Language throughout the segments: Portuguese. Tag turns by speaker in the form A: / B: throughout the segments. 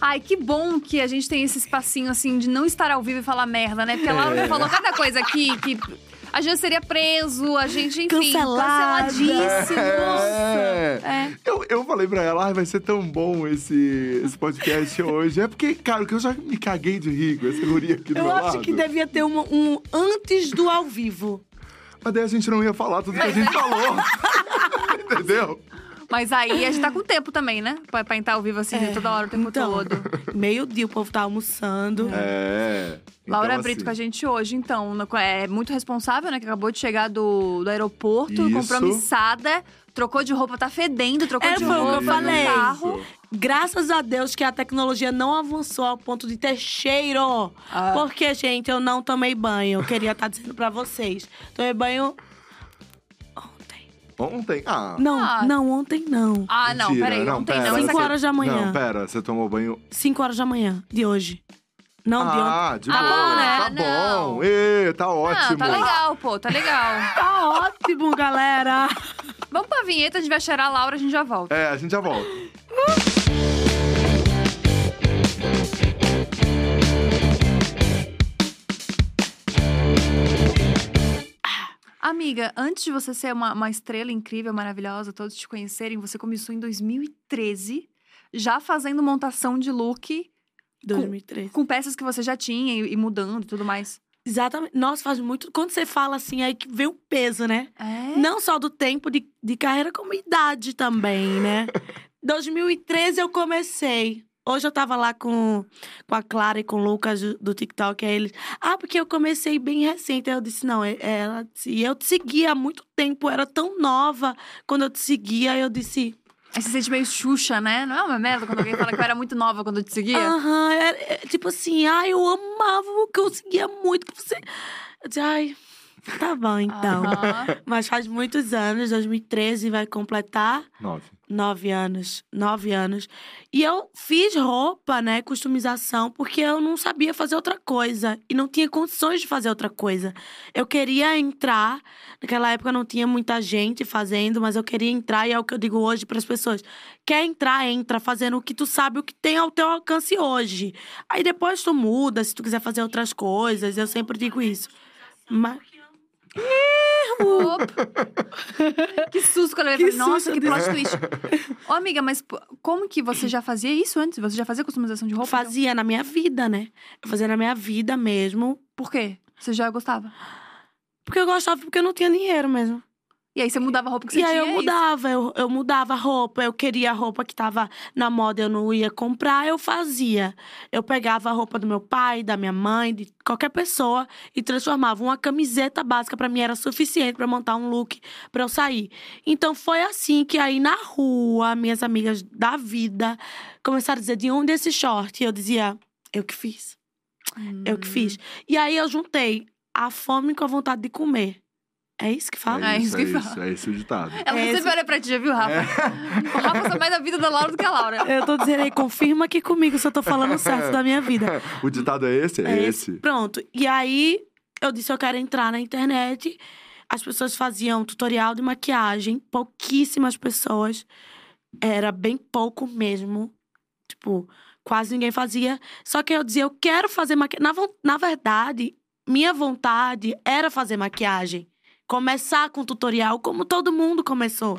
A: Ai, que bom que a gente tem esse espacinho, assim, de não estar ao vivo e falar merda, né? Porque a Laura
B: É.
A: falou cada coisa aqui que a gente seria preso, a gente, enfim,
C: Cancelada.
A: canceladíssimo.
B: É.
A: É.
B: Eu, eu falei pra ela, ai, vai ser tão bom esse, esse podcast hoje. É porque, cara, que eu já me caguei de rir com essa guria aqui do
C: Eu
B: meu
C: acho
B: lado.
C: que devia ter uma- um antes do ao vivo.
B: Mas daí a gente não ia falar tudo que a gente falou. Entendeu?
A: Mas aí a gente tá com tempo também, né? Pra, pra entrar ao vivo assim, de toda hora, o tempo
C: Então,
A: todo.
C: meio-dia o povo tá almoçando.
B: É.
A: Laura
B: então,
A: Brito
B: assim,
A: com a gente hoje, então. na- É muito responsável, né? Que acabou de chegar do, do aeroporto,
B: Isso.
A: compromissada. Trocou de roupa, tá fedendo, trocou
C: É,
A: de
C: foi o que eu
A: roupa
C: falei.
A: no carro.
C: Graças a Deus que a tecnologia não avançou ao ponto de ter cheiro.
A: Ah.
C: Porque, gente, eu não tomei banho. Eu queria estar dizendo pra vocês. Tomei banho ontem.
B: Ontem? Ah.
C: Não,
A: Ah.
C: não, ontem não.
A: Ah, não,
B: mentira.
A: peraí, não, tem
B: pera,
A: não.
B: você-
A: Isso é-
C: Cinco horas da manhã.
B: Não, pera, você tomou banho.
C: 5 horas da manhã, de hoje. Não, de ontem.
B: ah, de
A: Ah,
B: boa.
A: né?
B: Tá
A: Não.
B: bom. Ê, tá
A: aqui-
B: ótimo.
A: Não, tá legal, pô, tá legal.
C: Tá ótimo, galera!
A: Vamos pra vinheta, a gente vai cheirar a Laura, a gente já volta.
B: É, a gente já volta.
A: Amiga, antes de você ser uma, uma estrela incrível, maravilhosa, todos te conhecerem, você começou em 2013, já fazendo montação de look
C: 2003.
A: com peças que você já tinha e, e mudando e tudo mais.
C: Exatamente. Nossa, faz muito. Quando você fala assim, aí que vem o peso, né?
A: É?
C: Não só do tempo de, de carreira, como idade também, né? 2013 eu comecei. Hoje eu tava lá com, com a Clara e com o Lucas do- do TikTok. Aí eles. Ah, porque eu comecei bem recente. Aí eu disse, não, é- é ela. disse, E eu te seguia há muito tempo, eu era tão nova. Quando eu te seguia, aí eu disse.
A: Aí você se sente meio Xuxa, né? Não é uma merda quando alguém fala que eu era muito nova quando eu te seguia?
C: Aham, é- é tipo assim, ai, eu amava o que eu seguia muito. Que você... Eu disse, ai, tá bom então.
A: Aham.
C: Mas faz muitos anos, 2013 vai completar
B: Nove.
C: nove anos, nove anos. E eu fiz roupa, né, customização, porque eu não sabia fazer outra coisa e não tinha condições de fazer outra coisa. Eu queria entrar, naquela época não tinha muita gente fazendo, mas eu queria entrar e é o que eu digo hoje para as pessoas. Quer entrar, entra fazendo o que tu sabe, o que tem ao teu alcance hoje. Aí depois tu muda, se tu quiser fazer outras coisas, eu sempre digo isso. Mas
A: Opa. que susto quando eu
C: Que
A: falei, nossa,
C: susto,
A: que
C: eu
A: plot twist. Ô, amiga, mas pô, como que você já fazia isso antes? Você já fazia customização de
C: eu
A: roupa?
C: fazia na minha vida, né? Eu fazia na minha vida mesmo,
A: então? Por quê? Você já gostava?
C: Porque eu gostava porque eu não tinha dinheiro mesmo.
A: E aí você mudava a roupa que você
C: e aí
A: tinha? é
C: eu
A: isso?
C: mudava, eu, eu mudava a roupa, eu queria a roupa que tava na moda, eu não ia comprar, eu fazia. Eu pegava a roupa do meu pai, da minha mãe, de qualquer pessoa e transformava uma camiseta básica pra mim era suficiente pra montar um look pra eu sair. Então foi assim que aí na rua, minhas amigas da vida começaram a dizer de onde é esse short? E eu dizia, eu que fiz. Eu
A: Hum.
C: que fiz. E aí eu juntei a fome com a vontade de comer. É isso que fala?
A: É
B: É
A: isso
B: isso, é
A: que fala.
B: isso, é esse o ditado.
A: Ela
C: É,
A: sempre
C: esse-
A: olha pra ti, já viu, Rafa?
B: É.
A: O Rafa sabe mais da vida da Laura do que a Laura.
C: Eu tô dizendo aí, confirma aqui comigo se eu tô falando certo da minha vida.
B: O ditado é esse? É, esse.
C: Pronto. E aí eu disse: eu quero entrar na internet. As pessoas faziam tutorial de maquiagem, pouquíssimas pessoas. Era bem pouco mesmo. Tipo, quase ninguém fazia. Só que eu dizia: eu quero fazer maquiagem. Na, von- na verdade, minha vontade era fazer maquiagem. Começar com tutorial, como todo mundo começou.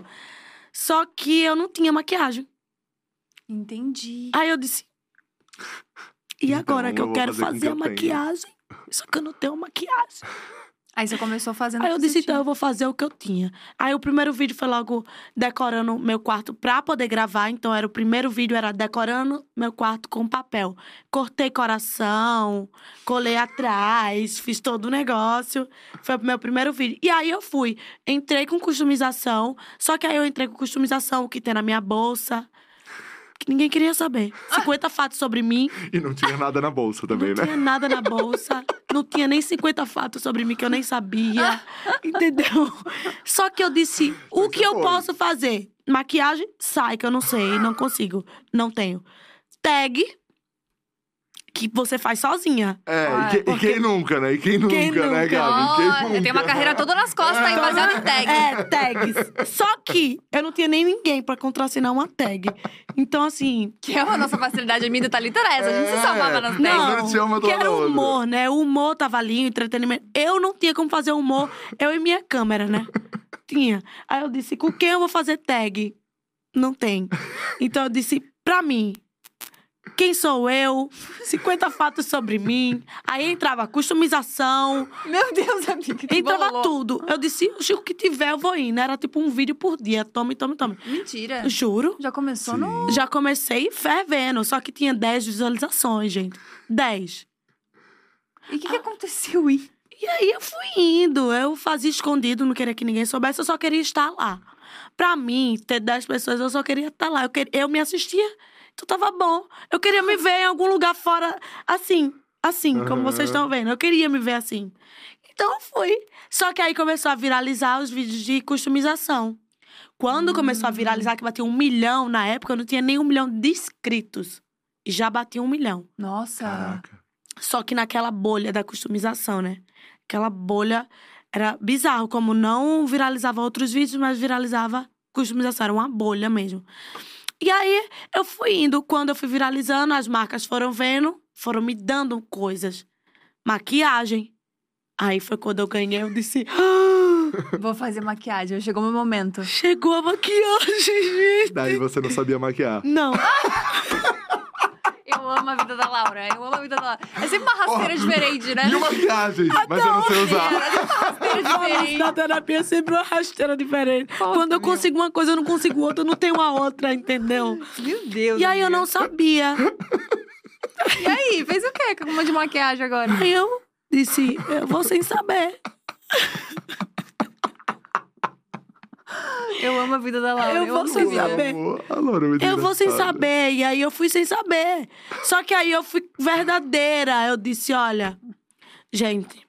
C: Só que eu não tinha maquiagem.
A: Entendi.
C: Aí eu disse. E
B: Então,
C: agora que
B: eu
C: eu,
B: vou
C: quero
B: fazer com o que
C: fazer, a
B: eu tenho.
C: maquiagem? Só que eu não tenho maquiagem.
A: Aí você começou fazendo.
C: Aí eu
A: o que
C: disse,
A: você
C: então eu vou fazer o que eu tinha. Aí o primeiro vídeo foi logo decorando meu quarto pra poder gravar. Então era o primeiro vídeo, era decorando meu quarto com papel. Cortei coração, colei atrás, fiz todo o negócio. Foi o meu primeiro vídeo. E aí eu fui. Entrei com customização. Só que aí eu entrei com customização, o que tem na minha bolsa. Que ninguém queria saber. 50 fatos sobre mim.
B: E não tinha nada na bolsa também,
C: Não
B: né?
C: tinha nada na bolsa, não tinha nem 50 fatos sobre mim que eu nem sabia, entendeu? Só que eu disse, o
B: Mas é
C: que
B: você
C: eu
B: foi.
C: posso fazer? Maquiagem? Sai, que eu não sei, não consigo, não tenho. Tag, que você faz sozinha.
B: É,
A: Ah,
B: e, que- e
A: porque-
B: quem nunca, né? E quem nunca, né,
C: nunca?
B: Gabi? Quem
A: Ó, eu tenho uma
B: nunca?
A: carreira toda nas costas aí, baseada em tag.
C: É, tags. Só que eu não tinha nem ninguém pra contrassinar uma tag. Então, assim.
A: Que é a nossa facilidade, a minha detalhista era essa. A gente
B: É.
A: se salvava nas
B: Não,
A: tags.
B: não
C: Não,
B: tinha uma
C: que
B: dona
C: era
B: outra.
C: humor, né? O humor tava ali, o entretenimento. Eu não tinha como fazer humor, eu e minha câmera, né? Tinha. Aí eu disse, com quem eu vou fazer tag? Não tem. Então eu disse, pra mim, quem sou eu? 50 fatos sobre mim. Aí entrava customização,
A: Meu Deus, amiga. que
C: entrava
A: bololô.
C: tudo. Eu disse, o Chico que tiver, eu vou indo. Era tipo um vídeo por dia, tome, tome, tome.
A: Mentira.
C: Juro.
A: Já começou
B: Sim.
A: no.
C: Já comecei fervendo, só que tinha 10 visualizações, gente. 10.
A: E o que, que aconteceu, hein?
C: E aí eu fui indo, eu fazia escondido, não queria que ninguém soubesse, eu só queria estar lá. Pra mim, ter 10 pessoas, eu só queria estar lá. Eu, queria, eu me assistia, então tava bom. Eu queria me ver em algum lugar fora, assim, assim, como
B: Aham.
C: vocês estão vendo. Eu queria me ver assim. Então eu fui. Só que aí começou a viralizar os vídeos de customização. Quando começou a viralizar, que batia um milhão na época, eu não tinha nem um milhão de inscritos. E já batia um milhão.
A: Nossa.
B: Caraca.
C: Só que naquela bolha da customização, né? Aquela bolha era bizarro, como não viralizava outros vídeos, mas viralizava customização, era uma bolha mesmo. E aí eu fui indo, quando eu fui viralizando, as marcas foram vendo, foram me dando coisas. Maquiagem. Aí foi quando eu ganhei, eu disse: "Ah,
A: Vou fazer maquiagem, chegou meu momento.
C: chegou a maquiagem, gente.
B: Daí você não sabia maquiar.
C: Não,
A: Eu amo a vida da Laura, eu amo a vida da Laura. É sempre uma rasteira
B: Oh.
A: diferente, né?
B: E uma maquiagem,
C: Ah,
B: mas eu não sei usar.
A: É, sempre uma rasteira
C: Mas
A: diferente.
C: na terapia é sempre uma rasteira diferente.
A: Oh,
C: Quando eu
A: meu.
C: consigo uma coisa, eu não consigo outra, eu não tenho a outra, entendeu?
A: Meu Deus.
C: E aí eu
A: amiga.
C: não sabia.
A: E aí, fez o quê com uma de maquiagem agora?
C: Aí eu disse, eu vou sem saber.
A: Eu amo a vida da Laura.
C: Eu vou
A: amo a
C: sem
A: vida.
C: saber.
B: Alora, muito
C: Eu vou sem
B: engraçado.
C: saber. E aí eu fui sem saber. Só que aí eu fui verdadeira. Eu disse, olha, gente.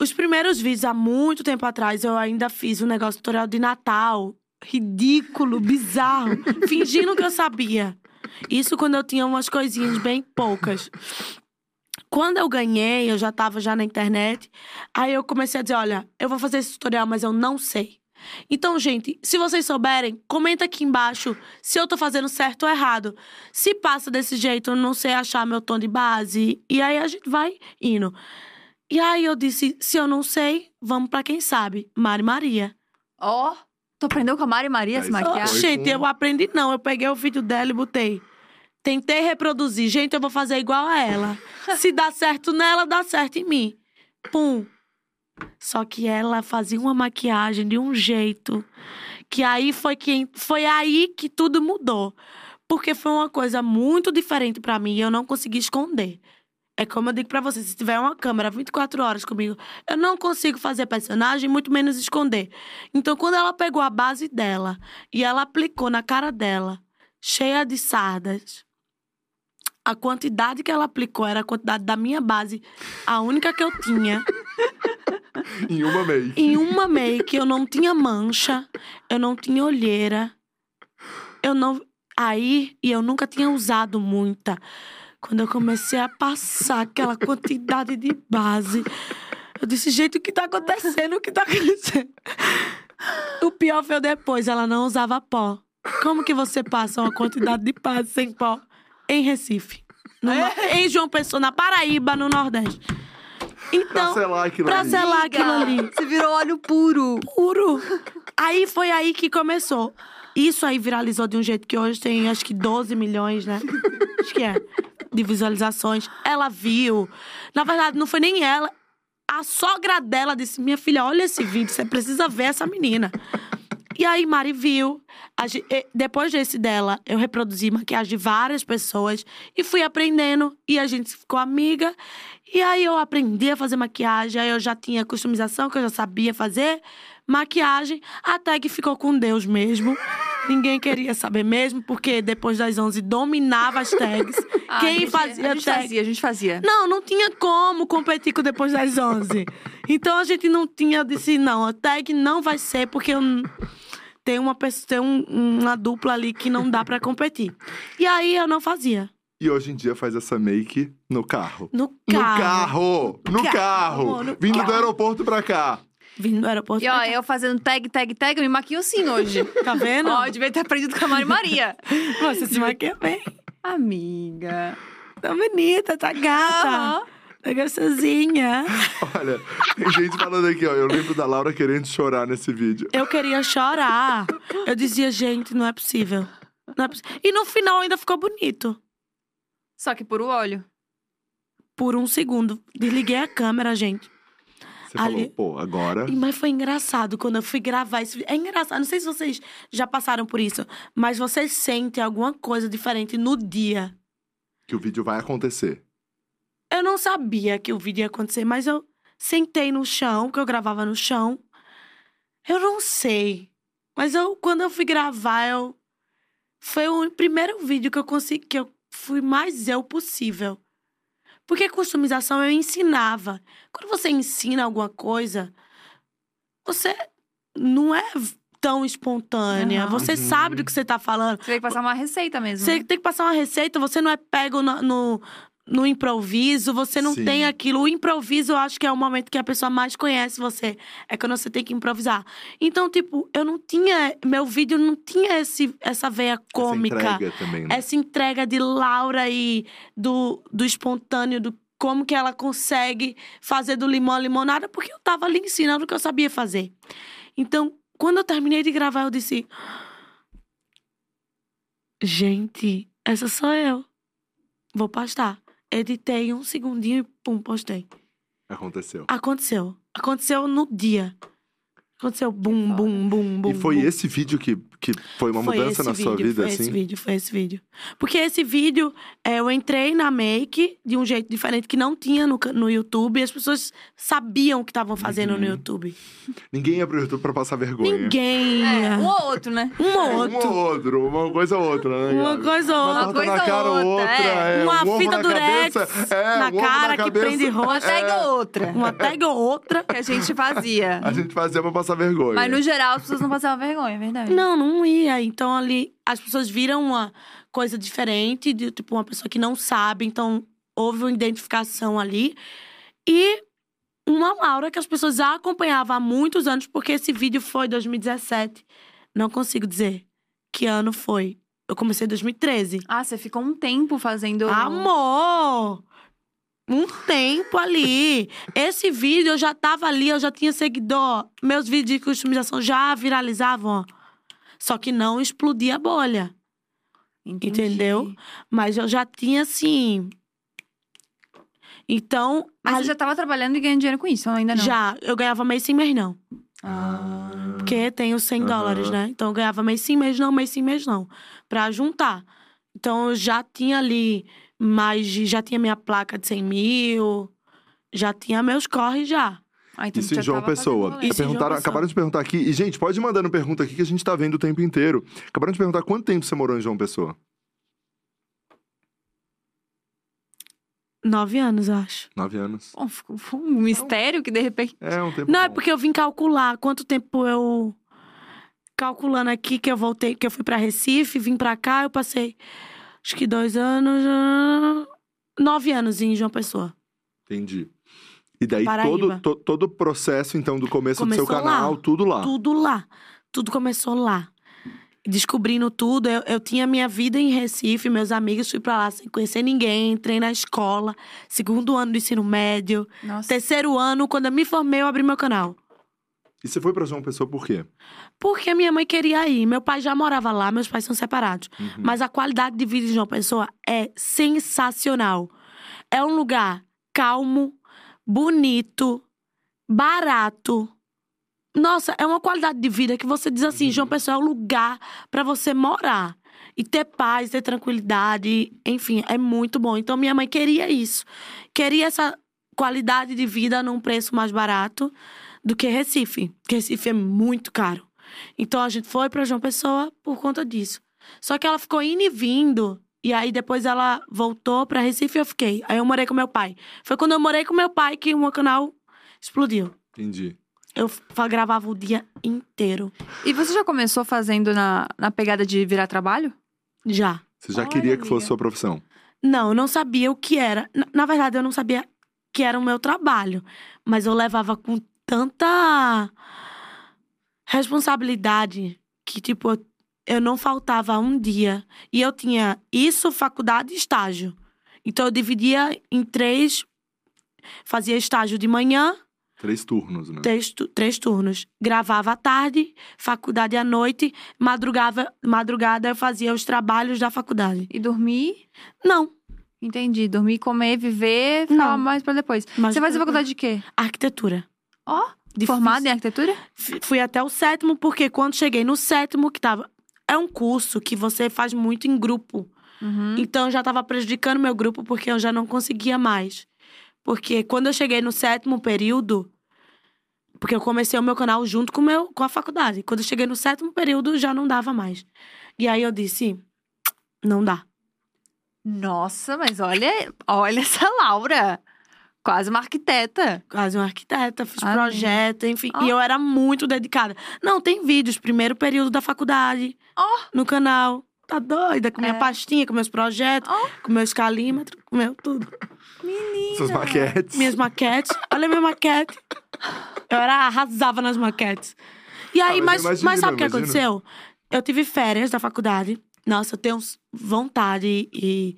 C: Os primeiros vídeos, há muito tempo atrás, eu ainda fiz um negócio tutorial de Natal. Ridículo, bizarro. fingindo que eu sabia. Isso quando eu tinha umas coisinhas bem poucas. Quando eu ganhei, eu já tava já na internet. Aí eu comecei a dizer, olha, eu vou fazer esse tutorial, mas eu não sei. Então, gente, se vocês souberem, comenta aqui embaixo se eu tô fazendo certo ou errado. Se passa desse jeito, eu não sei achar meu tom de base. E aí a gente vai indo. E aí eu disse, se eu não sei, vamos pra quem sabe. Mari Maria.
A: Ó, tu aprendeu com a Mari Maria
B: Mas
A: essa
B: foi.
A: maquiagem?
C: gente,
B: com-
C: eu aprendi não. Eu peguei o vídeo dela e botei. Tentei reproduzir. Gente, eu vou fazer igual a ela. se dá certo nela, dá certo em mim. Pum. Só que ela fazia uma maquiagem de um jeito que aí foi que foi aí que tudo mudou. Porque foi uma coisa muito diferente pra mim e eu não consegui esconder. É como eu digo pra você, se tiver uma câmera 24 horas comigo, eu não consigo fazer personagem, muito menos esconder. Então, quando ela pegou a base dela e ela aplicou na cara dela, cheia de sardas, a quantidade que ela aplicou era a quantidade da minha base, a única que eu tinha.
B: Em uma make.
C: Em uma make eu não tinha mancha, eu não tinha olheira, eu não. Aí, e eu nunca tinha usado muita. Quando eu comecei a passar aquela quantidade de base, eu disse: gente, o que tá acontecendo? O que tá acontecendo? O pior foi depois, ela não usava pó. Como que você passa uma quantidade de base sem pó em Recife? Numa- em João Pessoa, na Paraíba, no Nordeste.
B: Pra
C: Então,
B: selar aquilo
C: pra
B: ali.
C: selar- lá aquilo ali.
A: Você virou óleo puro.
C: puro. Aí foi aí que começou. Isso aí viralizou de um jeito que hoje tem acho que 12 milhões, né? Acho que é. De visualizações. Ela viu. Na verdade, não foi nem ela. A sogra dela disse: Minha filha, olha esse vídeo, você precisa ver essa menina. E aí, Mari viu. A gen- e- Depois desse dela, eu reproduzi maquiagem de várias pessoas e fui aprendendo. E a gente ficou amiga. E aí, eu aprendi a fazer maquiagem. Aí, eu já tinha customização, que eu já sabia fazer. Maquiagem. Até que ficou com Deus mesmo. Ninguém queria saber mesmo, porque depois das 11 dominava as tags.
A: Ah, a
C: Quem
A: gente-
C: fazia
A: A gente
C: tag?
A: fazia, a gente fazia.
C: Não, não tinha como competir com depois das 11. Então a gente não tinha, eu disse, não, a tag não vai ser, porque eu n- tem uma pessoa, tem um- uma dupla ali que não dá pra competir. E aí eu não fazia.
B: E hoje em dia faz essa make no carro.
C: No
B: No
C: carro.
B: carro! No
C: Carro,
B: carro!
C: no
B: Vindo do
C: carro.
B: aeroporto pra cá.
C: Vindo do aeroporto.
A: E ó, eu fazendo tag, tag, tag, eu me maquio sim hoje.
C: Tá vendo?
A: ó, eu devia ter aprendido com a Mari Maria.
C: Você se maquia bem.
A: Amiga.
C: Tá bonita, tá gata.
A: Aham.
C: Tá gostosinha.
B: Olha, tem gente falando aqui, ó. Eu lembro da Laura querendo chorar nesse vídeo.
C: Eu queria chorar. Eu dizia, gente, não é possível. Não é possi- E no final ainda ficou bonito.
A: Só que por o óleo.
C: Por um segundo. Desliguei a câmera, gente.
B: Você
C: Ali-
B: falou, pô, agora.
C: E, Mas foi engraçado quando eu fui gravar isso. É engraçado. Não sei se vocês já passaram por isso, mas vocês sentem alguma coisa diferente no dia.
B: que o vídeo vai acontecer.
C: Eu não sabia que o vídeo ia acontecer, mas eu sentei no chão, que eu gravava no chão. Eu não sei. Mas eu, quando eu fui gravar, eu. Foi o primeiro vídeo que eu consegui. que eu fui mais eu possível. Porque customização eu ensinava. Quando você ensina alguma coisa, você não é v- tão espontânea.
A: Aham.
C: Você
B: Uhum.
C: sabe do que você tá falando.
A: Você tem que passar uma receita mesmo.
C: Você
A: né?
C: tem que passar uma receita, você não é pego na- no, no improviso, você não
B: Sim.
C: tem aquilo. O improviso, eu acho que é o momento que a pessoa mais conhece você. É quando você tem que improvisar. Então, tipo, eu não tinha. Meu vídeo não tinha esse, essa veia cômica
B: Essa entrega também, né?
C: essa entrega de Laura e do, do espontâneo, do como que ela consegue fazer do limão a limonada, porque eu tava ali ensinando o que eu sabia fazer. Então, quando eu terminei de gravar, eu disse: Gente, essa sou eu. Vou postar. Editei um segundinho e pum, postei.
B: Aconteceu.
C: Aconteceu. Aconteceu no dia. Aconteceu bum,
A: foda.
C: bum, bum, bum.
B: e foi
C: bum
B: esse vídeo que, que foi uma
C: foi
B: mudança
C: esse
B: na sua
C: vídeo,
B: vida,
C: foi
B: assim?
C: Esse vídeo, foi esse vídeo. Porque esse vídeo, é, eu entrei na make de um jeito diferente que não tinha no, ca- no YouTube. E as pessoas sabiam o que estavam fazendo no
B: Uhum.
C: YouTube.
B: Ninguém ia pro YouTube pra passar vergonha.
C: Ninguém.
A: É,
C: ia.
A: um ou outro, né?
C: Um ou
B: Um
C: outro.
B: ou outro, uma coisa ou outra, né?
C: Uma
B: Gabi?
C: coisa ou
B: uma
A: outra.
B: torta na
A: Uma coisa
B: cara
A: ou
B: ou
A: outra,
B: outra.
A: é.
B: é.
C: Uma
B: um ovo
C: fita
B: na
C: durex
B: cabeça, é,
C: na
B: um ovo
C: cara
B: na
C: que
B: cabeça.
C: prende rosto.
A: Uma tag ou outra.
C: Uma tag ou outra.
A: Que a gente fazia.
B: A gente fazia pra passar vergonha.
A: Mas no geral as pessoas não passavam vergonha, é verdade.
C: Não, não ia. Então ali as pessoas viram uma coisa diferente, de tipo uma pessoa que não sabe, então houve uma identificação ali. E uma Laura que as pessoas já acompanhavam há muitos anos, porque esse vídeo foi 2017. Não consigo dizer que ano foi. Eu comecei em 2013.
A: Ah, você ficou um tempo fazendo.
C: Amor! Um tempo ali. Esse vídeo eu já tava ali, eu já tinha seguidor. Meus vídeos de customização já viralizavam. Só que não explodia a bolha.
A: Entendi.
C: entendeu? Mas eu já tinha, assim. Então.
A: Mas
C: ali-
A: você já tava trabalhando e ganhando dinheiro com isso, ou ainda não?
C: já, eu ganhava mês sim, mês não.
A: Ah.
C: Porque tem os 100
B: Aham.
C: dólares, né? Então eu ganhava mês sim, mês não, mês sim, mês não. Pra juntar. Então eu já tinha ali mais de. Já tinha minha placa de 100 mil. Já tinha meus corres já.
A: Ah, então
B: Isso
A: já
B: em João
A: tava fazendo
B: Pessoa.
A: rolê.
C: Isso em João
B: Perguntaram-
C: Pessoa.
B: Acabaram de perguntar aqui. E, gente, pode ir mandando pergunta aqui que a gente tá vendo o tempo inteiro. Acabaram de perguntar quanto tempo você morou em João Pessoa?
C: Nove anos, eu acho.
B: Nove anos.
A: Bom, ficou- foi um mistério que de repente.
B: É, um tempo
C: Não, é
B: bom.
C: porque eu vim calcular quanto tempo eu. Calculando aqui que eu voltei, que eu fui pra Recife, vim pra cá, eu passei acho que dois anos. ah, Nove anos em João Pessoa.
B: Entendi. E daí
C: Paraíba.
B: todo, to- todo o processo, então, do começo do seu
C: Começou
B: canal,
C: lá.
B: tudo lá.
C: Tudo lá. Tudo começou lá. Descobrindo tudo, eu, eu tinha minha vida em Recife, meus amigos, fui pra lá sem conhecer ninguém, entrei na escola, segundo ano do ensino médio,
A: Nossa.
C: terceiro ano, quando eu me formei, eu abri meu canal.
B: E você foi pra João Pessoa por quê?
C: Porque minha mãe queria ir. Meu pai já morava lá, meus pais são separados.
B: Uhum.
C: Mas a qualidade de vida de João Pessoa é sensacional. É um lugar calmo, bonito, barato. Nossa, é uma qualidade de vida que você diz assim, João Pessoa é o lugar pra você morar e ter paz, ter tranquilidade, enfim, é muito bom. Então minha mãe queria isso. Queria essa qualidade de vida num preço mais barato do que Recife, porque Recife é muito caro. Então a gente foi pra João Pessoa por conta disso. Só que ela ficou indo e vindo. E aí depois ela voltou pra Recife e eu fiquei. Aí eu morei com meu pai. Foi quando eu morei com meu pai que o meu canal explodiu.
B: Entendi.
C: Eu f- gravava o dia inteiro.
A: E você já começou fazendo na, na pegada de virar trabalho?
C: Já.
B: Você já
A: Olha,
B: queria que fosse
A: amiga.
B: sua profissão.
C: Não, eu não sabia o que era. Na, na verdade, eu não sabia que era o meu trabalho. Mas eu levava com tanta responsabilidade que, tipo, eu, eu não faltava um dia. E eu tinha isso, faculdade e estágio. Então eu dividia em três. Fazia estágio de manhã,
B: Três turnos, né?
C: três, tu- três turnos. Gravava à tarde, faculdade à noite, madrugava, madrugada eu fazia os trabalhos da faculdade.
A: E dormir?
C: Não,
A: Entendi. Dormir, comer, viver, falar
C: Não.
A: mais pra depois.
C: mas.
A: Você faz a faculdade de quê?
C: Arquitetura.
A: Ó,
C: Difícil.
A: formada em arquitetura?
C: F- Fui até o sétimo, porque quando cheguei no sétimo, que tava. É um curso que você faz muito em grupo.
A: Uhum.
C: Então eu já tava prejudicando meu grupo porque eu já não conseguia mais. Porque quando eu cheguei no sétimo período, porque eu comecei o meu canal junto com, o meu, com a faculdade. Quando eu cheguei no sétimo período, já não dava mais. E aí eu disse, não dá.
A: Nossa, mas olha, olha essa Laura. Quase uma arquiteta.
C: Quase um arquiteta, fiz
A: Amém.
C: projeto, enfim.
A: Ah, Ó.
C: E eu era muito dedicada. Não, tem vídeos, primeiro período da faculdade,
A: Ó.
C: no canal. Tá doida? Com minha
A: É.
C: pastinha, com meus projetos,
A: Ó.
C: com meus calímetros, com meu tudo. né?
B: Suas maquetes.
C: minhas maquetes. Olha a minha maquete. Eu era, arrasava nas maquetes. E aí,
B: Ah, mas
C: mas,
B: eu
C: mas,
B: imagino,
C: sabe o que
B: imagino.
C: aconteceu? Eu tive férias da faculdade. Nossa, eu tenho s- vontade e,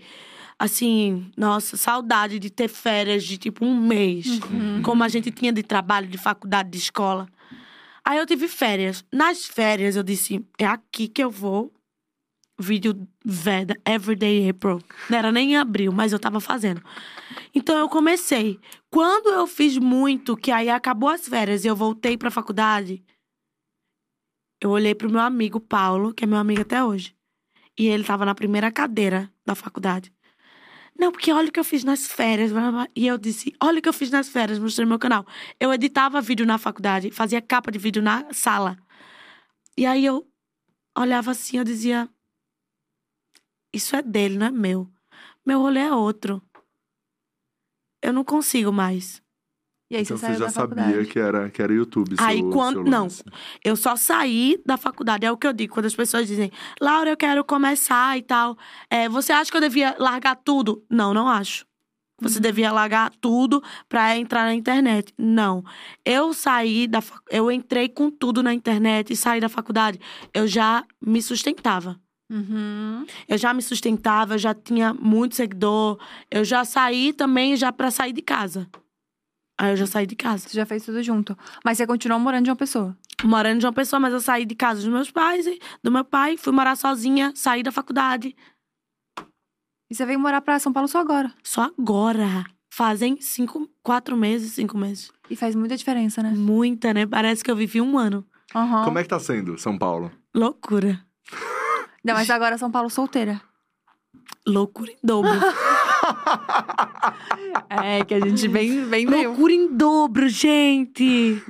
C: assim, nossa, saudade de ter férias de tipo um mês.
A: Uhum.
C: Como a gente tinha de trabalho, de faculdade, de escola. Aí eu tive férias. Nas férias eu disse, é aqui que eu vou. Vídeo Veda, Everyday April. Não era nem em abril, mas eu tava fazendo. Então eu comecei. Quando eu fiz muito, que aí acabou as férias e eu voltei pra faculdade, eu olhei pro meu amigo Paulo, que é meu amigo até hoje. E ele tava na primeira cadeira da faculdade. Não, porque olha o que eu fiz nas férias. blá, blá, blá. E eu disse: Olha o que eu fiz nas férias, mostrei no meu canal. Eu editava vídeo na faculdade, fazia capa de vídeo na sala. E aí eu olhava assim, eu dizia: Isso é dele, não é meu. Meu rolê é outro. Eu não consigo mais.
A: E aí
B: Então
A: você
B: você
A: saiu
B: já
A: da
B: sabia
A: faculdade.
B: que era, que era YouTube.
C: Aí,
B: seu,
C: quando-
B: seu
C: não.
B: lance.
C: Eu só saí da faculdade, é o que eu digo quando as pessoas dizem, Laura, eu quero começar e tal. É, você acha que eu devia largar tudo? Não, não acho. Você devia largar tudo pra entrar na internet. Não. Eu saí da fac... eu entrei com tudo na internet e saí da faculdade. Eu já me sustentava.
A: Uhum.
C: Eu já me sustentava, eu já tinha muito seguidor. Eu já saí também já pra sair de casa. Aí eu já saí de casa.
A: Você já fez tudo junto. Mas você continuou morando de uma pessoa.
C: morando de uma pessoa, mas eu saí de casa dos meus pais, e- do meu pai, fui morar sozinha, saí da faculdade.
A: E você veio morar pra São Paulo só agora.
C: Só agora. Fazem cinco, quatro meses, cinco meses.
A: E faz muita diferença, né?
C: Muita, né? Parece que eu vivi um ano.
A: Aham.
B: Como é que tá sendo, São Paulo?
C: Loucura.
A: Ainda mais agora São Paulo solteira.
C: Loucura em dobro.
A: É, que a gente bem, bem
C: loucura em dobro, gente!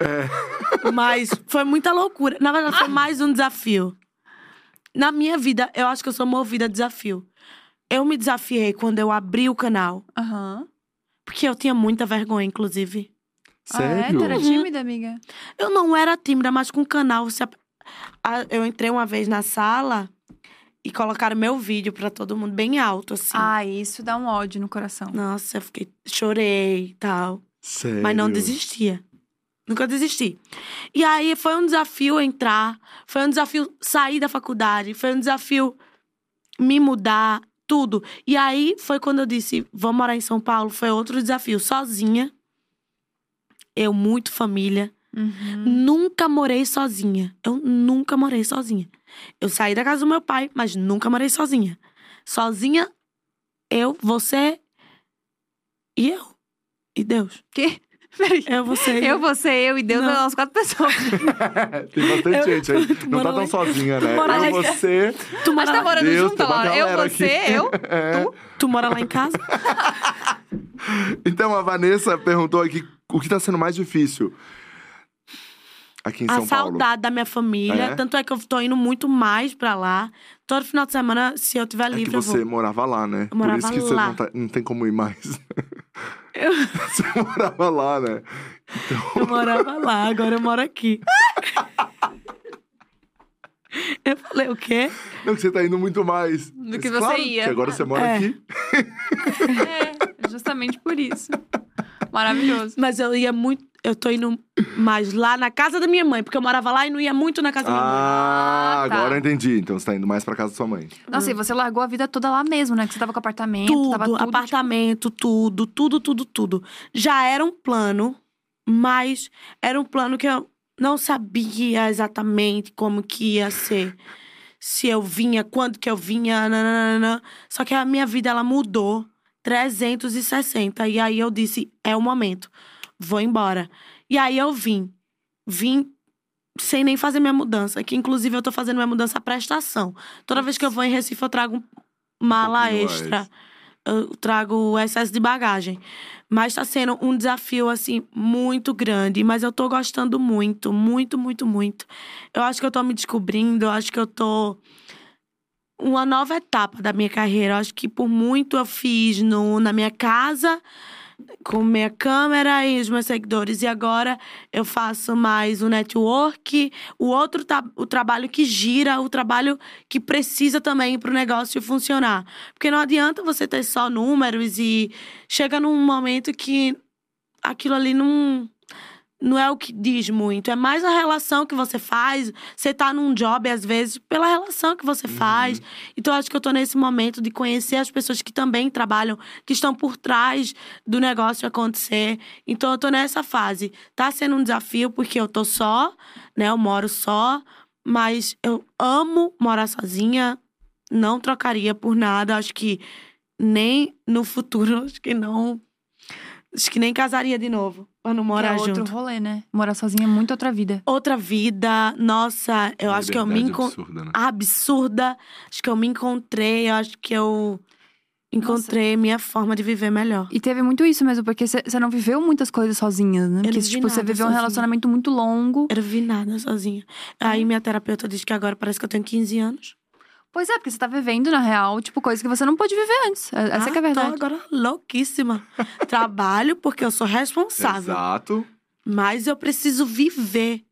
C: É. Mas foi muita loucura. Na verdade, foi mais um desafio. Na minha vida, eu acho que eu sou movida a desafio. Eu me desafiei quando eu abri o canal.
A: Aham.
C: Porque eu tinha muita vergonha, inclusive.
A: Ah, é? Tu
B: Sério?
A: era tímida, amiga?
C: Eu não era tímida, mas com o canal. se a- a- Eu entrei uma vez na sala e colocaram meu vídeo pra todo mundo, bem alto, assim.
A: Ah, isso dá um ódio no coração.
C: Nossa, eu fiquei. Chorei e tal.
B: Sério?
C: Mas não desistia. Nunca desisti. E aí foi um desafio entrar, foi um desafio sair da faculdade, foi um desafio me mudar, tudo. E aí foi quando eu disse: vou morar em São Paulo. Foi outro desafio, sozinha. Eu, muito família.
A: Uhum.
C: Nunca morei sozinha. Eu nunca morei sozinha. Eu saí da casa do meu pai, mas nunca morei sozinha. Sozinha, eu, você e eu. E Deus.
A: Que? Peraí.
C: Eu, você e
A: Eu, você, eu e Deus,
C: Não.
A: nós quatro pessoas.
B: É, Tem bastante
C: Eu-
B: gente aí. Não tá
C: Mora lá
B: tão
C: em-
B: sozinha, né?
C: Mora
B: Eu,
C: lá em-
B: você...
C: Tu
A: Mas tá
C: mora, lá,
A: morando
B: Deus,
A: junto,
B: tem uma
A: Laura. Eu,
B: galera
A: você,
B: aqui.
A: eu.
B: É.
C: tu mora lá em casa?
B: Então, a Vanessa perguntou aqui o que tá sendo mais difícil aqui em
C: a
B: São
C: saudade
B: Paulo.
C: da minha família.
B: É?
C: Tanto é que eu tô indo muito mais pra lá. Todo final de semana, se eu tiver
B: É que
C: livre, eu
B: você
C: vou.
B: morava lá, né?
C: Eu morava
B: Por isso que você
C: lá.
B: não, tá- não tem como ir mais. você morava lá, né?
C: Eu morava lá, agora eu moro aqui. Eu falei, o quê?
B: Não, que você tá indo muito mais.
A: Do que você
B: Mas, claro,
A: ia.
B: Que agora você mora
C: É.
B: aqui.
A: É, justamente por isso. Maravilhoso.
C: Mas eu ia muito. Eu tô indo mais lá na casa da minha mãe, porque eu morava lá e não ia muito na casa da minha mãe.
B: Ah,
A: Ah, tá.
B: agora eu entendi. Então você tá indo mais pra casa da sua mãe.
A: Nossa, e você largou a vida toda lá mesmo, né? Que você tava com apartamento, tava
C: Tudo,
A: tudo. tipo
C: apartamento, tudo, tudo, tudo, tudo. Já era um plano, mas era um plano que eu não sabia exatamente como que ia ser. Se eu vinha, quando que eu vinha, nananana. Só que a minha vida, ela mudou 360. E aí eu disse, é o momento, vou embora. E aí eu vim. Vim sem nem fazer minha mudança. Que inclusive eu tô fazendo minha mudança à prestação. Toda vez que eu vou em Recife, eu trago um mala
B: pouquinho
C: extra
B: mais.
C: eu trago o excesso de bagagem. Mas tá sendo um desafio, assim, muito grande. Mas eu tô gostando muito, muito, muito, muito. Eu acho que eu tô me descobrindo, eu acho que eu tô. Uma nova etapa da minha carreira. Eu acho que por muito eu fiz no, na minha casa, com minha câmera e os meus seguidores. E agora eu faço mais o network, o outro tra o trabalho que gira, o trabalho que precisa também pro negócio funcionar. Porque não adianta você ter só números e chega num momento que aquilo ali não. Não é o que diz muito, é mais a relação que você faz. Você tá num job, às vezes, pela relação que você
A: Uhum.
C: faz. Então, eu acho que eu tô nesse momento de conhecer as pessoas que também trabalham, que estão por trás do negócio acontecer. Então, eu tô nessa fase. Tá sendo um desafio, porque eu tô só, né? Eu moro só, mas eu amo morar sozinha, não trocaria por nada. Acho que nem no futuro, acho que não. Acho que nem casaria de novo pra não
A: Que é
C: morar
A: outro
C: junto.
A: rolê, né? Morar sozinha é muito outra vida.
C: Outra vida, nossa, eu acho que eu me
B: Liberdade
C: encontrei.
B: absurda, né?
C: Absurda. Acho que eu me encontrei, eu acho que eu encontrei minha forma de viver melhor.
A: E teve muito isso mesmo, porque você não viveu muitas coisas sozinha, né?
C: não
A: Porque,
C: vivi
A: tipo, você
C: nada
A: viveu um
C: sozinha.
A: relacionamento muito longo.
C: Eu não vi nada sozinha.
A: É.
C: Aí minha terapeuta disse que agora parece que eu tenho 15 anos.
A: Pois é, porque você tá vivendo, na real, tipo, coisa que você não pôde viver antes. É- Essa
C: Ah,
A: que é a verdade.
C: Tô agora louquíssima. Trabalho porque eu sou responsável.
B: Exato.
C: mas eu preciso viver.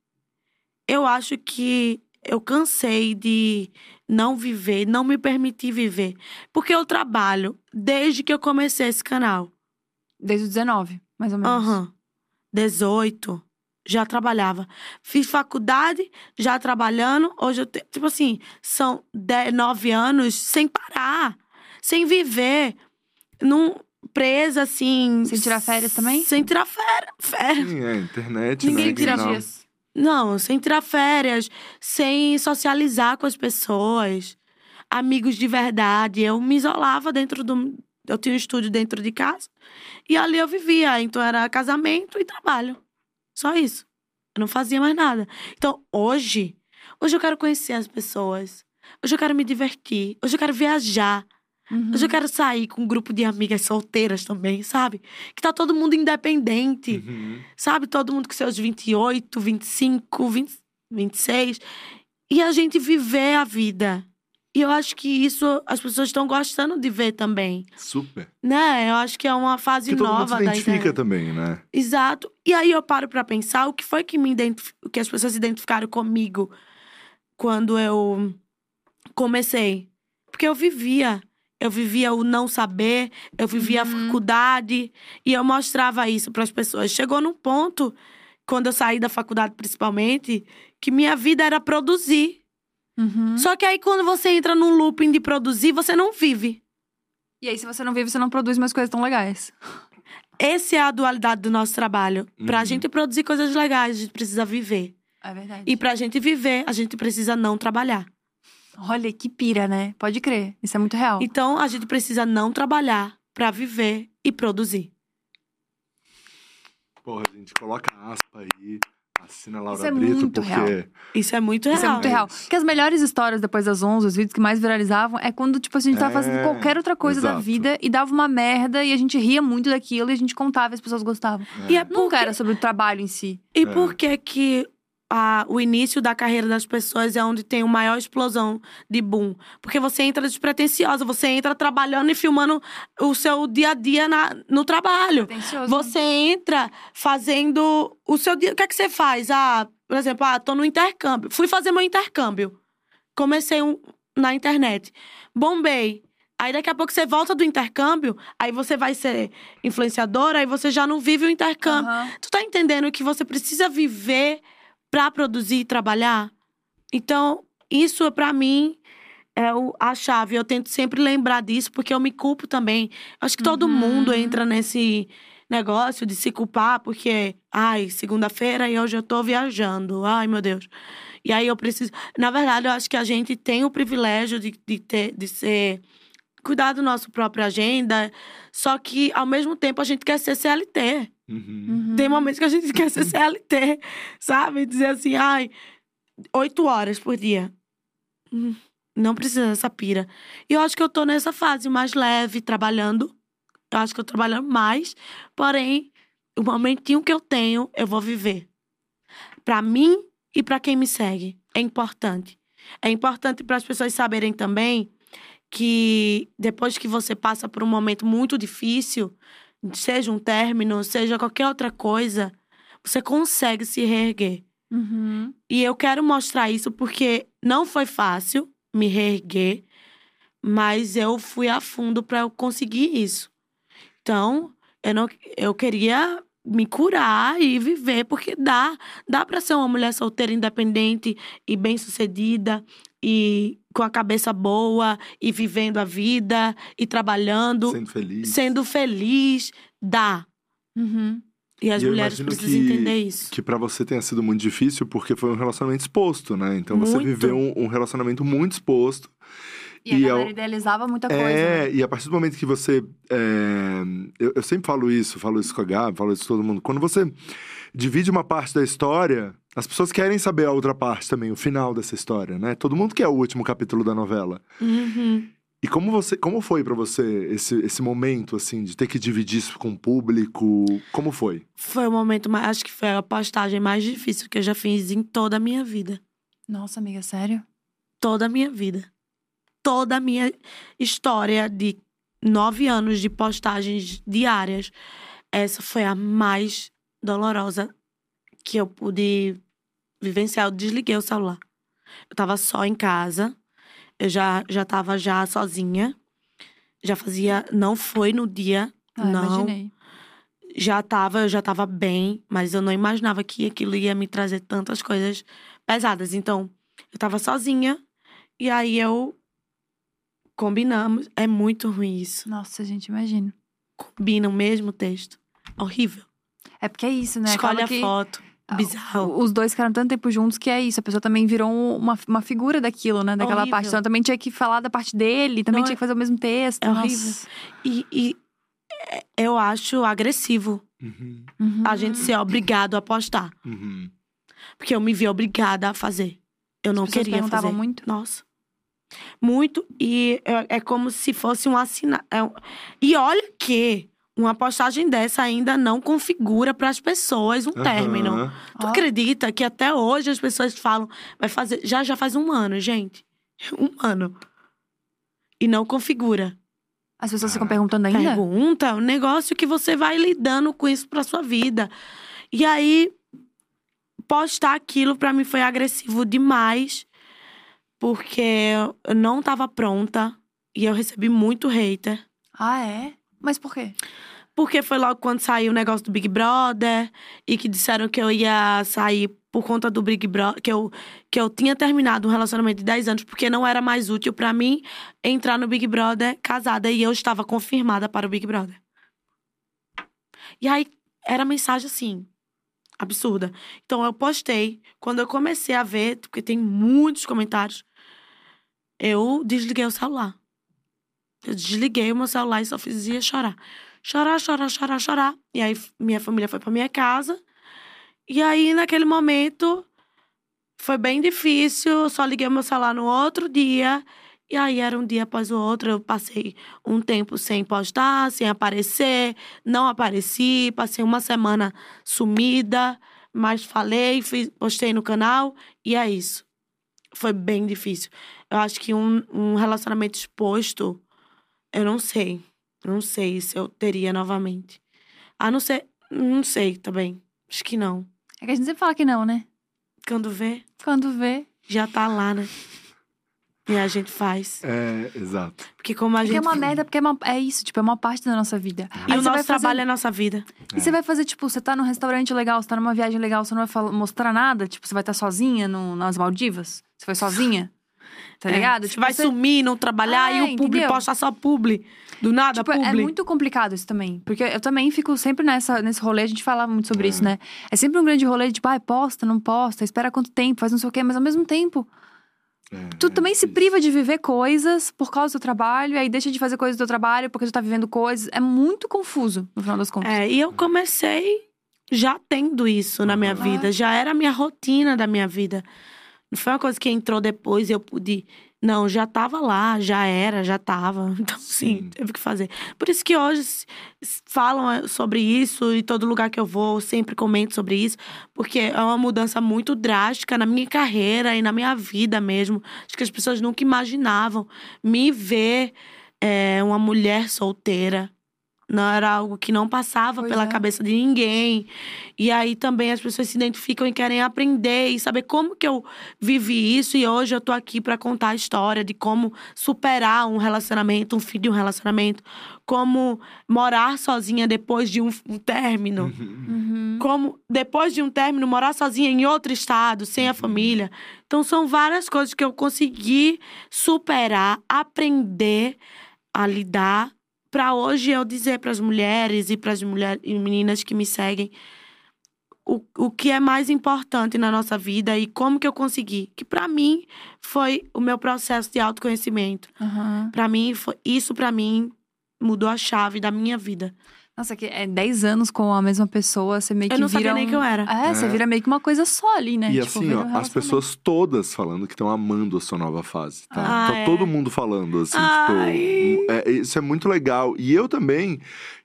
C: Eu acho que eu cansei de não viver, não me permitir viver. Porque eu trabalho desde que eu comecei esse canal.
A: Desde os 19, mais ou menos.
C: Aham. 18, já trabalhava. Fiz faculdade, já trabalhando. Hoje eu tenho. Tipo assim, são 10, 9 anos sem parar, sem viver. Num, presa assim.
A: Sem tirar férias também?
C: Sem tirar férias. férias.
B: Sim, é, internet,
A: Ninguém
B: né?
A: tira
B: Não.
A: dias.
C: Não, sem tirar férias, sem socializar com as pessoas, amigos de verdade. Eu me isolava dentro do. Eu tinha um estúdio dentro de casa e ali eu vivia. Então era casamento e trabalho. Só isso. Eu não fazia mais nada. Então hoje, hoje eu quero conhecer as pessoas. Hoje eu quero me divertir. Hoje eu quero viajar.
A: Uhum.
C: Hoje eu quero sair com um grupo de amigas solteiras também, sabe? Que tá todo mundo independente.
B: Uhum.
C: Sabe, todo mundo com seus 28, 25, 20, 26. E a gente viver a vida. E eu acho que isso as pessoas estão gostando de ver também.
B: Super.
C: Né? Eu acho que é uma fase
B: Que todo mundo se
C: nova da
B: identifica
C: internet.
B: também, né?
C: Exato. E aí eu paro pra pensar o que foi que me identif- o que as pessoas se identificaram comigo quando eu comecei. Porque eu vivia. Eu vivia o não saber, eu vivia a
A: Uhum.
C: faculdade e eu mostrava isso para as pessoas. Chegou num ponto quando eu saí da faculdade principalmente que minha vida era produzir.
A: Uhum.
C: Só que aí quando você entra num looping de produzir, você não vive.
A: E aí, se você não vive, você não produz mais coisas tão legais.
C: Essa é a dualidade do nosso trabalho. Pra
B: Uhum.
C: gente produzir coisas legais, a gente precisa viver.
A: É verdade.
C: E pra gente viver, a gente precisa não trabalhar.
A: Olha, que pira, né? Pode crer. Isso é muito real.
C: Então, a gente precisa não trabalhar pra viver e produzir.
B: Porra, gente, coloca aspa aí. Assina a Laura
A: Isso é
B: Brito,
A: muito
B: porque.
A: real.
C: Isso é muito real.
A: Isso é muito
B: É
A: real.
B: isso.
A: Porque as melhores histórias depois das 11, os vídeos que mais viralizavam, é quando, tipo, assim, a gente tava
B: É,
A: fazendo qualquer outra coisa da
B: exato.
A: vida e dava uma merda e a gente ria muito daquilo e a gente contava e as pessoas gostavam.
C: E é por,
A: Nunca era sobre o trabalho em si.
C: e
B: É.
C: por que que a- o início da carreira das pessoas é onde tem o maior explosão de boom? Porque você entra despretensiosa, você entra trabalhando e filmando o seu dia a dia na- no trabalho.
A: Pretencioso.
C: Você entra fazendo o seu dia. O que é que você faz? Ah, por exemplo, ah, tô no intercâmbio. Fui fazer meu intercâmbio. comecei um, na internet. Bombei. Aí daqui a pouco você volta do intercâmbio, aí você vai ser influenciadora, aí você já não vive o intercâmbio.
A: Aham.
C: Tu tá entendendo que você precisa viver pra produzir e trabalhar? Então, isso é pra mim é o- a chave. Eu tento sempre lembrar disso, porque eu me culpo também. Acho que todo
A: Uhum.
C: mundo entra nesse negócio de se culpar, porque, ai, segunda-feira e hoje eu tô viajando. Ai, meu Deus. E aí eu preciso. Na verdade, eu acho que a gente tem o privilégio de, de ter, de ser. Cuidar do nosso próprio agenda, só que ao mesmo tempo a gente quer ser CLT.
B: Uhum.
A: Uhum.
C: Tem momentos que a gente quer ser CLT, sabe? Dizer assim, ai, oito horas por dia. Hum, Não precisa dessa pira. E eu acho que eu tô nessa fase mais leve, trabalhando. Eu acho que eu tô trabalhando mais. Porém, o momentinho que eu tenho, eu vou viver. Pra mim e pra quem me segue. É importante. É importante para as pessoas saberem também que depois que você passa por um momento muito difícil, seja um término, seja qualquer outra coisa, você consegue se reerguer.
A: Uhum.
C: E eu quero mostrar isso porque não foi fácil me reerguer, mas eu fui a fundo para eu conseguir isso. Então, eu não eu queria me curar e viver porque dá, dá para ser uma mulher solteira independente e bem-sucedida e com a cabeça boa e vivendo a vida e trabalhando
B: Sendo feliz.
C: sendo feliz, dá.
A: Uhum.
C: E as
B: E eu
C: mulheres
B: imagino
C: precisam
B: que-
C: entender isso.
B: Que pra você tenha sido muito difícil, porque foi um relacionamento exposto, né? Então você
C: Muito.
B: viveu um, um relacionamento muito exposto.
A: E a
B: E
A: galera
B: eu-
A: idealizava muita coisa.
B: é,
A: né?
B: e a partir do momento que você. é, eu, eu sempre falo isso, falo isso com a Gabi, falo isso com todo mundo. Quando você divide uma parte da história, as pessoas querem saber a outra parte também, o final dessa história, né? Todo mundo quer o último capítulo da novela.
C: Uhum.
B: E como você, como foi pra você esse, esse momento assim de ter que dividir isso com o público? Como foi?
C: Foi o momento mais. Acho que foi a postagem mais difícil que eu já fiz em toda a minha vida.
A: Nossa, amiga, sério?
C: Toda a minha vida. Toda a minha história de nove anos de postagens diárias. Essa foi a mais dolorosa que eu pude vivenciar. Eu desliguei o celular. Eu tava só em casa. Eu já, já tava já sozinha. Já fazia. Não foi no dia.
A: Ah,
C: não.
A: imaginei.
C: já tava, eu já tava bem, mas eu não imaginava que aquilo ia me trazer tantas coisas pesadas. Então, eu tava sozinha e aí eu combinamos, é muito ruim isso.
A: Nossa, gente, imagino.
C: Combina o mesmo texto. Horrível.
A: É porque é isso, né?
C: Escolhe
A: Acaba
C: a
A: que
C: foto. Bizarro.
A: Ah, Os dois ficaram tanto tempo juntos que é isso. A pessoa também virou um- uma, uma figura daquilo, né? Daquela
C: Horrível.
A: parte. Então também tinha que falar da parte dele, também
C: Não,
A: tinha que fazer o mesmo texto.
C: é
A: nossa.
C: horrível. E, e é, eu acho agressivo
B: Uhum,
A: Uhum.
C: a gente ser obrigado a postar.
B: uhum.
C: Porque eu me vi obrigada a fazer. Eu não
A: As pessoas
C: queria
A: perguntavam
C: fazer.
A: muito.
C: Nossa. Muito. E é, é como se fosse um assinar. E olha que uma postagem dessa ainda não configura para as pessoas um término.
B: Aham.
A: Ó,
C: Tu acredita que até hoje as pessoas falam, vai fazer. Já já faz um ano, gente. Um ano. E não configura.
A: As pessoas ficam perguntando ainda?
C: Pergunta, um negócio que você vai lidando com isso pra sua vida. E aí, postar aquilo pra mim foi agressivo demais, porque eu não tava pronta e eu recebi muito hater.
A: Ah, é? Mas por quê?
C: Porque foi logo quando saiu o negócio do Big Brother e que disseram que eu ia sair por conta do Big Brother, que eu, que eu tinha terminado um relacionamento de 10 anos porque não era mais útil pra mim entrar no Big Brother casada e eu estava confirmada para o Big Brother. E aí era mensagem assim, absurda. Então eu postei, quando eu comecei a ver, porque tem muitos comentários, eu desliguei o celular. Eu desliguei o meu celular e só fazia chorar chorar, chorar, chorar, chorar. E aí f- minha família foi pra minha casa. E aí naquele momento foi bem difícil, eu só liguei meu celular no outro dia. E aí era um dia após o outro, eu passei um tempo sem postar, sem aparecer, não apareci, passei uma semana sumida, mas falei, fiz- postei no canal e é isso. Foi bem difícil. Eu acho que um, um relacionamento exposto, eu não sei. Não sei se eu teria novamente. A não ser. Não sei também. Acho que não.
A: É que a gente sempre fala que não, né?
C: Quando vê,
A: Quando vê.
C: já tá lá, né? E a gente faz.
B: É, exato.
C: Porque como a
A: Porque
C: gente.
A: é uma merda, porque é, uma- é isso, tipo, é uma parte da nossa vida.
C: E
A: Aí
C: o
A: você vai
C: nosso
A: fazer-
C: trabalho é a nossa vida.
A: E você vai fazer, tipo, você tá num restaurante legal, você tá numa viagem legal, você não vai fala- mostrar nada? Tipo, você vai estar sozinha no- nas Maldivas? Você foi sozinha? Tá
C: É.
A: ligado?
C: Você
A: Tipo,
C: vai
A: você-
C: sumir, não trabalhar
A: É,
C: e o publi
A: entendeu?
C: posta só publi. Do nada,
A: Tipo,
C: publi.
A: é muito complicado isso também. Porque eu também fico sempre nessa, nesse rolê, a gente fala muito sobre
B: É.
A: isso, né? É sempre um grande rolê de, tipo, ah, posta, não posta, espera quanto tempo, faz não sei o quê. Mas ao mesmo tempo,
B: É,
A: tu
B: é
A: também se
B: difícil.
A: priva de viver coisas por causa do seu trabalho, e aí deixa de fazer coisas do teu trabalho porque tu tá vivendo coisas. É muito confuso, no final das contas.
C: É, e eu comecei já tendo isso na minha
B: Aham.
C: vida. Já era a minha rotina da minha vida. Não foi uma coisa que entrou depois e eu pude. Não, já tava lá, já era, já tava. Então, sim,
B: Sim.
C: teve que fazer. Por isso que hoje s- s- falam eh, sobre isso e todo lugar que eu vou, eu sempre comento sobre isso, porque é uma mudança muito drástica na minha carreira e na minha vida mesmo. Acho que as pessoas nunca imaginavam me ver eh, uma mulher solteira. Não era algo que não passava
A: Pois
C: pela
A: é.
C: cabeça de ninguém. E aí também as pessoas se identificam e querem aprender e saber como que eu vivi isso. E hoje eu tô aqui pra contar a história de como superar um relacionamento, um filho de um relacionamento, como morar sozinha depois de um, um término.
B: Uhum.
A: Uhum.
C: Como, depois de um término, morar sozinha em outro estado, sem a família. Então, são várias coisas que eu consegui superar, aprender a lidar. Pra hoje eu dizer pras mulheres e pras mulher, e meninas que me seguem o, o que é mais importante na nossa vida e como que eu consegui. Que pra mim foi o meu processo de autoconhecimento.
A: Aham.
C: Pra mim, foi, isso pra mim mudou a chave da minha vida.
A: Nossa, que é 10 anos com a mesma pessoa, você meio
C: Eu
A: que
C: não
A: vira
C: sabia nem
A: um-
C: que eu era.
A: É, você
B: É.
A: vira meio que uma coisa só ali, né?
B: E
A: Tipo,
B: assim,
A: vira um
B: ó, as
A: relacionamento.
B: pessoas todas falando que estão amando a sua nova fase, tá?
C: Ah,
B: tá
C: é.
B: todo mundo falando, assim,
C: Ai.
B: tipo. é, isso é muito legal. E eu também,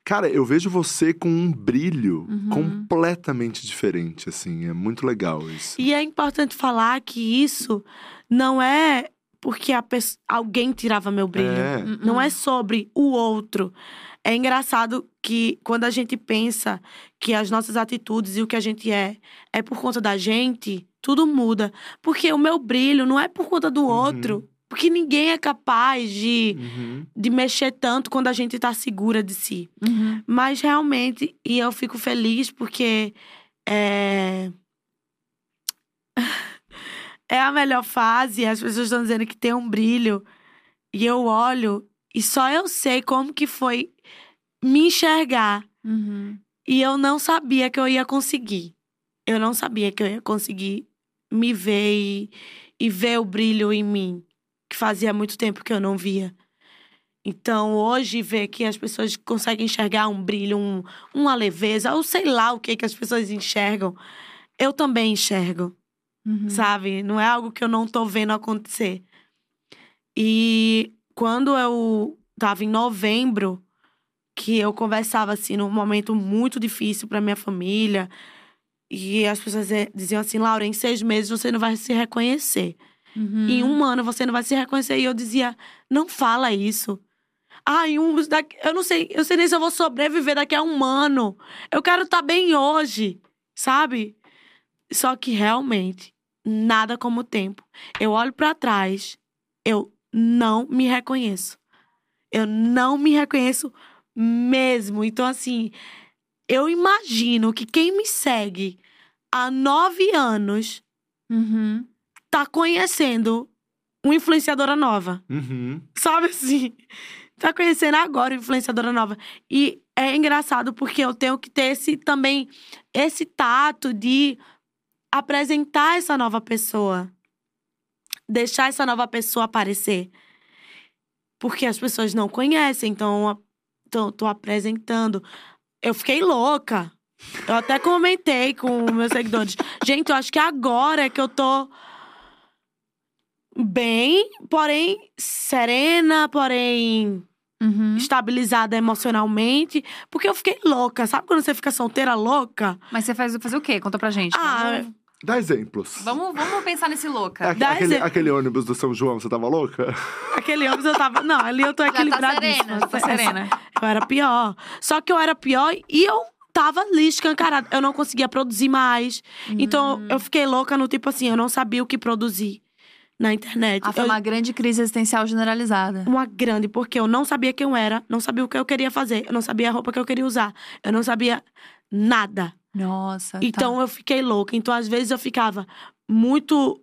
B: cara, eu vejo você com um brilho
A: Uhum.
B: completamente diferente, assim. É muito legal isso.
C: E é importante falar que isso não é porque a pes- alguém tirava meu brilho.
B: É.
A: Uhum.
C: Não é sobre o outro. É engraçado que quando a gente pensa que as nossas atitudes e o que a gente é é por conta da gente, tudo muda. Porque o meu brilho não é por conta do outro. Porque ninguém é capaz de,
B: Uhum.
C: de mexer tanto quando a gente tá segura de si.
A: Uhum.
C: Mas realmente, e eu fico feliz porque é. é a melhor fase, as pessoas estão dizendo que tem um brilho. E eu olho e só eu sei como que foi me enxergar.
A: Uhum.
C: E eu não sabia que eu ia conseguir. Eu não sabia que eu ia conseguir me ver e, e ver o brilho em mim, que fazia muito tempo que eu não via. Então, hoje, ver que as pessoas conseguem enxergar um brilho, um- uma leveza, ou sei lá o que, que as pessoas enxergam, eu também enxergo,
A: Uhum.
C: sabe? Não é algo que eu não tô vendo acontecer. E quando eu tava em novembro, que eu conversava assim num momento muito difícil para minha família e as pessoas eh, diziam assim Laura em seis meses você não vai se reconhecer
A: Uhum.
C: em um ano você não vai se reconhecer e eu dizia não fala isso ah, em um, daqui- eu não sei, eu sei nem se eu vou sobreviver daqui a um ano. Eu quero estar bem hoje, sabe? Só que realmente, nada como o tempo. Eu olho pra trás, eu não me reconheço. Eu não me reconheço mesmo. Então, assim, eu imagino que quem me segue há nove anos
A: Uhum.
C: tá conhecendo uma influenciadora nova.
B: Uhum.
C: Sabe assim? Tá conhecendo agora influenciadora nova. E é engraçado porque eu tenho que ter esse também esse tato de apresentar essa nova pessoa. Deixar essa nova pessoa aparecer. Porque as pessoas não conhecem, então a- então tô apresentando. Eu fiquei louca. Eu até comentei com meus seguidores. Gente, eu acho que agora é que eu tô bem, porém serena, porém
A: Uhum.
C: estabilizada emocionalmente, porque eu fiquei louca. Sabe quando você fica solteira louca?
A: Mas você faz fazer o quê? Conta pra gente.
C: Ah,
A: Vamos-
B: Dá exemplos.
A: vamos, vamos pensar nesse
B: É,
A: louca.
B: aque-
C: dá
B: aquele,
C: exemplo.
B: aquele ônibus do São João, você tava louca?
C: Aquele ônibus eu tava, não, ali eu tô
A: Já tá
C: equilibradíssima.
A: serena, já tá serena.
C: Eu era pior. Só que eu era pior e eu tava ali escancarada. Eu não
A: Uhum.
C: conseguia produzir mais. Então eu fiquei louca no tipo assim, eu não sabia o que produzir. na internet.
A: Ah, foi
C: Eu-
A: uma grande crise existencial generalizada.
C: uma grande, porque eu não sabia quem eu era, não sabia o que eu queria fazer, eu não sabia a roupa que eu queria usar, eu não sabia nada.
A: Nossa. tá.
C: Então eu fiquei louca. Então, às vezes, eu ficava muito.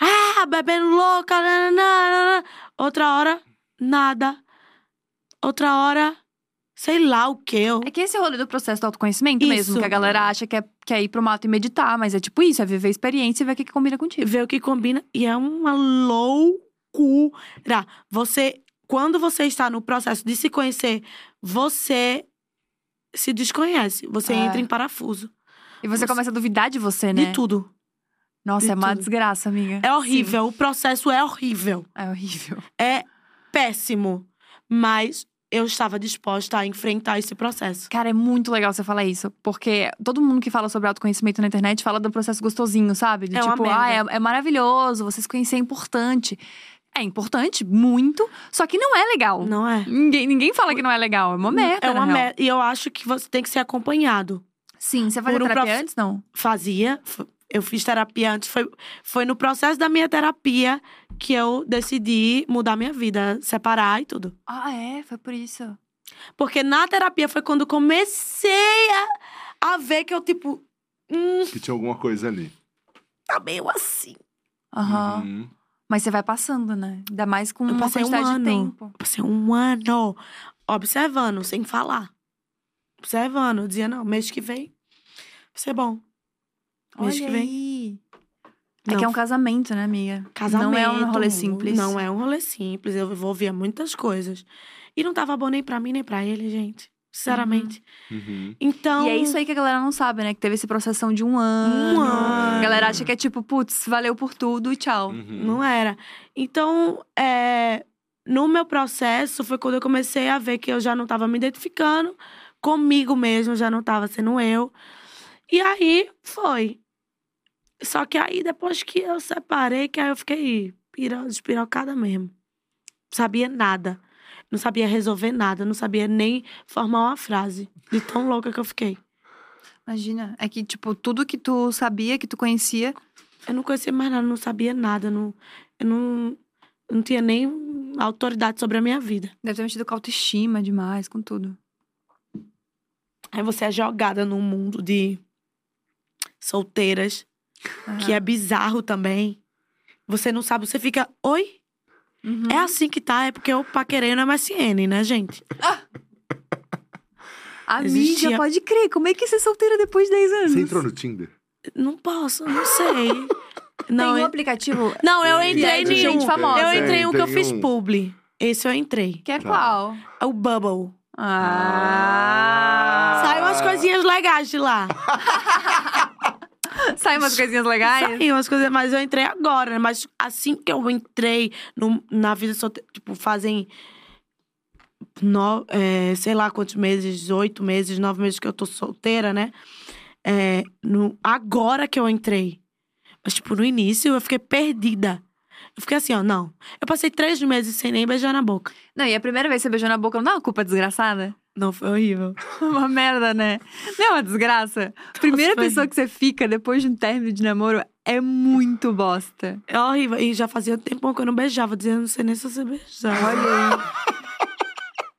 C: Ah, bebendo louca! nananana." Outra hora, nada. Outra hora, sei lá o que eu.
A: É que esse rolê do processo do autoconhecimento mesmo,
C: Isso.
A: que a galera acha que é, que é ir pro mato e meditar, mas é tipo isso, é viver a experiência e ver o que, que combina contigo.
C: Ver o que combina. E é uma loucura. Você. Quando você está no processo de se conhecer, você se desconhece. Você
A: É.
C: entra em parafuso.
A: E você
C: Você-
A: começa a duvidar de você, né?
C: De tudo.
A: Nossa,
C: de
A: é uma
C: tudo.
A: desgraça, amiga.
C: É horrível. O processo é horrível.
A: É horrível.
C: É péssimo. Mas eu estava disposta a enfrentar esse processo.
A: Cara, é muito legal você falar isso, porque todo mundo que fala sobre autoconhecimento na internet fala do processo gostosinho, sabe? De
C: É uma
A: tipo,
C: merda.
A: ah, é, é maravilhoso, você se conhecer é importante. É importante, muito, só que não é legal.
C: Não é?
A: Ninguém, ninguém fala que não é legal, é uma merda.
C: É
A: na
C: uma
A: real.
C: merda. E eu acho que você tem que ser acompanhado.
A: Sim, você fazia
C: Por um
A: terapia
C: prof-
A: antes, não?
C: Fazia. f- Eu fiz terapia antes. Foi, foi no processo da minha terapia que eu decidi mudar minha vida, separar e tudo.
A: Ah, é? Foi por isso.
C: Porque na terapia foi quando eu comecei a, a ver que eu, tipo, hum,
B: Que tinha alguma coisa ali.
C: tá meio assim.
A: Aham.
B: Uhum.
A: Mas você vai passando, né? Ainda mais com
C: Eu
A: uma
C: passei um
A: quantidade de
C: ano.
A: tempo.
C: Passei um ano observando, sem falar. Observando. Eu dizia, não, mês que vem vai ser bom.
A: Olha
C: Mês que vem.
A: aí. É
C: Não,
A: que é um casamento, né, amiga?
C: casamento.
A: Não é um rolê simples.
C: Não é um rolê simples. Eu envolvia muitas coisas. E não tava bom nem pra mim, nem pra ele, gente. Sinceramente.
B: Uhum.
C: Então.
A: E é isso aí que a galera não sabe, né? Que teve esse processão de um ano.
C: Um ano.
A: A galera acha que é tipo, putz, valeu por tudo e tchau.
B: Uhum.
C: Não era. Então, é, no meu processo, foi quando eu comecei a ver que eu já não estava me identificando comigo mesmo, já não estava sendo eu. E aí foi. Só que aí, depois que eu separei, que aí eu fiquei piro- despirocada mesmo. Não sabia nada. Não sabia resolver nada, não sabia nem formar uma frase. De tão louca que eu fiquei.
A: Imagina. É que, tipo, tudo que tu sabia, que tu conhecia,
C: Eu não conhecia mais nada, não sabia nada. Não, eu não, não tinha nem autoridade sobre a minha vida.
A: deve ter mexido com a autoestima demais, com tudo.
C: Aí você é jogada num mundo de solteiras,
A: Ah.
C: que é bizarro também. Você não sabe, você fica, oi?
A: Uhum.
C: É assim que tá, é porque eu paquerei no MSN, né, gente?
A: Amiga,
C: existia-
A: pode crer. Como é que você é solteira depois de 10 anos?
B: Você entrou no Tinder?
C: Não posso, não sei.
A: Tem
C: não,
A: um
C: eu,
A: aplicativo
C: não, eu
A: E é
C: entrei
A: de
C: em
A: gente
C: um.
A: famosa.
C: Eu
A: Tem-
C: entrei em um que eu
B: tem
C: fiz
B: um.
C: publi. Esse eu entrei.
A: que é
B: Tá.
A: qual?
C: É O Bubble.
B: Ah.
C: Saiu umas coisinhas legais de lá.
A: Saem umas coisinhas legais?
C: Saiu umas coisas, mas eu entrei agora, né? Mas assim que eu entrei no- na vida solteira, tipo, fazem. No, é, sei lá quantos meses, oito meses, nove meses que eu tô solteira, né? É, no, agora que eu entrei. Mas, tipo, no início eu fiquei perdida. Eu fiquei assim, ó, não. Eu passei três meses sem nem beijar na boca.
A: Não, e a primeira vez que você beijou na boca, não dá uma culpa desgraçada?
C: Não, foi horrível.
A: Uma merda, né? Não é uma desgraça? Primeira
C: foi.
A: pessoa que você fica depois de um término de namoro é muito bosta.
C: É horrível. E já fazia tempo que eu não beijava, dizendo, não sei nem se você beijava.
A: Olha aí.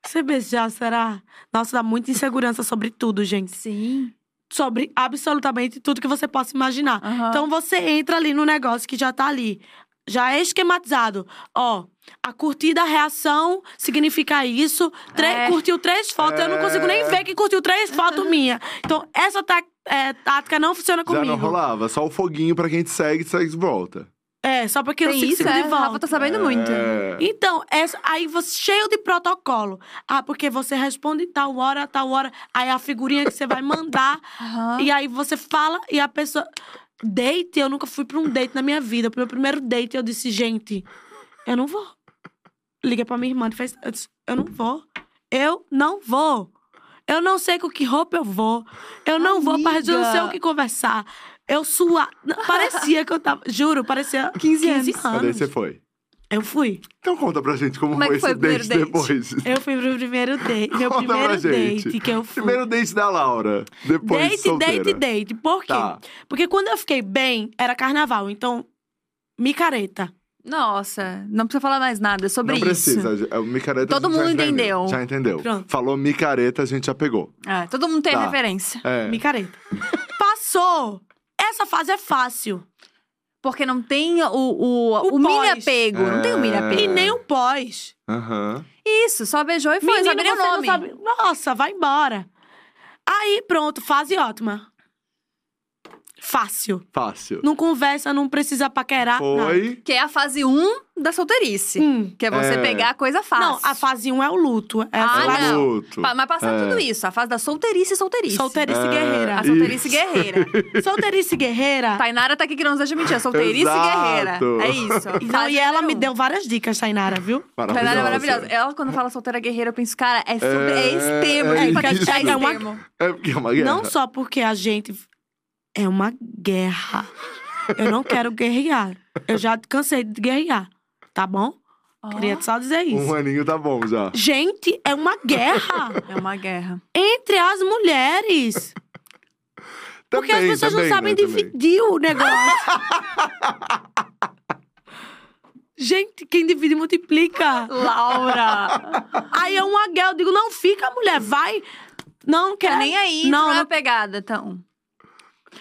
C: Você beijar, será? Nossa, dá muita insegurança sobre tudo, gente.
A: Sim.
C: Sobre absolutamente tudo que você possa imaginar.
A: Aham.
C: Então você entra ali no negócio que já tá ali. Já é esquematizado. Ó, a curtida, a reação significa isso. Tre-
A: É.
C: Curtiu três fotos, eu não consigo nem ver que curtiu três fotos minha. Então, essa tá- é, tática não funciona
B: Já
C: comigo.
B: não rolava, só o foguinho pra quem te segue, te segue de volta.
C: É, só porque eu
A: Tem
C: sigo,
A: isso,
C: sigo
A: é?
C: de
A: Rafa
C: volta.
A: tá sabendo muito.
B: É.
C: Então, essa, aí você cheio de protocolo. Ah, porque você responde tal hora, tal hora. Aí a figurinha que você vai mandar.
A: Aham.
C: e aí você fala e a pessoa. Date, eu nunca fui pra um date na minha vida. Pro meu primeiro date, eu disse, gente, eu não vou. Liguei pra minha irmã e fez. Eu disse, eu não vou. Eu não vou. Eu não sei com que roupa eu vou. Eu não vou pra eu não sei o
A: Amiga.
C: que conversar. Eu sua. Não, Parecia que eu tava. Juro, parecia
A: 15 anos.
B: Mas daí você foi.
C: Eu fui.
B: Então conta pra gente como,
A: Como é que
B: foi
A: foi
B: esse
A: o primeiro
B: date,
A: date?
B: depois.
C: Eu fui pro primeiro date.
B: Conta
C: Meu
B: pra
C: primeiro
B: gente.
C: date que eu fui.
B: Primeiro date da Laura, depois
C: date,
B: solteira.
C: date, date. Por quê?
B: Tá.
C: Porque quando eu fiquei bem, era carnaval. Então, micareta.
A: Nossa, não precisa falar mais nada sobre
B: não
A: isso.
B: precisa. O micareta a
A: Todo
B: gente já
A: mundo entendeu.
B: Já entendeu.
C: Pronto.
B: Falou micareta, a gente já pegou.
A: É, todo mundo tem
B: Tá.
A: referência.
B: É.
C: Micareta. Passou! Essa fase é fácil.
A: Porque não tem o, o,
C: O
A: o, milha
C: pós.
A: pego. Não tem o milha
B: É.
A: pego.
C: E nem o pós.
B: Aham.
A: Isso, só beijou e foi,
C: Menino,
A: sabe nem o
C: você não
A: nome.
C: sabe- Nossa, vai embora. Aí, pronto, fase ótima. Fácil.
B: Fácil.
C: Não conversa, não precisa paquerar. nada.
B: Foi.
A: Que é a fase 1 da solteirice.
C: Hum.
A: Que é você
B: É.
A: pegar a coisa fácil.
C: Não, a fase 1 é o luto. É
A: Ah,
C: a
A: não.
B: um Luto.
A: Pa- Mas passar
B: É.
A: tudo isso, a fase da solteirice e solteirice.
C: solteirice
B: É.
C: guerreira.
A: A solteirice
B: Isso.
A: guerreira.
C: Solteirice guerreira.
A: Tainara tá aqui que não nos deixa mentir. É solteirice guerreira.
B: Exato.
A: É isso.
C: Não,
A: Fase
C: e ela
A: número
C: me
A: um.
C: deu várias dicas, Tainara, viu?
A: Tainara é
B: Maravilhosa.
A: maravilhosa. Ela, quando fala solteira guerreira, eu penso, cara, é, sobre,
B: É,
A: é extremo.
B: é
A: tem que
B: isso.
A: achar
C: É uma-
A: tá extremo.
B: É porque é uma guerra.
C: Não só porque a gente é uma guerra. Eu não quero guerrear. Eu já cansei de guerrear, tá bom?
A: Ó,
C: Queria só dizer
B: Um
C: isso.
B: aninho tá bom já.
C: Gente, é uma guerra
A: É uma guerra.
C: entre as mulheres. Porque as
B: Também,
C: pessoas
B: também,
C: não sabem
B: né, também.
C: dividir o negócio. Gente, quem divide multiplica.
A: Laura!
C: Aí é uma guerra. Eu digo, não fica, mulher, vai. Não,
A: Tá
C: não quer
A: nem aí,
C: Não,
A: não, não é
C: não-
A: pegada, então.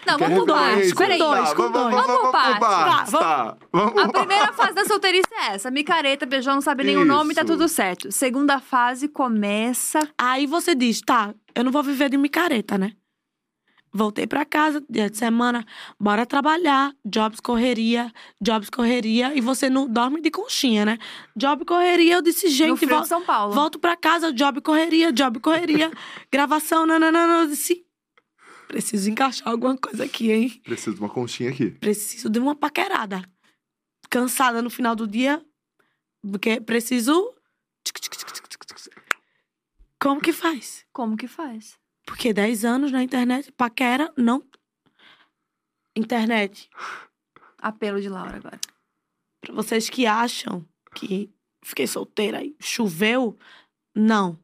A: Não,
B: Quer
A: vamos por partes.
B: referência?
C: dois, com
A: Peraí.
C: dois,
B: Tá,
C: com
B: vamos, Vamos,
C: dois.
A: Vamos
B: vamos,
A: por
B: por partes,
C: partes.
B: tá. Vamos
A: A primeira fase da solteirice é essa. Micareta, beijou, não sabe nem o nome, tá
B: Isso.
A: tudo certo. Segunda fase começa.
C: Aí você diz, tá, eu não vou viver de micareta, né? Voltei pra casa, dia de semana, bora trabalhar, jobs correria, jobs correria, e você não dorme de conchinha, né? Job correria, eu disse,
A: no
C: gente,
A: frio
C: vol
A: de São Paulo.
C: volto pra casa, job correria, job correria, gravação, nananana, eu disse, preciso encaixar alguma coisa aqui, hein?
B: Preciso de uma conchinha aqui.
C: Preciso de uma paquerada. Cansada no final do dia, porque preciso... Como que faz?
A: Como que faz?
C: Porque 10 anos na internet, paquera, não. Internet.
A: Apelo de Laura agora.
C: Pra vocês que acham que fiquei solteira e choveu, não.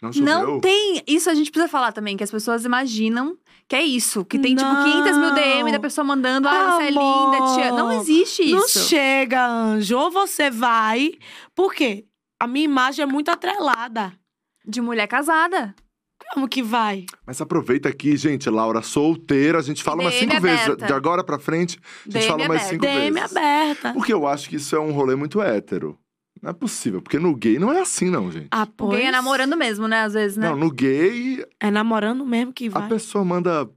B: Não choveu?
A: Não tem. Isso a gente precisa falar também, que as pessoas imaginam que é isso. Que tem,
C: Não.
A: tipo, 500 mil DM da pessoa mandando, ah, você é
C: Amor.
A: linda, tia. Não existe isso.
C: Não chega, anjo. Ou você vai. Por quê? A minha imagem é muito atrelada.
A: De mulher casada.
C: Como que vai?
B: Mas aproveita aqui, gente. Laura, solteira. A gente fala umas
A: DM
B: cinco vezes.
A: aberta.
B: De agora pra frente, a gente
A: DM
B: fala mais
A: aberta.
B: cinco
C: DM
B: vezes.
A: Ah.
C: aberta.
B: Porque eu acho que isso é um rolê muito hétero. Não é possível. Porque no gay não é assim, não, gente.
C: Ah, pois.
A: Quem é namorando mesmo, né? Às vezes, né?
B: Não, no gay,
C: É namorando mesmo que
B: a
A: Ah,
C: vai.
B: pessoa manda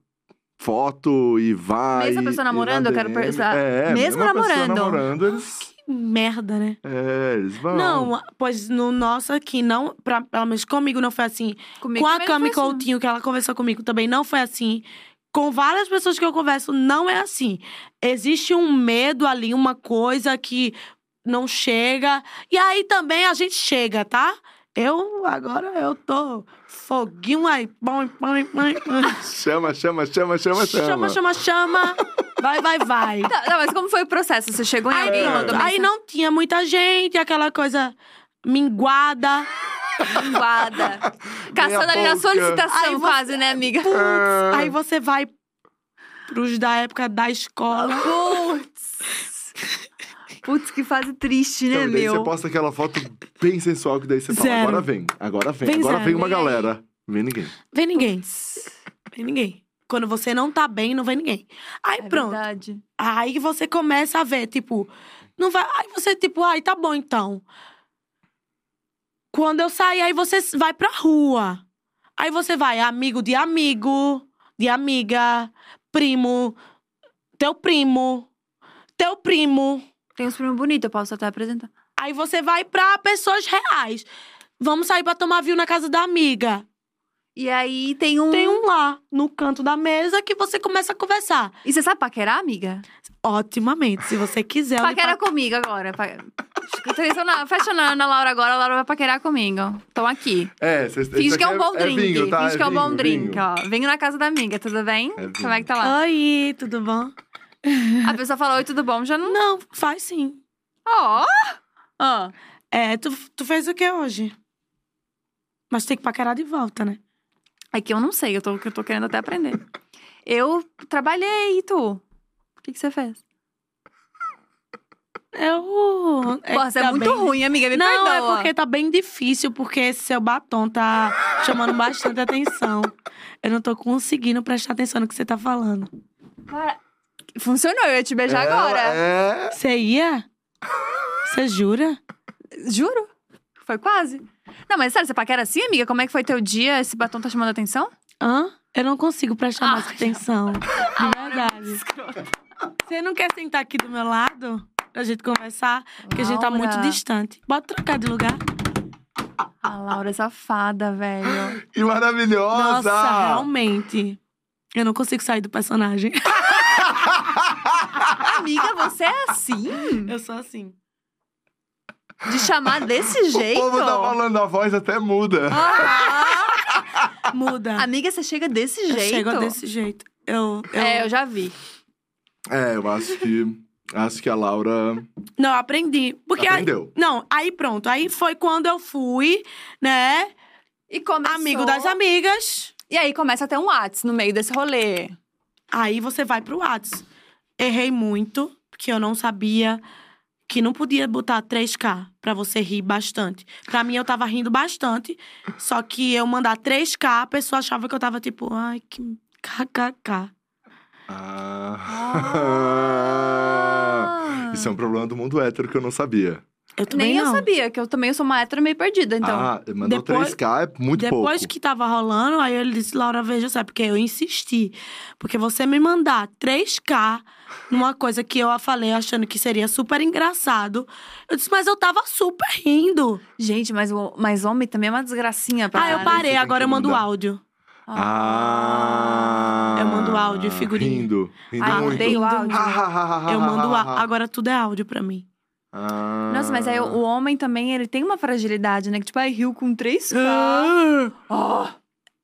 B: foto e vai.
A: Mesma pessoa
B: e na
A: namorando, eu quero
B: DM.
A: pensar.
B: É,
A: Mesmo
B: mesma pessoa
A: namorando.
B: namorando, eles.
C: Que merda, né?
B: É, eles
A: Ah.
B: vão.
C: Não, pois no nosso aqui, não. Pra, pelo menos comigo não foi assim.
A: Comigo
C: Com a
A: também não
C: Cami
A: foi assim.
C: Coutinho, que ela conversou comigo, também não foi assim. Com várias pessoas que eu converso, não é assim. Existe um medo ali, uma coisa que não chega. E aí também a gente chega, tá? Eu, agora, eu tô foguinho aí. Bom, bom, bom.
B: Chama, chama, chama, chama, chama.
C: Chama, chama, chama. Vai, vai, vai.
A: Tá, tá, mas como foi o processo? Você chegou em
C: Aí,
A: alguém,
C: pronto.
A: mandou
C: Aí não tinha muita gente, aquela coisa minguada.
A: linguada. Caçando ali na
B: pouca.
A: solicitação,
C: Aí você-
A: quase, né, amiga?
C: Putz,
B: Ah.
C: aí você vai pros da época da escola.
A: Putz! Putz, que fase triste, né,
B: Então, e daí você
A: meu?
B: posta aquela foto bem sensual, que daí você fala,
C: Zero.
B: agora vem, agora vem,
C: Vem
B: agora
C: zero.
B: vem uma
A: Vem aí.
B: galera. Vem ninguém.
C: Vem ninguém. Vem ninguém. Quando você não tá bem, não vem ninguém. Aí
A: É
C: pronto.
A: verdade.
C: Aí você começa a ver, tipo, não vai. Aí você, tipo, ai, tá bom então. Quando eu sair, aí você s- vai pra rua. Aí você vai, amigo de amigo, de amiga, primo, teu primo, teu primo.
A: Tem uns primos bonitos, eu posso até apresentar.
C: Aí você vai pra pessoas reais. Vamos sair pra tomar vinho na casa da amiga.
A: E aí tem um.
C: Tem um lá no canto da mesa que você começa a conversar.
A: E você sabe paquerar, amiga?
C: Otimamente, se você quiser. eu lhe
A: Paquera comigo agora. Pa... Atenção na- Fecha na, na Laura agora, a Laura vai paquerar comigo. Estão aqui.
B: É, vocês
A: Finge
B: isso
A: que é um
B: aqui
A: bom drink.
B: vinho, tá?
A: Finge que é um
B: vinho,
A: bom drink,
B: vinho.
A: ó. Venho na casa da amiga, tudo bem?
B: É vinho.
A: Como é que tá lá?
C: pago. Oi, tudo bom? Ah.
A: A pessoa fala, oi, tudo bom? Já não.
C: Não, faz sim.
A: Ó! Ó.
C: É, tu, tu fez o que hoje? Mas tem que paquerar de volta, né?
A: É que eu não sei, eu tô, eu tô querendo até aprender. Eu trabalhei, e tu? O que, que você fez?
C: É Eu.
A: Nossa, é
C: tá
A: muito
C: bem-
A: ruim, amiga. Me
C: Não,
A: perdoa.
C: é porque tá bem difícil, porque esse seu batom tá chamando bastante atenção. Eu não tô conseguindo prestar atenção no que você tá falando.
A: Cara, funcionou, eu ia te beijar
B: Ela
A: agora.
B: É...
C: Você ia? Você jura?
A: Juro. Foi quase. Não, mas sério, você paquera assim, amiga? Como é que foi teu dia? Esse batom tá chamando a atenção?
C: Hã? Eu não consigo prestar mais
A: Ai,
C: atenção. De verdade. Você não quer sentar aqui do meu lado? Pra gente conversar? Porque a gente tá muito
A: Laura.
C: distante. Bota trocar de lugar.
A: A Laura é safada, velho.
B: E maravilhosa!
C: Nossa, realmente. Eu não consigo sair do personagem.
A: amiga, você é assim?
C: Eu sou assim.
A: De chamar desse jeito?
B: O povo tá falando, a voz até muda.
A: Ah,
C: Muda.
A: amiga, você chega Ah, desse
C: Eu
A: jeito?
C: chego desse jeito. Eu, eu...
A: É, eu já vi.
B: É, eu acho que. Acho que a Laura
C: Não, eu aprendi. Porque aí-
B: aprendeu.
C: Não, aí pronto. Aí foi quando eu fui, né?
A: E começou...
C: Amigo das amigas.
A: E aí começa a ter um Whats no meio desse rolê.
C: Aí você vai pro Whats. Errei muito, porque eu não sabia que não podia botar 3K pra você rir bastante. Pra mim, eu tava rindo bastante, só que eu mandar 3K, a pessoa achava que eu tava tipo, ai, que kkk.
B: Ah. Isso é um problema do mundo hétero que eu não sabia.
C: Eu também
A: Ah. Nem eu
C: não.
A: sabia, que eu também sou uma hétero meio perdida, então.
B: ah, mandou
C: depois-
B: 3K é muito
C: Depois
B: pouco.
C: que tava rolando, aí ele disse, Laura, veja só, é porque eu insisti. Porque você me mandar 3K numa coisa que eu falei achando que seria super engraçado. Eu disse, mas eu tava super rindo.
A: Gente, mas, o- mas homem também é uma desgracinha pra
C: ah, eu
A: cara.
B: par-
C: parei,
B: Você
C: agora
B: tem que
C: eu mando
B: mandar.
C: áudio.
B: Ah.
C: Eu mando áudio e figurinha.
B: Rindo. Rindo
A: Ai, Ah, eu
B: muito.
A: odeio
C: Muito.
A: áudio.
C: Eu mando áudio. Agora tudo é áudio pra mim.
B: Ah.
A: Nossa, mas aí o homem também, ele tem uma fragilidade, né? Que tipo, ai, riu com 3K.
C: Ah.
A: Oh,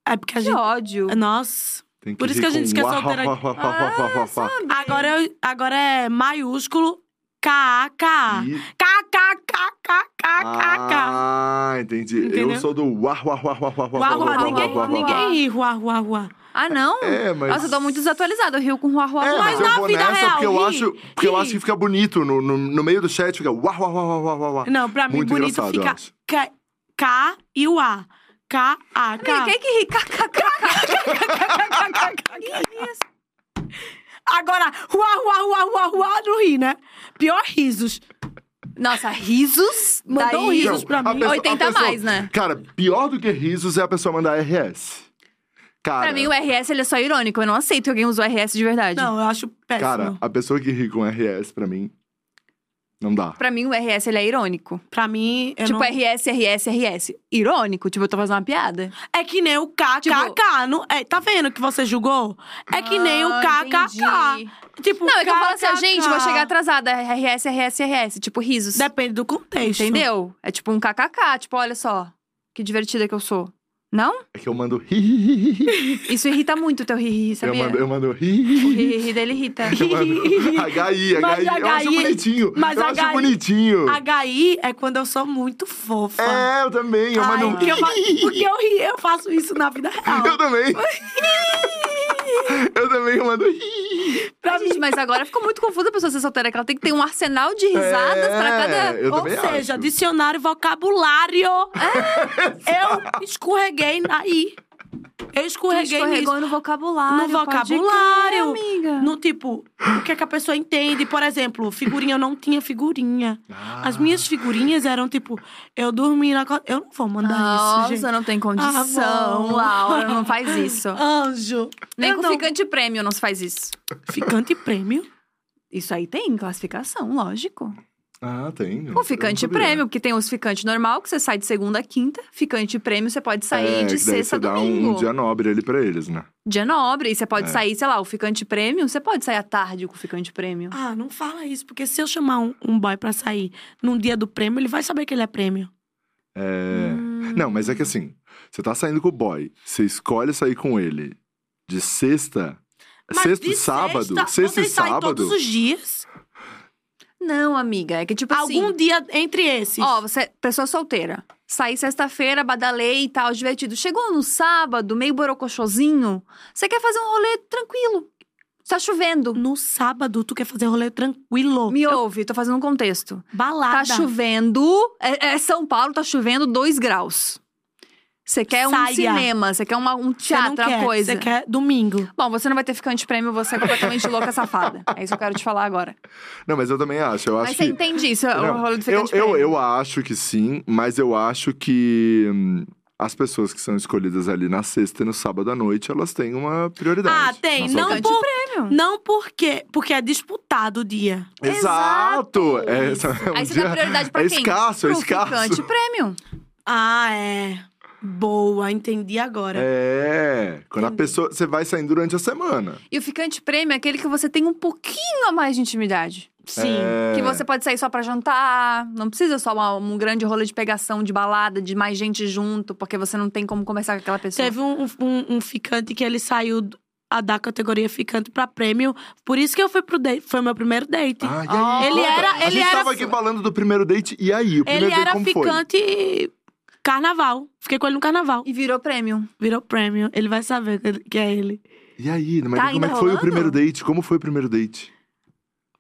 C: É porque a
A: que
C: gente.
A: ódio.
C: Nossa.
B: Tem que
C: por isso
B: rir
C: que a gente
B: com
C: que é
B: uá,
C: solteira-
B: uá, uá, uá, uá, uá, uá.
C: Agora, eu- agora é maiúsculo K-A-K-A.
B: E-
C: K-K-K-K-K-K.
B: Ah, entendi. Eu
C: Entendeu?
B: sou do uá, uá, uá, uá, uá, uá,
C: Uá,
B: uá,
C: uá,
B: uá,
C: ninguém-
B: uá, uá, uá.
C: Ninguém ri, uá, uá, uá.
A: Ah, não?
B: É, mas...
A: Nossa, eu tô muito desatualizada. Eu rio com rua, rua,
B: É,
A: rua.
B: mas eu
C: na
B: vou
C: vida
B: nessa
C: real,
B: porque, eu
C: ri,
B: acho, porque eu
C: ri.
B: acho que fica bonito. No, no, no meio do chat fica uá, uá, uá, uá, uá, uá, uá.
C: Não, pra mim,
B: Ah. Muito
C: bonito
B: engraçado, eu
C: fica
B: acho.
C: K, K e o A. K, A,
A: Amiga,
C: K.
A: quem é que ri? KKK.
C: Agora, ruá, ruá, ruá, ruá, ruá, não ri, né? Pior risos.
A: Nossa, risos.
C: Mandou
A: daí...
C: risos pra
B: a
C: mim.
B: pessoa- a
A: 80
B: pessoa-
A: mais, né?
B: Cara, pior do que risos é a pessoa mandar RS. Cara,
A: Pra mim, o RS, ele é só irônico. Eu não aceito que alguém use o RS de verdade.
C: Não, eu acho péssimo.
B: cara, a pessoa que ri com RS, pra mim, não dá.
A: Pra mim, o RS, ele é irônico.
C: pra mim, eu
A: tipo,
C: não...
A: RS, RS, RS. Irônico? Tipo, eu tô fazendo uma piada?
C: É que nem o KKK.
A: Tipo,
C: não... é, tá vendo que você julgou? É que nem o
A: Ah,
C: KKK.
A: entendi.
C: Tipo,
A: Não, é que eu falo assim, ah,
C: KKK.
A: gente, vou chegar atrasada. RS, RS, RS. Tipo, risos.
C: Depende do contexto.
A: Entendeu? É tipo um kkk. Tipo, olha só. Que divertida que eu sou. Não?
B: É que eu mando ri, ri, ri, ri, ri.
A: Isso irrita muito o teu ri-ri,
B: Eu
A: sabia?
B: mando, eu mando ri, ri,
A: O
B: ri, ri.
A: ri-ri dele irrita.
B: Eu mando HI,
C: Mas
B: HI. Eu acho
C: HI
B: bonitinho.
C: mas
B: eu acho
C: HI
B: bonitinho.
C: HI é quando eu sou muito fofa.
B: É, eu também. Eu
C: Ai,
B: mando
C: porque, eu fa- porque eu ri, eu faço isso na vida real.
B: Eu também. eu também, eu mando
A: Ai, gente, mas agora ficou muito confusa a pessoa ser solteira, que ela tem que ter um arsenal de risadas pra cada.
B: É, eu
C: Ou
B: também acho.
C: seja,
B: É,
C: dicionário e vocabulário. eu escorreguei aí. Eu escorreguei
A: Escorregou
C: nisso.
A: no vocabulário. pode
C: No
A: crer,
C: vocabulário.
A: amiga.
C: No tipo, o que é que a pessoa entende? Por exemplo, figurinha, eu não tinha figurinha. As minhas figurinhas eram tipo, eu dormi na. co- Eu não vou mandar
A: Nossa,
C: isso, gente.
A: não tem condição,
C: Ah, bom.
A: Laura. Não faz isso.
C: Anjo.
A: Nem
C: Eu
A: com
C: não-
A: ficante prêmio não se faz isso.
C: Ficante prêmio.
A: Isso aí tem classificação, lógico.
B: Ah, tem. Eu
A: O
B: não
A: ficante
B: sabia.
A: prêmio, porque tem os ficante normal, que você sai de segunda a quinta. Ficante prêmio, você pode sair
B: É,
A: de
B: que daí
A: sexta a
B: você dá um,
A: domingo.
B: um dia nobre ali pra eles, né?
A: Dia nobre. E você pode
B: É.
A: sair, sei lá, o ficante prêmio, você pode sair à tarde com o ficante prêmio.
C: Ah, não fala isso, porque se eu chamar um, um boy pra sair num dia do prêmio, ele vai saber que ele é prêmio.
B: É... Não, mas é que assim, você tá saindo com o boy, você escolhe sair com ele de sexta.
C: Mas
B: sexta
C: de
B: e sábado?
C: Sexta,
B: sexta e
C: vocês saem
B: sábado?
C: todos os dias.
A: Não, amiga. É que tipo assim.
C: Algum dia entre esses.
A: Ó, você, pessoa solteira. Saí sexta-feira, badalei e tal, divertido. Chegou no sábado, meio borocochozinho, você quer fazer um rolê tranquilo. Tá chovendo.
C: No sábado, tu quer fazer rolê tranquilo.
A: Me ouve, tô fazendo um contexto. Tá
C: Balada.
A: chovendo. É, é São Paulo, tá chovendo 2 graus. Você quer um
C: Saia.
A: cinema, você quer uma- um
C: Você não
A: teatro, uma
C: quer,
A: coisa.
C: Você quer domingo.
A: Bom, você não vai ter ficante prêmio, você é completamente louca safada. É isso que eu quero te falar agora.
B: Não, mas eu também acho. Eu acho
A: Mas você
C: é
B: que...
A: entende isso, o
B: Não,
A: rolo do
B: eu,
A: ficante
B: eu,
A: prêmio.
B: eu acho que sim, mas eu acho que hum, as pessoas que são escolhidas ali na sexta e no sábado à noite, elas têm uma prioridade.
C: Ah, tem.
B: Nossa,
C: Não,
A: Ficante
C: por...
A: prêmio.
C: não porque. Porque é disputado o dia.
B: Exato! É,
C: Isso.
B: é um
A: Aí você
B: dia-
A: dá prioridade pra
B: é
A: quem?
B: escasso, é
A: Pro
B: escasso.
A: ficante prêmio.
C: Ah, é. Boa, entendi agora.
B: É, quando a
C: Entendi.
B: pessoa. Você vai saindo durante a semana.
A: E o ficante prêmio é aquele que você tem um pouquinho a mais de intimidade.
C: Sim.
B: É,
A: Que você pode sair só pra jantar, não precisa só uma- um grande rolê de pegação, de balada, de mais gente junto, porque você não tem como conversar com aquela pessoa.
C: Teve um, um, um ficante que ele saiu do- a- da categoria ficante pra prêmio. Por isso que eu fui pro date. Foi o meu primeiro date.
B: Ah, e aí,
A: Ah.
C: Ele
B: conta.
C: era-
B: a
C: ele
B: gente
C: era
B: tava aqui falando do primeiro date, e aí? O primeiro
C: ele
B: date
C: era
B: como foi?
C: ficante carnaval. Fiquei com ele no carnaval.
A: E virou prêmio.
C: Virou prêmio. Ele vai saber que ele- que é ele.
B: E aí, mas
A: Tá
B: como
A: ainda
B: é que foi o
A: rolando?
B: primeiro date? Como foi o primeiro date?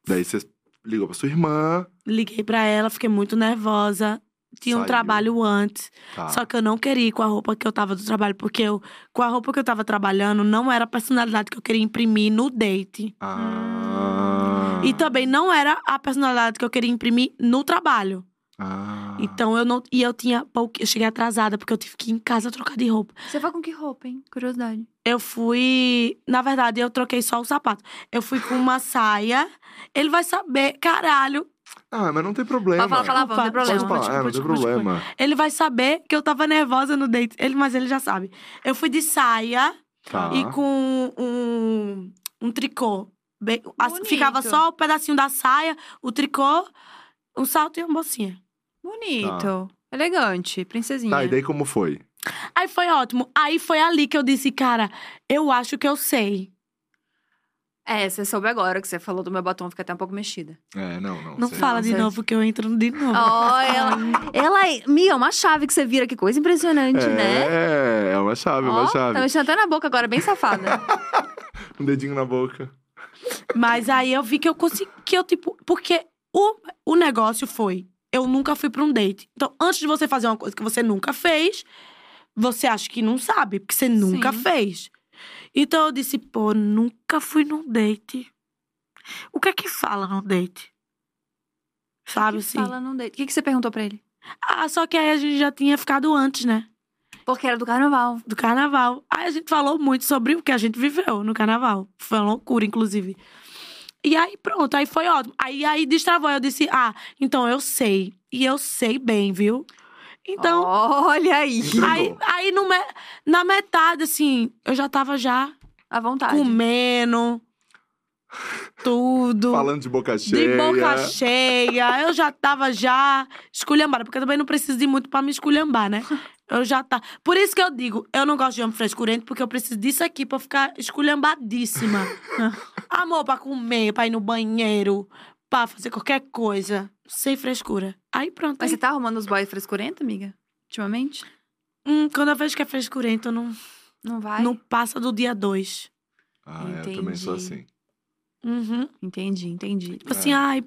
B: Daí você ligou pra sua irmã.
C: Liguei pra ela, fiquei muito nervosa. Tinha um
B: Saiu.
C: trabalho antes.
B: Tá.
C: Só que eu não queria ir com a roupa que eu tava do trabalho, porque eu, com a roupa que eu tava trabalhando, não era a personalidade que eu queria imprimir no date.
B: Ah.
C: E também não era a personalidade que eu queria imprimir no trabalho.
B: Ah.
C: Então eu não. E eu tinha pouco. Eu cheguei atrasada, porque eu tive que ir em casa trocar de roupa.
A: Você vai com que roupa, hein? Curiosidade.
C: Eu fui. Na verdade, eu troquei só o sapato. Eu fui com uma saia. Ele vai saber, caralho.
B: Ah, mas não tem problema.
A: Pode falar, falar, não tem
C: Opa,
B: Pode
A: problema.
B: falar,
C: Desculpa,
B: é, não tem
C: desculpa,
B: problema.
C: Ele vai saber que eu tava nervosa no date. Ele, mas ele já sabe. Eu fui de saia.
B: Tá.
C: e com um, um tricô. Bem- as-
A: Bonito.
C: ficava só o pedacinho da saia, o tricô, um salto e uma bolsinha.
A: Bonito. Tá. Elegante, princesinha.
B: Tá, e daí como foi?
C: Aí foi ótimo. Aí foi ali que eu disse, cara, eu acho que eu sei.
A: É, você soube agora que você falou do meu batom, fica até um pouco mexida.
B: É, não, não.
C: Não
B: sei.
C: fala de
A: sei.
C: novo que eu entro de novo.
A: Oh, ela, ela é. Mia, é uma chave que você vira, que coisa impressionante, né?
B: É, é uma chave,
A: Ó,
B: uma
A: tá
B: chave.
A: mexendo até na boca agora, bem safada.
B: Um dedinho na boca.
A: Oh.
C: Mas aí eu vi que eu consegui, que eu tipo, porque o, o negócio foi, eu nunca fui pra um date. Então, antes de você fazer uma coisa que você nunca fez, você acha que não sabe, porque você nunca
A: Sim.
C: fez. Então eu disse, pô, nunca fui num date. O que é que fala num date? Sabe assim?
A: Fala, não dei. O que, que você perguntou pra ele?
C: Ah, só que aí a gente já tinha ficado antes, né?
A: Porque era do carnaval.
C: Do carnaval. Aí a gente falou muito sobre o que a gente viveu no carnaval. Foi uma loucura, inclusive. E aí, pronto, aí foi ótimo. Aí, aí destravou. Eu disse, ah, então eu sei. E eu sei bem, viu? Então,
A: Olha aí.
C: aí, aí no me- na metade, assim, eu já tava já
A: À vontade.
C: comendo tudo.
B: Falando de boca cheia.
C: De boca cheia. Eu já tava já esculhambada, porque eu também não preciso de muito pra me esculhambar, né? Eu já tá. Por isso que eu digo, eu não gosto de homem frescurento, porque eu preciso disso aqui pra eu ficar esculhambadíssima. Amor, pra comer, pra ir no banheiro, pra fazer qualquer coisa. Sem frescura. Aí pronto.
A: Mas
C: Aí,
A: você tá arrumando os boys frescurenta, amiga? Ultimamente? tá
C: hum, quando eu vejo que é frescurento, eu não,
A: Não vai?
C: não passa do dia dois.
B: Ah, é, eu também sou
A: Entendi.
B: assim.
C: Uhum.
A: Entendi, entendi.
C: Tipo assim, ai.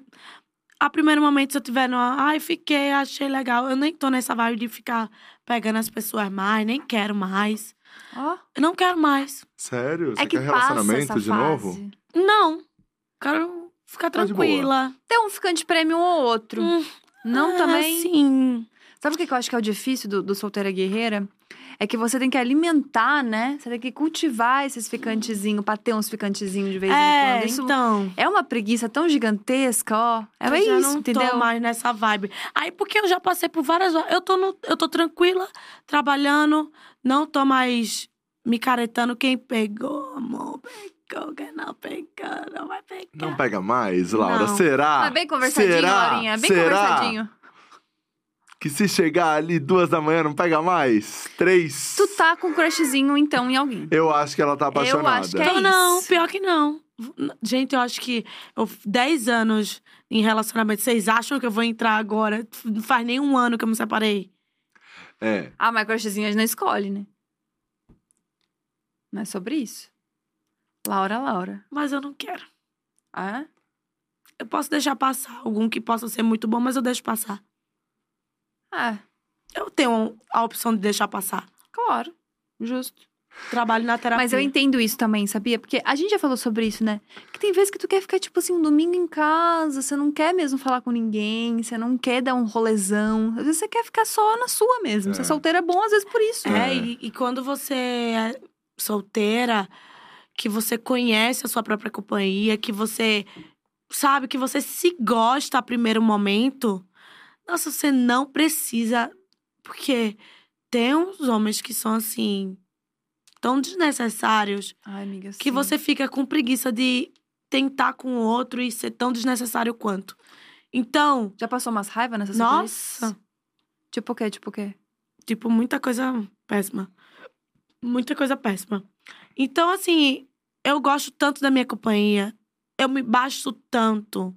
C: A primeiro momento, se eu tiver numa. Ai, fiquei, achei legal. Eu nem tô nessa vibe de ficar pegando as pessoas mais, nem quero mais.
A: Ó,
C: Eu não quero mais.
B: Sério? Você
A: é que
B: quer
A: passa
B: relacionamento
A: essa
B: de
A: fase.
B: novo?
C: Não. Quero ficar
B: Tá de boa.
C: tranquila.
A: Tem um ficante prêmio ou outro.
C: Hum,
A: Não
C: Ah,
A: também.
C: Sim.
A: Sabe o que que eu acho que é o difícil do, do solteira guerreira? É que você tem que alimentar, né? Você tem que cultivar esses ficantezinhos, pra ter uns ficantezinhos de vez em
C: É,
A: quando. Isso
C: então.
A: é uma preguiça tão gigantesca, ó. É
C: eu já
A: isso,
C: não
A: entendeu?
C: tô mais nessa vibe. Aí, porque eu já passei por várias. Eu tô, no- eu tô tranquila, trabalhando, não tô mais me caretando. Quem pegou, amor, pegou. Quem não pegou, não vai pegar.
B: Não pega mais, Laura?
C: Não.
B: Será?
A: Tá. Mas Ah, é bem conversadinho,
B: Será?
A: Laurinha. é Bem
B: Será?
A: conversadinho.
B: Que se chegar ali duas da manhã, não pega mais? Três?
A: Tu tá com um crushzinho, então, em alguém.
B: Eu acho que ela tá apaixonada.
A: acho que é-
C: Então, não,
A: isso.
C: pior que não. Gente, eu acho que eu, 10 anos em relacionamento, vocês acham que eu vou entrar agora? Não faz nem um ano que eu me separei.
B: É.
A: Ah, mas crushzinho a gente não escolhe, né? Não é sobre isso. Laura, Laura.
C: Mas eu não quero.
A: Ah,
C: Eu posso deixar passar algum que possa ser muito bom, mas eu deixo passar.
A: é,
C: Eu tenho a opção de deixar passar.
A: claro. Justo.
C: Trabalho na terapia.
A: Mas eu entendo isso também, sabia? Porque a gente já falou sobre isso, né? Que tem vezes que tu quer ficar, tipo assim, um domingo em casa, você não quer mesmo falar com ninguém, você não quer dar um rolezão. Às vezes você quer ficar só na sua mesmo.
B: É.
A: Ser solteira é bom, às vezes, por isso.
B: É.
C: É, e, e quando você é solteira, que você conhece a sua própria companhia, que você sabe que você se gosta a primeiro momento, nossa, você não precisa. Porque tem uns homens que são assim, tão desnecessários,
A: Ai, amiga,
C: que você fica com preguiça de tentar com o outro e ser tão desnecessário quanto. Então,
A: Já passou umas raivas nessas
C: nossa,
A: Tipo o quê? Tipo o quê?
C: Tipo, muita coisa péssima. Muita coisa péssima. Então, assim, eu gosto tanto da minha companhia. Eu me basto tanto.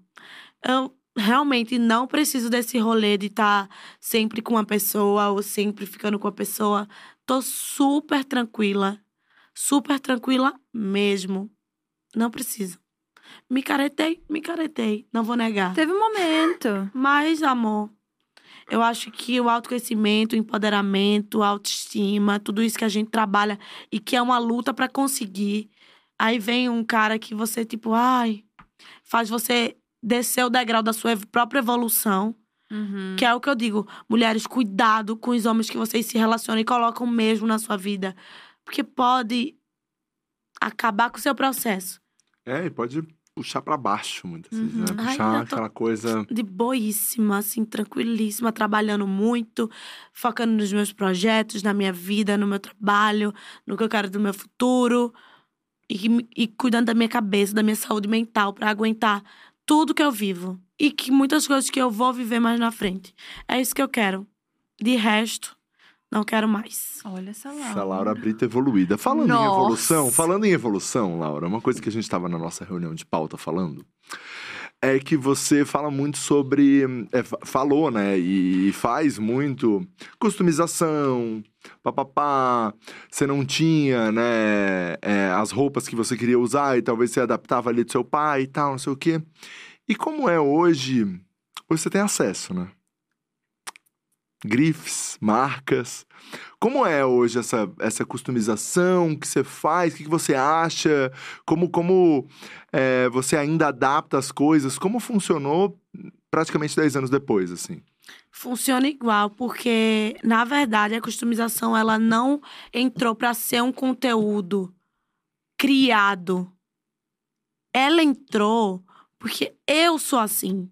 C: Eu realmente não preciso desse rolê de estar sempre com uma pessoa ou sempre ficando com a pessoa. Tô super tranquila. Super tranquila mesmo. Não preciso. Me caretei, me caretei. Não vou negar.
A: Teve um momento.
C: Mas, amor, eu acho que o autoconhecimento, o empoderamento, a autoestima, tudo isso que a gente trabalha e que é uma luta pra conseguir. Aí vem um cara que você, tipo, ai, faz você descer o degrau da sua ev- própria evolução.
A: Uhum.
C: Que é o que eu digo, mulheres, cuidado com os homens que vocês se relacionam e colocam mesmo na sua vida. Porque pode acabar com o seu processo.
B: É, e pode puxar pra baixo muitas vezes,
A: Uhum.
B: né?
C: Ai,
B: Puxar
C: eu tô-
B: aquela coisa.
C: de boíssima, assim, tranquilíssima, trabalhando muito, focando nos meus projetos, na minha vida, no meu trabalho, no que eu quero do meu futuro. E, que me- e cuidando da minha cabeça, da minha saúde mental, pra aguentar tudo que eu vivo. E que muitas coisas que eu vou viver mais na frente. É isso que eu quero. De resto, não quero mais.
A: Olha essa Laura.
B: Essa Laura Brito evoluída. Falando em
A: Nossa.
B: evolução, falando em evolução, Laura, uma coisa que a gente estava na nossa reunião de pauta falando é que você fala muito sobre. é, fa- falou, né? E, e faz muito customização, papapá. Você não tinha, né? é, as roupas que você queria usar e talvez você adaptava ali do seu pai e tal, não sei o quê. E como é hoje? Hoje você tem acesso, né? Grifes, marcas. Como é hoje essa, essa customização que você faz? O que, que você acha? Como, como é, você ainda adapta as coisas? Como funcionou praticamente 10 anos depois, assim?
C: funciona igual, porque na verdade a customização ela não entrou para ser um conteúdo criado. Ela entrou porque eu sou assim.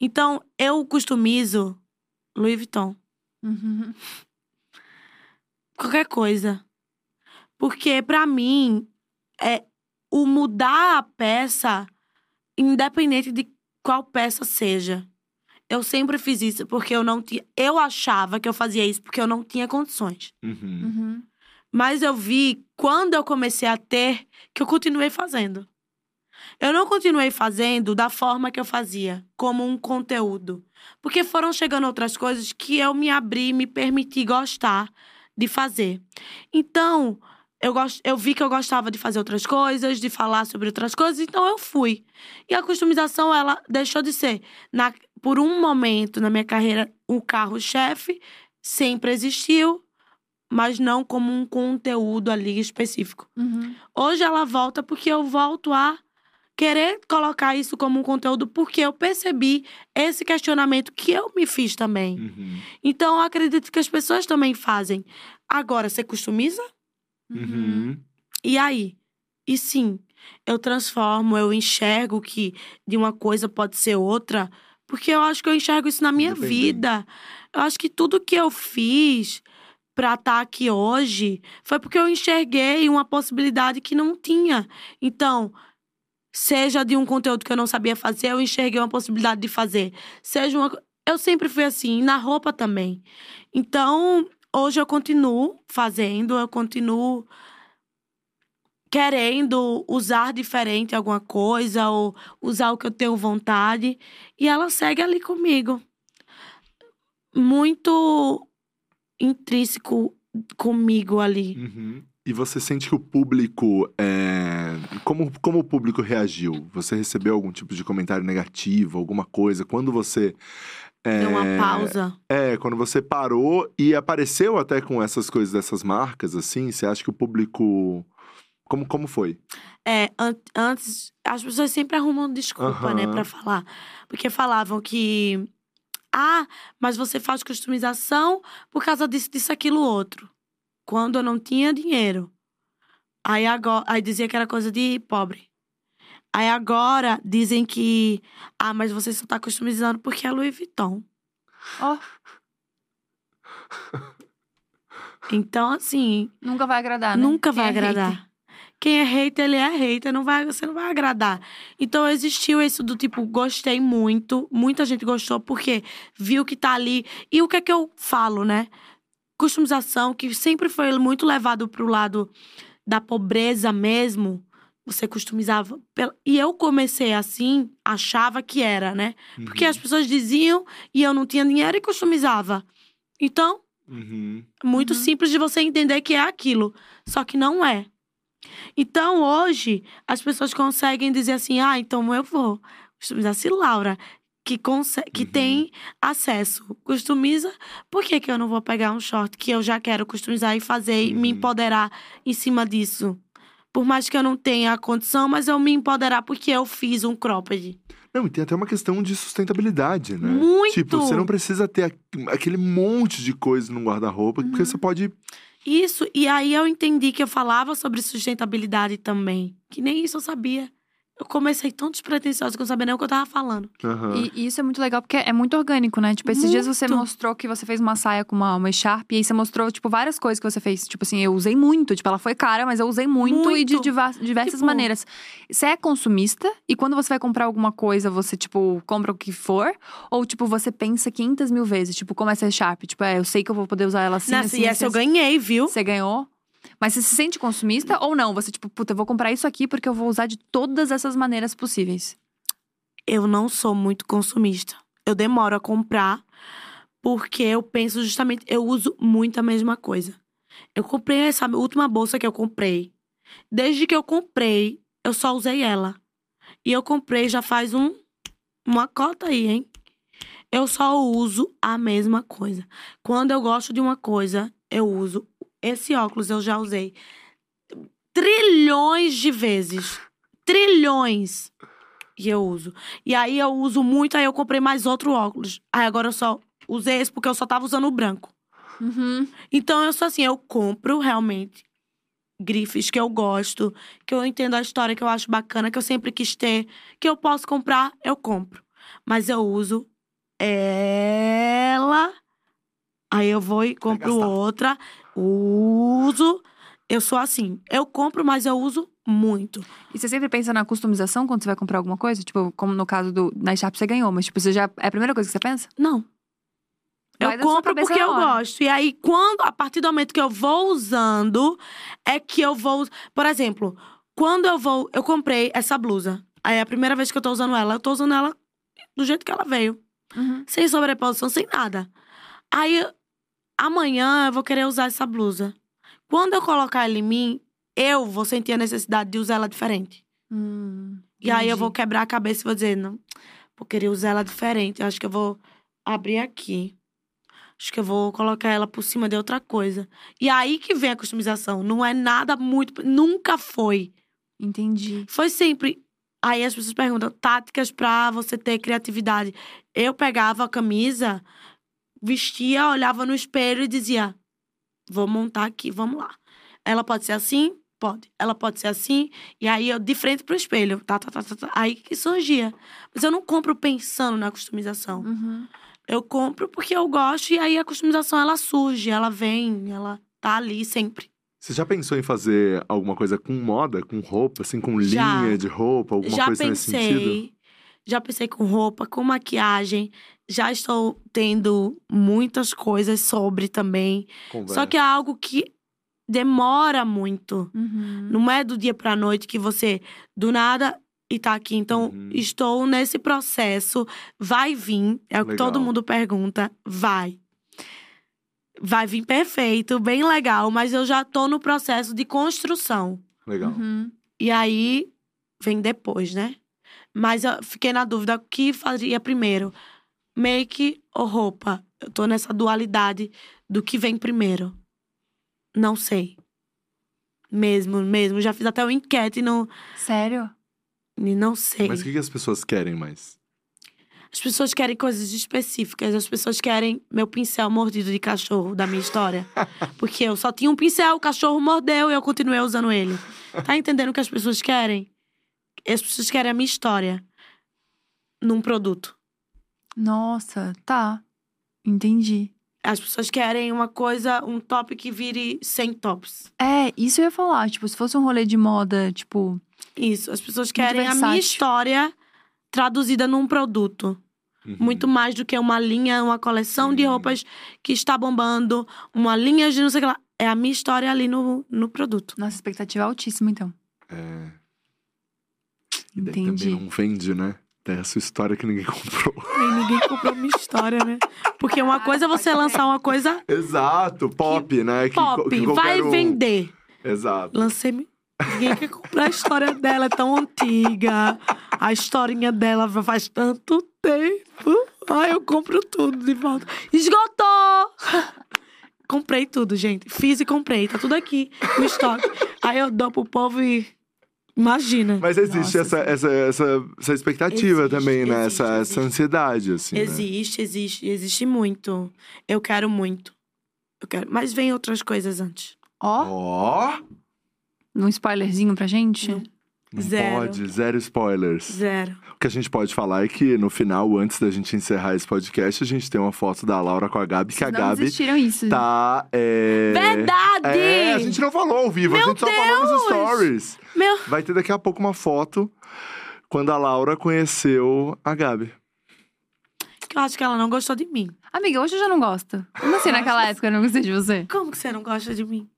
C: Então eu customizo Louis Vuitton,
A: Uhum.
C: qualquer coisa. Porque para mim é o mudar a peça independente de qual peça seja. Eu sempre fiz isso porque eu não tinha. Eu achava que eu fazia isso porque eu não tinha condições.
B: Uhum.
A: Uhum.
C: Mas eu vi quando eu comecei a ter que eu continuei fazendo. Eu não continuei fazendo da forma que eu fazia, como um conteúdo. Porque foram chegando outras coisas que eu me abri, me permiti gostar de fazer. Então, eu, gos- eu vi que eu gostava de fazer outras coisas, de falar sobre outras coisas, então eu fui. E a customização, ela deixou de ser, na- por um momento na minha carreira, o carro-chefe, sempre existiu, mas não como um conteúdo ali específico.
A: Uhum.
C: Hoje ela volta porque eu volto a querer colocar isso como um conteúdo, porque eu percebi esse questionamento que eu me fiz também.
B: Uhum.
C: Então, eu acredito que as pessoas também fazem. Agora, você customiza?
A: Uhum.
B: Uhum.
C: E aí? E sim, eu transformo, eu enxergo que de uma coisa pode ser outra, porque eu acho que eu enxergo isso na minha
B: Independente.
C: vida. Eu acho que tudo que eu fiz pra estar aqui hoje foi porque eu enxerguei uma possibilidade que não tinha. Então, seja de um conteúdo que eu não sabia fazer, eu enxerguei uma possibilidade de fazer. Seja uma. co- Eu sempre fui assim, e na roupa também. Então, hoje eu continuo fazendo, eu continuo querendo usar diferente alguma coisa ou usar o que eu tenho vontade e ela segue ali comigo. Muito intrínseco comigo ali.
B: Uhum. E você sente que o público. é, Como, como o público reagiu? Você recebeu algum tipo de comentário negativo, alguma coisa? Quando você. é,
C: Deu uma pausa.
B: É, quando você parou e apareceu até com essas coisas dessas marcas, assim, você acha que o público. Como, como foi?
C: É, an- antes, as pessoas sempre arrumam desculpa, né,
B: Aham.
C: pra falar. Porque falavam que. Ah, mas você faz customização por causa disso, disso, aquilo, outro. Quando eu não tinha dinheiro. Aí agora. Aí dizia que era coisa de pobre. Aí agora dizem que. Ah, mas você só tá customizando porque é Louis Vuitton.
A: Ó,
C: Então, assim,
A: nunca vai agradar, né?
C: Nunca vai
A: Quem é
C: agradar.
A: hater.
C: Quem é hater, ele é hater, não vai, você não vai agradar. Então existiu isso do tipo, gostei muito, muita gente gostou, porque viu que tá ali. E o que é que eu falo, né? Customização, que sempre foi muito levado pro lado da pobreza mesmo. Você customizava. pela- E eu comecei assim, achava que era, né? Porque
B: Uhum.
C: as pessoas diziam e eu não tinha dinheiro e customizava. Então,
B: Uhum.
C: muito
A: Uhum.
C: simples de você entender que é aquilo, só que não é. Então hoje as pessoas conseguem dizer assim: ah, então eu vou. Customizasse Laura, que, conse- que
B: Uhum.
C: tem acesso, customiza, por que, que eu não vou pegar um short que eu já quero customizar e fazer e me
B: Uhum.
C: empoderar em cima disso? Por mais que eu não tenha a condição, mas eu me empoderar porque eu fiz um cropped.
B: Não, e tem até uma questão de sustentabilidade, né?
C: Muito!
B: Tipo, você não precisa ter aqu- aquele monte de coisa num guarda-roupa, porque
C: Uhum.
B: você pode.
C: Isso, e aí eu entendi que eu falava sobre sustentabilidade também. Que nem isso eu sabia. Eu comecei tão despretensiosa que eu não sabia nem o que eu tava falando.
B: Aham.
A: E, e isso é muito legal porque é muito orgânico, né? Tipo, esses dias você
C: Muito.
A: mostrou que você fez uma saia com uma, uma Sharp e aí você mostrou, tipo, várias coisas que você fez. Tipo assim, eu usei muito, tipo, ela foi cara, mas eu usei muito, e de
C: Muito.
A: diva- diversas
C: Tipo-
A: maneiras. Você é consumista e quando você vai comprar alguma coisa, você, tipo, compra o que for? Ou, tipo, você pensa 500 mil vezes, tipo, como essa é Sharp? Tipo, é, eu sei que eu vou poder usar ela assim,
C: Nossa,
A: assim, assim,
C: e essa eu ganhei, viu?
A: Você ganhou? Mas você se sente consumista ou não? Você, tipo, puta, eu vou comprar isso aqui porque eu vou usar de todas essas maneiras possíveis.
C: Eu não sou muito consumista. Eu demoro a comprar porque eu penso justamente. Eu uso muito a mesma coisa. Eu comprei essa última bolsa que eu comprei. Desde que eu comprei, eu só usei ela. E eu comprei já faz um. Uma cota aí, hein? Eu só uso a mesma coisa. Quando eu gosto de uma coisa, eu uso. Esse óculos eu já usei trilhões de vezes. Trilhões. E eu uso. E aí eu uso muito, aí eu comprei mais outro óculos. Aí agora eu só usei esse porque eu só tava usando o branco.
A: Uhum.
C: Então eu sou assim, eu compro realmente grifes que eu gosto, que eu entendo a história, que eu acho bacana, que eu sempre quis ter, que eu posso comprar, eu compro. Mas eu uso ela, aí eu vou e compro
B: gastar.
C: outra, uso. Eu sou assim, eu compro, mas eu uso muito.
A: E você sempre pensa na customização quando você vai comprar alguma coisa? Tipo, como no caso do. Na Sharp você ganhou, mas tipo, você já. É a primeira coisa que você pensa?
C: Não.
A: Vai
C: eu
A: da sua
C: compro
A: cabeça
C: porque
A: na
C: eu
A: hora.
C: gosto. E aí, quando, a partir do momento que eu vou usando, é que eu vou. Por exemplo, quando eu vou. Eu comprei essa blusa. Aí é a primeira vez que eu tô usando ela, eu tô usando ela do jeito que ela veio. Sem sobreposição, sem nada. Aí, amanhã eu vou querer usar essa blusa. Quando eu colocar ela em mim, eu vou sentir a necessidade de usar ela diferente.
A: Hum,
C: E aí eu
A: entendi.
C: vou quebrar a cabeça e vou dizer, não, vou querer usar ela diferente. Eu acho que eu vou abrir aqui. Acho que eu vou colocar ela por cima de outra coisa. E aí que vem a customização. Não é nada muito. Nunca foi.
A: Entendi.
C: Foi sempre. Aí as pessoas perguntam, táticas pra você ter criatividade. Eu pegava a camisa, vestia, olhava no espelho e dizia: vou montar aqui, vamos lá. Ela pode ser assim? Pode. Ela pode ser assim? E aí eu de frente pro espelho. Tá, tá, tá, tá, tá. Aí que surgia. Mas eu não compro pensando na customização.
A: Uhum.
C: Eu compro porque eu gosto e aí a customização ela surge, ela vem, ela tá ali sempre.
B: Você já pensou em fazer alguma coisa com moda, com roupa, assim, com
C: Já.
B: linha de roupa, alguma
C: já
B: coisa nesse sentido?
C: pensei, já pensei com roupa, com maquiagem. Já estou tendo muitas coisas sobre também.
B: Conversa.
C: Só que é algo que demora muito.
A: Uhum.
C: Não é do dia pra noite que você, do nada, e tá aqui. Então,
B: Uhum.
C: estou nesse processo. Vai vir. É o que
B: Legal.
C: todo mundo pergunta. Vai. vai vir perfeito, bem legal, mas eu já tô no processo de construção.
B: Legal.
A: Uhum.
C: E aí vem depois, né? Mas eu fiquei na dúvida o que faria primeiro: make ou roupa? Eu tô nessa dualidade do que vem primeiro. Não sei. Mesmo, mesmo. Já fiz até uma enquete e não,
A: Sério?
C: e não sei.
B: Mas o que, que as pessoas querem mais?
C: As pessoas querem coisas específicas. As pessoas querem meu pincel mordido de cachorro da minha história. Porque eu só tinha um pincel, o cachorro mordeu e eu continuei usando ele. Tá entendendo o que as pessoas querem? As pessoas querem a minha história num produto.
A: Nossa, tá. Entendi.
C: As pessoas querem uma coisa, um top que vire 100 tops.
A: É, isso eu ia falar. Tipo, se fosse um rolê de moda, tipo.
C: Isso. As pessoas querem a minha
A: versátil.
C: história traduzida num produto.
B: Uhum.
C: Muito mais do que uma linha, uma coleção de
B: Hum.
C: roupas que está bombando, uma linha de não sei o que lá. É a minha história ali no, no produto.
A: Nossa, expectativa é altíssima, então.
B: É. E daí
A: Entendi.
B: também não vende, né? Tem a sua história que ninguém comprou.
C: E ninguém comprou minha história, né? Porque uma coisa é você
A: Pode ser.
C: lançar uma coisa
B: Exato, pop, né? Que co-
C: pop,
B: que qualquer
C: vai
B: um-
C: vender.
B: Exato.
C: Lancei. mi- Ninguém quer comprar a história dela, é tão antiga. A historinha dela faz tanto tempo. Ai, eu compro tudo de volta. Esgotou! Comprei tudo, gente. Fiz e comprei. Tá tudo aqui no estoque. Aí eu dou pro povo e. Imagina.
B: Mas existe
A: Nossa,
B: essa, essa, essa, essa expectativa
C: Existe,
B: também, né?
C: existe,
B: essa,
C: existe.
B: essa ansiedade, assim. né?
C: Existe, existe, existe muito. Eu quero muito. Eu quero. Mas vem outras coisas antes.
A: Ó,
B: Ó!
A: um spoilerzinho pra gente?
C: Não.
B: Não
C: Zero.
B: pode, zero spoilers.
C: Zero.
B: O que a gente pode falar é que no final, antes da gente encerrar esse podcast, a gente tem uma foto da Laura com a Gabi, que a
A: Vocês não
B: Tá, Gabi
A: assistiram isso.
B: tá. É...
C: Verdade!
B: É, a gente não falou ao vivo, a gente só falou nos stories.
C: Meu
B: Vai ter daqui a pouco uma foto quando a Laura conheceu a Gabi.
C: Eu acho que ela não gostou de mim.
A: Amiga, hoje eu já não gosto. Como assim naquela época eu não gostei de você?
C: Como que você não gosta de mim?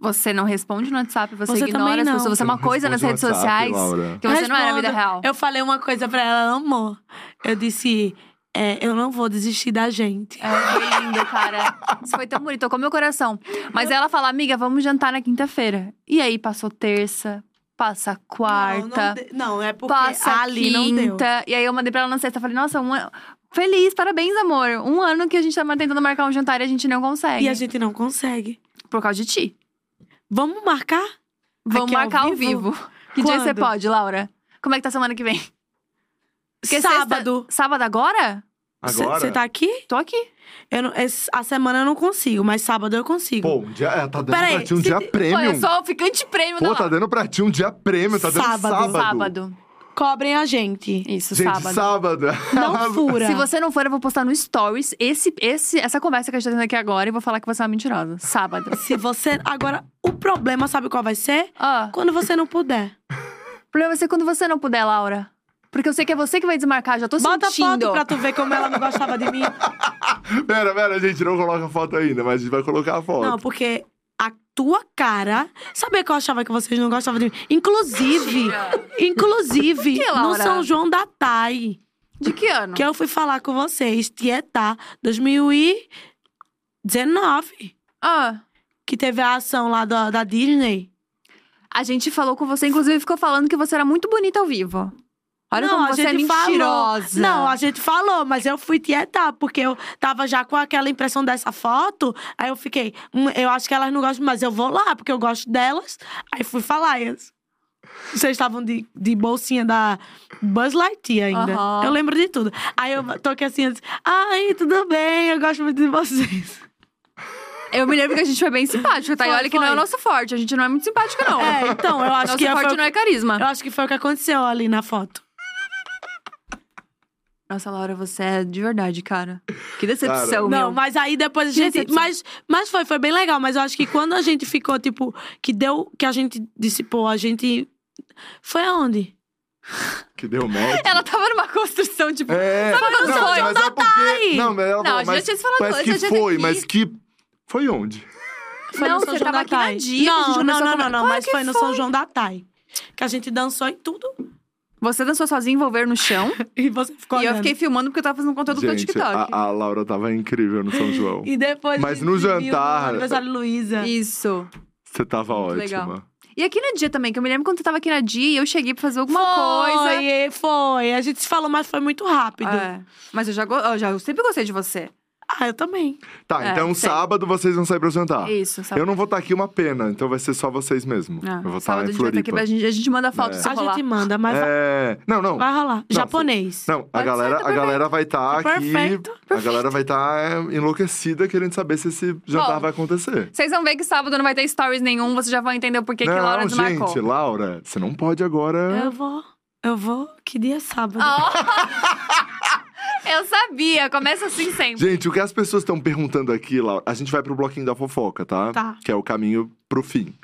A: Você não responde no WhatsApp, você,
C: Você também
A: ignora as
C: não.
A: pessoas. Você é uma
B: Não
A: coisa nas
B: Então responde
A: redes
B: no WhatsApp,
A: sociais
B: Laura.
A: que você não é na vida
C: Responda.
A: real.
C: Eu falei uma coisa pra ela, ela amou. Eu disse, é, eu não vou desistir da gente.
A: É, foi lindo, cara. Isso foi tão bonito, tocou meu coração. Mas ela fala, amiga, vamos jantar na quinta-feira. E aí passou terça, passa quarta,
C: Não, não, de- não, é porque
A: passa
C: ali não deu.
A: quinta. E aí eu mandei pra ela na sexta, falei, nossa, um ano... Feliz, parabéns, amor. Um ano que a gente tá tentando marcar um jantar e a gente não consegue.
C: E a gente não consegue.
A: Por causa de ti.
C: Vamos marcar?
A: Vamos
C: Aqui ao
A: marcar ao
C: vivo?
A: vivo. Que dia
C: Quando?
A: você pode, Laura? Como é que tá semana que vem? Porque sexta-
C: Sábado.
A: Sábado agora?
B: Agora?
C: Você tá aqui?
A: Tô aqui.
C: Eu não- esse- a semana eu não consigo, mas sábado eu consigo.
B: Pô, um dia, é, tá dando
C: Peraí,
B: pra ti um
C: se
B: dia
C: te-
A: Pô,
B: prêmio.
A: eu sou o ficante prêmio da
B: Pô, tá
A: Laura.
B: dando pra ti um dia prêmio, tá dando
C: Sábado.
B: sábado.
A: Sábado.
C: Cobrem a gente.
A: Isso,
B: Gente,
A: sábado.
B: sábado.
C: Não fura.
A: Se você não for, eu vou postar no Stories esse, esse, essa conversa que a gente tá tendo aqui agora e vou falar que você é uma mentirosa. Sábado.
C: Se você- Agora, o problema, sabe qual vai ser?
A: Ó, o
C: Quando você não puder.
A: problema vai ser quando você não puder, Laura. Porque eu sei que é você que vai desmarcar, já tô
C: Bota
A: sentindo.
C: foto pra tu ver como ela não gostava de mim.
B: pera, pera, a gente não coloca a foto ainda, mas a gente vai colocar a foto.
C: Não, porque a tua cara. Sabia que eu achava que vocês não gostavam de mim? Inclusive, inclusive,
A: Que,
C: no
A: Laura?
C: São João da TAI,
A: De que ano?
C: que eu fui falar com vocês, Tietá, 2019,
A: Ah,
C: que teve a ação lá da, da Disney.
A: a gente falou com você, inclusive ficou falando que você era muito bonita ao vivo. Olha
C: não,
A: como
C: a
A: você é
C: gente falou.
A: mentirosa.
C: Não, a gente falou, mas eu fui tietar, porque eu tava já com aquela impressão dessa foto. Aí eu fiquei, "Hum, eu acho que elas não gostam, mas eu vou lá, porque eu gosto delas. Aí fui falar isso. Vocês estavam de, de bolsinha da Buzz Lightyear ainda.
A: Aham.
C: Eu lembro de tudo. Aí eu toquei assim, eu disse, ai, tudo bem, eu gosto muito de vocês.
A: Eu me lembro que a gente foi bem simpática, tá? e
C: Foi,
A: olha que não é o
C: foi.
A: nosso forte, a gente não é muito simpática, não.
C: É, então, eu acho
A: Nosso
C: que
A: forte
C: foi,
A: não é carisma.
C: eu acho que foi o que aconteceu ali na foto.
A: Nossa, Laura, você é de verdade, cara. Que decepção, meu.
C: Não, mas aí depois a
A: Que
C: gente.
A: decepção.
C: Mas, mas foi, foi bem legal. Mas eu acho que quando a gente ficou, tipo, que deu. Que a gente dissipou, a gente. Foi aonde?
B: Que deu match.
A: Ela tava numa construção, tipo.
B: É,
A: Sabe quando
B: não,
A: foi? tá
B: mas é porque... Não, mas ela
A: Não, a
B: falou,
A: gente
B: mas,
A: já tinha se falado
B: mas
A: antes,
B: que
A: a gente já
B: foi,
A: aqui.
B: mas que... Foi onde?
C: Foi
A: Não,
C: no São
A: você
C: João
A: tava
C: da
A: aqui na
C: Thay.
A: Dia, é que a gente começou a
C: Não, não, não, não,
A: conver-
C: não.
A: Claro
C: Mas
A: que
C: foi no
A: foi.
C: São João da Thay. Que a gente dançou e tudo.
A: Você dançou sozinho, envolver no chão.
C: E você ficou
A: e eu
C: olhando.
A: fiquei filmando porque eu tava fazendo conteúdo pro
B: Gente, a,
A: TikTok.
B: a Laura tava incrível no São João.
C: E depois.
B: Mas
C: de-
B: no
C: de mil,
B: jantar-
C: no aniversário de Luísa.
A: Isso.
B: Você tava
A: Muito
B: ótima.
A: legal. E aqui na dia também, que eu me lembro quando você tava aqui na dia e eu cheguei pra fazer alguma coisa.
C: Foi, foi. A gente se falou, mas foi muito rápido.
A: É. Mas eu já, go- eu já eu sempre gostei de você.
C: Ah, eu também.
B: Tá,
A: É,
B: então
A: sei.
B: sábado vocês vão sair pra jantar.
A: Isso, sabe?
B: Tá. Eu não vou estar aqui uma pena, então vai ser só vocês mesmo.
A: Tá Ah,
B: eu vou estar
A: sábado
B: em
A: a gente vai tá aqui
B: Floripa.
A: pra gente, a gente manda foto
B: É.
A: se
C: A
A: rolar.
C: gente manda, mas vai-
B: É... Não, não.
C: vai rolar. Japonês.
B: Não, a
A: Pode
B: galera,
A: ser, tá
B: a galera vai estar
C: Tá
B: aqui.
C: perfeito,
B: A galera vai estar enlouquecida querendo saber se esse jantar
A: Bom,
B: vai acontecer.
A: Vocês vão ver que sábado não vai ter stories nenhum, vocês já vão entender o porquê que
B: não,
A: Laura
B: gente,
A: desmarcou.
B: Laura, você não pode agora.
C: Eu vou. Eu vou. Que dia é sábado?
A: Ah. Ó, Oh! eu sabia, começa assim sempre.
B: Gente, o que as pessoas estão perguntando aqui, Laura, a gente vai pro bloquinho da fofoca, tá?
C: Tá.
B: Que é o caminho pro fim.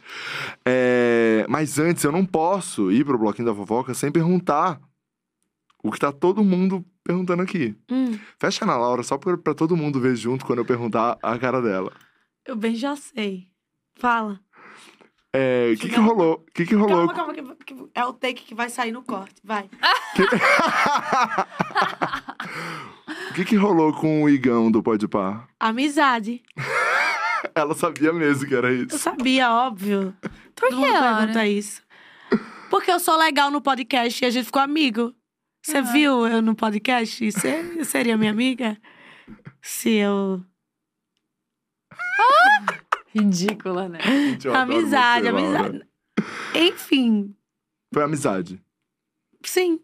B: É, Mas antes, eu não posso ir pro bloquinho da fofoca sem perguntar o que tá todo mundo perguntando aqui.
C: Hum,
B: Fecha na Laura, só pra, pra todo mundo ver junto quando eu perguntar a cara dela.
C: eu bem já sei. Fala.
B: É, o que,
C: eu
B: que
C: ver.
B: rolou? O que, que rolou?
C: Calma, calma, que, que é o take que vai sair no corte. Vai.
B: O que, que rolou com o Igão do Pode Par?
C: Amizade.
B: Ela sabia mesmo que era
C: Eu
B: isso.
C: sabia, óbvio.
A: Por
C: Todo mundo pergunta isso. Porque eu sou legal no podcast e a gente ficou amigo. Você viu eu no podcast? Você seria minha amiga? Se eu.
A: Ridícula, né?
B: Gente, eu adoro
C: amizade,
B: você, Laura.
C: amizade. Enfim,
B: Foi amizade.
C: sim.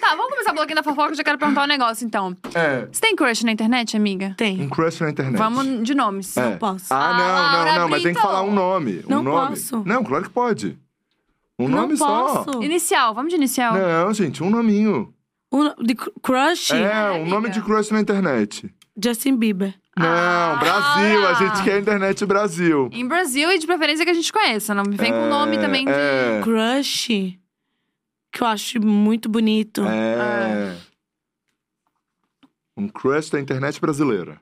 A: Tá, vamos começar o bloquinho da fofoca, eu já quero perguntar um negócio, então.
B: É.
A: Você tem crush na internet, amiga?
B: Um
C: Tem.
B: crush na internet.
A: Vamos de nomes.
B: É.
C: Não posso.
B: Ah,
A: Ah,
B: não,
A: Laura
B: não, não, mas tem que
A: Brito.
B: falar um nome. Um
C: Não
B: nome.
C: posso.
B: Não, claro que pode. Um
C: Não
B: nome
C: posso.
B: só.
A: Inicial, vamos de inicial.
B: Não, gente, um nominho.
C: Um, de cr- crush?
B: É, um
A: amiga.
B: nome de crush na internet.
C: Justin Bieber.
B: Não, Brasil, a
A: Ah, Laura.
B: gente quer internet Brasil.
A: Em Brasil e de preferência que a gente conheça. Não me vem com
B: É,
A: nome também de.
B: É,
C: Crush? Que eu acho muito bonito.
B: é. Um crush da internet brasileira.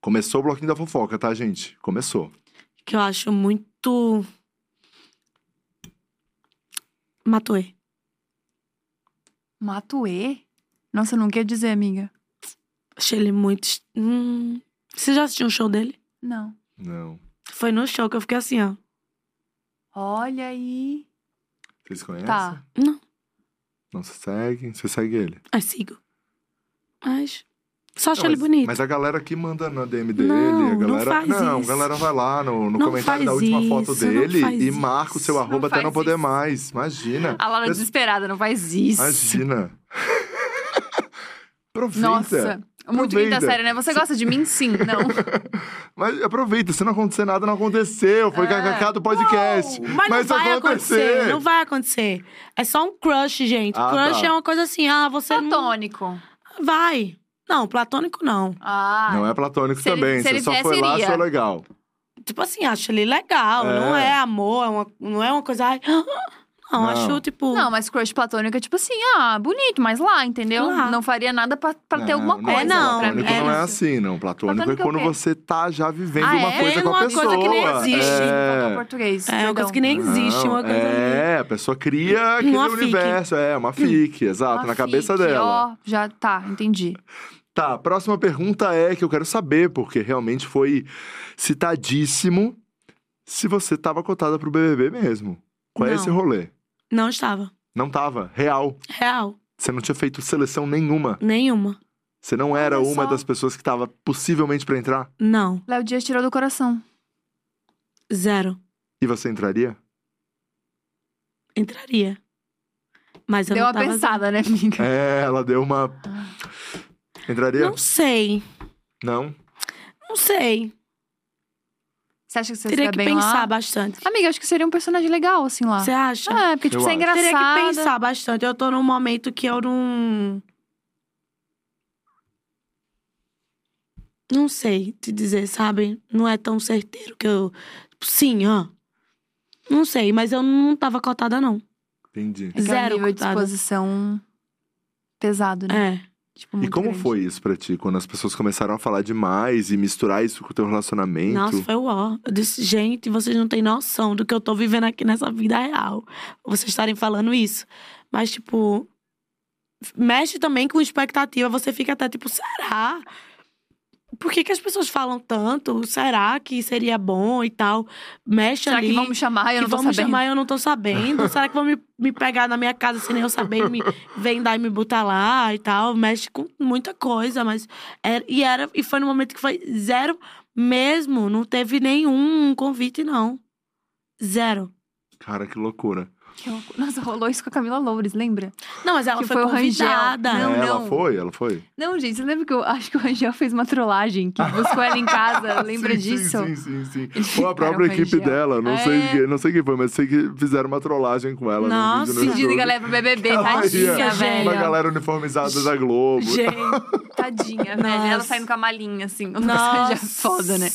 B: Começou o bloquinho da fofoca, tá, gente? Começou.
C: Que eu acho muito. Matoei.
A: Matuê? Nossa, eu não quer dizer, amiga.
C: Achei ele muito. est- Hum. Você já assistiu um show dele?
A: Não.
B: Não.
C: Foi no show que eu fiquei assim, ó.
A: Olha aí.
B: Vocês conhecem?
A: Tá.
C: Não.
B: Não, você segue? Você segue ele?
C: Aí sigo. Mas. Só achei
B: Não,
C: ele
B: mas-
C: bonito.
B: Mas a galera que manda na DM dele,
C: Não,
B: a
C: não
B: galera.
C: faz
B: não,
C: isso.
B: a galera vai lá no, no
C: Não
B: comentário da
C: faz
B: última foto
C: isso, não
B: dele
C: faz
B: e marca o seu
C: isso.
B: arroba
A: Não
B: até não
A: faz
B: poder
A: isso.
B: mais. Imagina.
A: A Laura
B: Mas-
A: desesperada, não faz isso.
B: Imagina. aproveita.
A: Nossa. Muito quinta
B: Aproveita.
A: série, né? Você gosta de mim? Sim. Não.
B: Mas aproveita, se não acontecer nada, não aconteceu.
A: Ah.
B: Foi kkk do podcast.
C: Não, mas, não vai acontecer. Não vai acontecer. É só um crush, gente.
B: Ah,
C: crush
B: tá.
C: é uma coisa assim, ah, você não...
A: Platônico.
C: Vai. Não, platônico não.
A: Ah.
B: Não é platônico
A: Se ele-
B: também,
A: se
B: você
A: ele
B: só
A: vier,
B: foi lá,
A: seria.
B: achou legal.
C: Tipo assim, acho ele legal.
B: É.
C: Não é amor, é uma- não é uma coisa... Ai, não,
B: Não.
C: acho tipo...
A: Não, mas crush platônico é tipo assim, ah, bonito, mas lá, entendeu?
C: Lá.
A: Não faria nada pra, pra ter
B: Não,
A: alguma
B: não,
A: coisa. pra
C: não,
B: platônico
A: mim.
C: é
B: não é
C: isso.
B: assim, não. Platônico,
A: Platônico
B: é
A: é o
B: quando
A: quê?
B: você tá já vivendo
A: Ah,
B: uma
A: é?
B: coisa
C: É
B: com a
C: uma
B: pessoa.
C: coisa que nem existe.
A: Qualquer
B: É.
A: português.
C: É uma coisa
A: perdão.
C: que nem existe,
B: Não,
C: uma coisa...
B: É, a pessoa cria aquele
C: Uma fic.
B: universo. É, uma fic, exato, tá na
A: Ah,
B: cabeça
A: Hum. fique,
B: dela.
A: Ó, já tá, entendi.
B: Tá, a próxima pergunta é que eu quero saber, porque realmente foi citadíssimo se você tava cotada pro BBB mesmo. Qual é
C: Não.
B: esse rolê?
C: Não estava.
B: Não tava, real.
C: Real.
B: Você não tinha feito seleção nenhuma.
C: Nenhuma.
B: Você não era
A: Olha
B: uma
A: só.
B: das pessoas que tava possivelmente pra entrar.
C: Não.
A: Léo Dias tirou do coração.
C: Zero.
B: E você entraria?
C: Entraria. Mas eu
A: Deu
C: não
A: uma
C: tava...
A: pensada, né, amiga?
B: É, ela deu uma.
A: Ah.
B: Entraria?
C: Não sei.
B: Não?
C: Não sei.
A: Você acha que você
C: Teria
A: está
C: que
A: bem
C: pensar
A: lá?
C: bastante.
A: Amiga, acho que seria um personagem legal, assim, lá.
C: Você acha?
A: É, porque, tipo,
B: Eu
A: você é
B: acho.
A: engraçada.
C: Teria que pensar bastante. Eu tô num momento que eu não. Não sei te dizer, sabe? Não é tão certeiro que eu. Sim, ó. Não sei, mas eu não tava cotada, não.
B: Entendi.
A: É que é um
C: Zero
A: nível de
C: coitada.
A: exposição pesado, né?
C: É.
A: Tipo,
B: E
A: muito
B: como
A: grande.
B: foi isso pra ti? Quando as pessoas começaram a falar demais e misturar isso com o teu relacionamento?
C: Nossa, foi o ó. Eu disse, gente, vocês não têm noção do que eu tô vivendo aqui nessa vida real. Vocês estarem falando isso. Mas, tipo, mexe também com expectativa. Você fica até tipo, será? Por que, que as pessoas falam tanto? Será que seria bom e tal? Mexe
A: Será
C: ali.
A: que vão me chamar? Eu
C: que
A: não tô
C: vão me
A: sabendo.
C: chamar e eu não tô sabendo? Será que vão me, me pegar na minha casa sem nem eu saber e me vendar e me botar lá e tal? Mexe com muita coisa, mas. Era, e, era, e foi no momento que foi zero mesmo. Não teve nenhum convite, não. Zero.
B: Cara, que loucura.
A: Que loucura. Nossa, rolou isso com a Camila Loures, lembra?
C: Não, mas ela
A: Que
C: foi,
A: foi o Rangel.
C: convidada.
A: Ah, Não,
B: É, ela
A: não.
B: foi? Ela foi?
A: Não, gente, você lembra que eu acho que o Rangel fez uma trollagem que buscou ela em casa? Lembra
B: Sim,
A: disso?
B: Sim, sim, sim.
A: Eles
B: Ou a
A: fizeram
B: própria
A: com a
B: equipe
A: Angel.
B: dela. Não, sei,
A: É.
B: quem- não sei quem foi, mas sei que fizeram uma trollagem com ela. num
C: Nossa,
B: vídeo no
A: Fingindo
B: YouTube.
A: que ela é pro BBB,
B: Ela
A: tadinha,
B: ia, Uma
A: velho.
B: galera uniformizada da Globo.
C: Gente,
A: Tadinha, velho. Ela
C: Nossa.
A: saindo com a malinha, assim. O
C: nossa.
A: Nossa. é foda, né?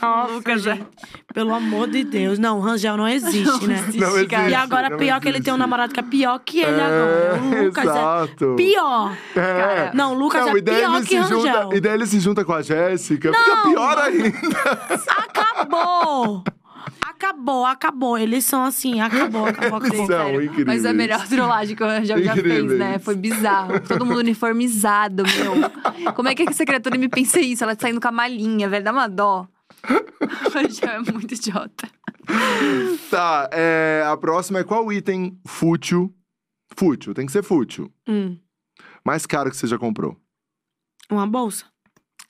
C: Nossa, gente. Pelo amor de Deus. Não, o Rangel não existe,
A: Não
C: né?
A: existe,
B: Não existe,
A: cara.
C: E agora,
B: não
C: pior que ele tem um
B: existe.
C: namorado que é pior que ele
B: É,
C: agora. O Lucas
B: exato.
C: é pior.
B: É.
A: Cara,
C: Não, o Lucas
B: Não,
C: é
B: e daí
C: pior
B: ele
C: que
B: se
C: Rangel.
B: junta, e daí ele se junta com a Jéssica, fica pior ainda.
C: Acabou! Acabou, acabou. Eles são assim, acabou, acabou, acabou.
B: Não,
A: Sério.
B: incrível
A: Mas a
B: isso. é-
A: melhor trollagem que o Rangel já
B: Incrível
A: fez, né?
B: isso.
A: Foi bizarro. Todo mundo uniformizado, meu. Como é que a secretária me pensa isso? Ela tá saindo com a malinha, velho. Dá uma dó. O Rangel é muito idiota.
B: Tá, é, a próxima é qual item fútil? Fútil, tem que ser fútil.
C: Hum,
B: Mais caro que você já comprou?
C: uma bolsa?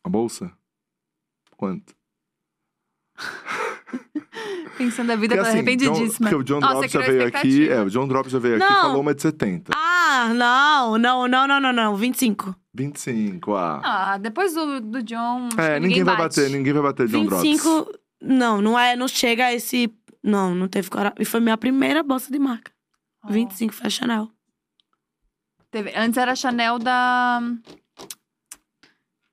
B: A bolsa? Quanto?
A: Pensando a vida
B: Porque, assim,
A: pela
B: John,
A: arrependidíssima.
B: porque o John
A: Nossa,
B: Drops já
A: criou
B: veio aqui.
A: expectativa.
B: É, o John Drops já veio aqui e
C: Não.
B: falou uma de 70.
C: Ah, não, não, não, não, não, não. 25.
B: 25, ah.
A: Ah, depois do, do John. acho
B: é,
A: que
B: ninguém, vai
A: bate.
B: bater, ninguém vai bater John Drops.
C: 25, não, não é, não chega a esse. Não, não teve coragem. E foi minha primeira bolsa de marca.
A: Ó,
C: 25 foi a Chanel.
A: teve- Antes era a Chanel da.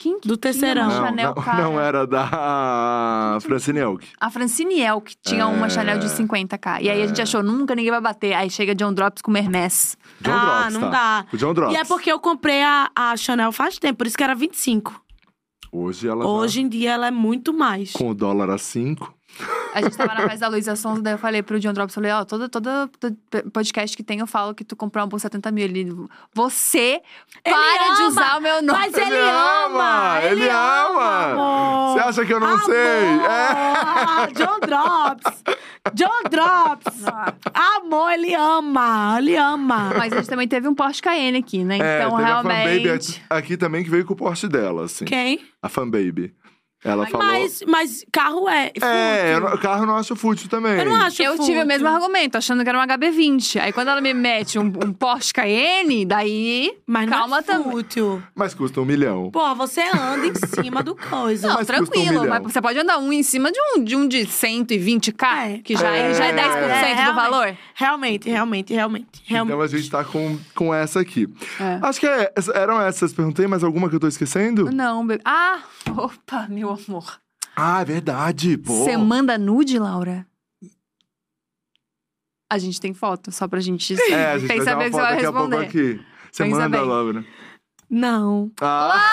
A: Quem que
C: Do
A: tinha
C: terceirão.
A: uma
B: Não,
A: Chanel,
B: não,
A: cara?
B: não era da Francine Elk.
A: A Francine El, que tinha uma
B: É.
A: Chanel de 50k. E aí a gente
B: É.
A: achou, nunca ninguém vai bater. Aí chega John Drops com Hermès.
B: John
C: ah,
B: Drops,
C: não
B: tá.
C: dá.
B: O John Drops.
C: E é porque eu comprei a, a Chanel faz tempo, por isso que era 25.
B: Hoje ela tá
C: Hoje em dia ela é muito mais.
B: com o dólar a 5.
A: A gente tava na festa da Luísa Sonza, daí eu falei pro John Drops, eu falei, ó, todo, todo, todo podcast que tem eu falo que tu comprou uma bolsa 70 mil. Ele, você
C: Ele
A: para de
C: ama!
A: usar o meu nome.
C: Mas ele, ama,
B: Ele ama!
C: amor.
B: Você acha que eu não
C: Amor!
B: sei? É.
C: Ah, John Drops! John Drops! Amor, ele ama! Ele ama!
A: Mas a gente também teve um Porsche Cayenne aqui, né?
B: É,
A: então,
B: teve
A: realmente...
B: a fanbaby aqui também que veio com o porte dela, assim.
C: Quem?
B: A fanbaby. Ela falou.
C: Mas, mas carro é. fútil.
B: É, eu
C: eu,
B: não- o carro não acho fútil também.
C: não acho.
A: Eu tive
C: fútil.
A: o mesmo argumento, achando que era um HB20. Aí quando ela me mete um, um Porsche Cayenne, daí...
C: Mas
A: Calma
C: não é
A: também.
C: fútil.
B: Mas custa um milhão.
C: Pô, você anda em cima do coisa.
A: Não,
B: Mas custa um
A: tranquilo,
B: milhão.
A: mas você pode andar um em cima de um de, um de 120k,
C: É.
A: que já é,
B: É.
A: já é 10%
C: É,
A: do valor.
C: Realmente, realmente, realmente. realmente.
B: Então a gente tá com, com essa aqui.
A: É.
B: Acho que é- eram essas. Perguntei mais alguma que eu tô esquecendo?
A: Não, bebê. Ah, opa, meu amor.
B: Ah, é verdade. Pô.
A: Você manda nude, Laura? A gente tem foto, só pra gente,
B: É, a gente vai
A: pensar
B: dar uma
A: bem o que
B: foto
A: você vai
B: daqui a pouco
A: responder.
B: aqui. Você
A: Pensa
B: manda
A: bem.
B: logo, né?
C: Não.
B: Ah!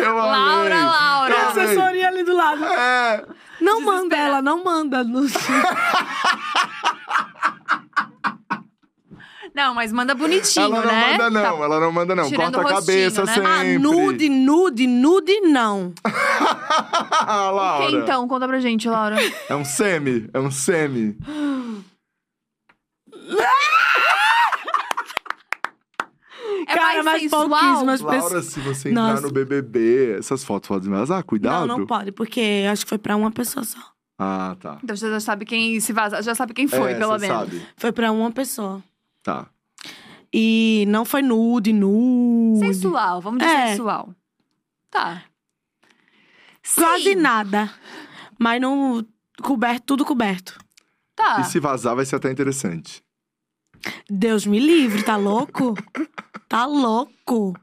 B: eu amei.
A: Laura, Laura.
B: Eu
C: A
B: amei.
C: assessoria ali do lado.
B: É.
C: Não manda ela, não manda. No...
A: Não, mas manda bonitinho,
B: Ela não
A: né?
B: manda, não.
A: Tá-
B: Ela não manda, não.
A: tirando
B: Corta a
A: o
B: cabeça
A: rostinho, né?
B: sempre.
C: Ah, nude, nude, nude, não.
B: Ah, Laura.
A: Quem então? Conta pra gente, Laura.
B: É um semi. É um semi.
A: É
C: Cara,
A: mais
C: mas
A: sensual?
C: pouquíssimas
B: Laura,
C: pessoas.
B: se você entrar
C: Nossa.
B: no BBB, essas fotos podem vazar,
C: Não,
B: cuidado.
C: não pode, porque acho que foi pra uma pessoa só.
B: Ah, tá.
A: Então você já sabe quem se vaza, já sabe quem foi,
B: É,
A: pelo
B: você
A: menos.
B: sabe.
C: Foi pra uma pessoa.
B: Tá.
C: E não foi nude, nude.
A: Sensual, vamos dizer
C: É.
A: sensual. Tá.
C: Quase
A: Sim,
C: nada. Mas não. Coberto, tudo coberto.
A: Tá.
B: E se vazar, vai ser até interessante.
C: Deus me livre, tá louco? tá louco.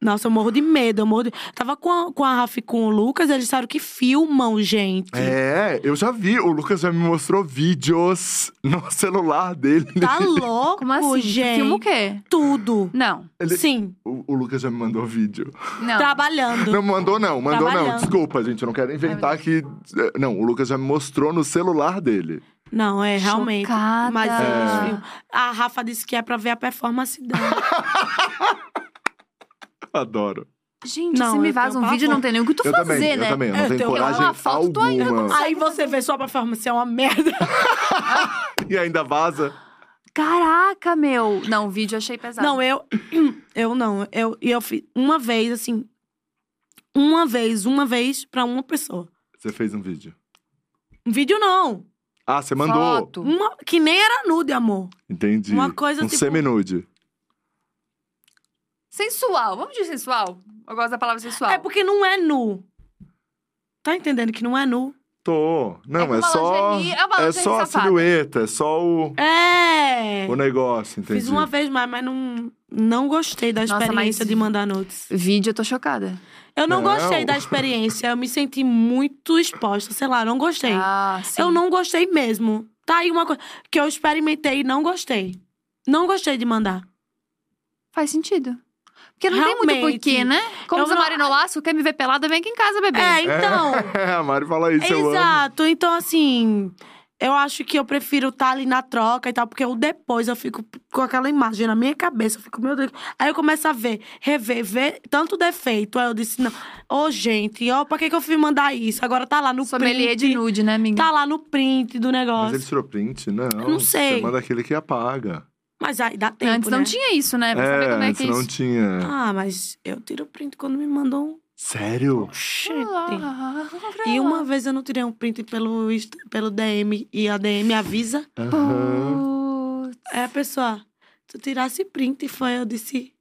C: Nossa, eu morro de medo. Eu morro de... Tava com a, com a Rafa e com o Lucas, eles disseram que filmam, gente.
B: É, eu já vi. O Lucas já me mostrou vídeos no celular dele.
C: Tá louco,
A: Como assim?
C: gente.
A: Filma o quê?
C: Tudo.
A: Não.
B: Ele-
C: Sim,
B: O, o Lucas já me mandou vídeo.
A: Não.
C: Tá, trabalhando.
B: Não mandou, não. Mandou, não.
C: Trabalhando.
B: Desculpa, gente. Eu não quero inventar que. eh, Não, o Lucas já me mostrou no celular dele.
C: Não, é realmente.
A: Chocada.
C: Mas eles
A: É.
C: viram. A Rafa disse que é pra ver a performance dela.
B: Adoro.
A: Gente,
C: Não,
A: se me
C: eu
A: vaza
C: tenho
A: um vídeo,
C: pavor.
A: não tem nem o que tu
B: eu
A: fazer,
B: também,
A: né?
B: eu também. Eu não
C: Eu
B: tenho
C: tenho-
B: coragem
A: Uma foto, tu ainda
B: alguma.
A: consegue.
C: Aí você vê sua performance, é uma merda.
B: E ainda vaza.
A: Caraca, meu! Não, o vídeo eu achei pesado.
C: Não, eu. Eu não. Eu, e eu fiz uma vez, assim. Uma vez, uma vez pra uma pessoa.
B: Você fez um vídeo.
C: Um vídeo não.
B: Ah, você mandou.
A: Foto.
C: Uma, que nem era nude, amor.
B: Entendi.
C: Uma coisa
B: um
C: tipo-
B: seminude.
A: Sensual. Vamos dizer sensual? Eu gosto da palavra sensual.
C: É porque não é nu. Tá entendendo que não é nu?
B: Tô. Não, é,
A: uma
B: só.
A: lingerie- é uma
B: é
A: lingerie
B: só a
A: safada.
B: silhueta, é só o,
C: É!
B: o negócio, entendi.
C: Fiz uma vez mais, mas não, não gostei da
A: Nossa,
C: experiência
A: mas-
C: de mandar nudes.
A: Vídeo, eu tô chocada.
C: Eu não,
B: Não.
C: gostei da experiência. Eu me senti muito exposta. Sei lá, não gostei.
A: Ah, sim.
C: eu não gostei mesmo. Tá aí uma coisa que eu experimentei e não gostei. Não gostei de mandar.
A: Faz sentido. Porque não tem muito
C: Realmente.
A: porquê, né? Como
C: Eu
A: diz a
C: não-
A: Marina Laço, quer me ver pelada, vem aqui em casa, bebê.
C: É, então.
B: É, a Mari fala isso, eu amo.
C: Exato. Então, assim, eu acho que eu prefiro estar ali na troca e tal, porque eu depois eu fico com aquela imagem na minha cabeça. Eu fico, meu Deus. Aí eu começo a ver, rever, ver tanto defeito. Aí eu disse, não. Ô, gente, ó, pra que, que eu fui mandar isso? Agora tá lá no
A: Sommelier
C: print.
A: de nude, né, amiga?
C: Tá lá no print do
B: Mas
C: negócio.
B: ele tirou print? Não.
C: não sei.
B: Você manda aquele que apaga.
C: Mas aí dá tempo,
A: Antes não
C: né?
A: tinha isso, né? Pra saber como é
B: antes
A: que é
B: não
A: isso.
B: tinha.
C: Ah, mas eu tiro print quando me mandam um.
B: Sério?
C: Gente.
A: Ah,
C: E uma vez eu não tirei um print pelo, Insta- pelo DM e a DM avisa.
B: Aham.
A: Putz.
C: Aí a pessoa, É, tu tirasse print, foi eu disse.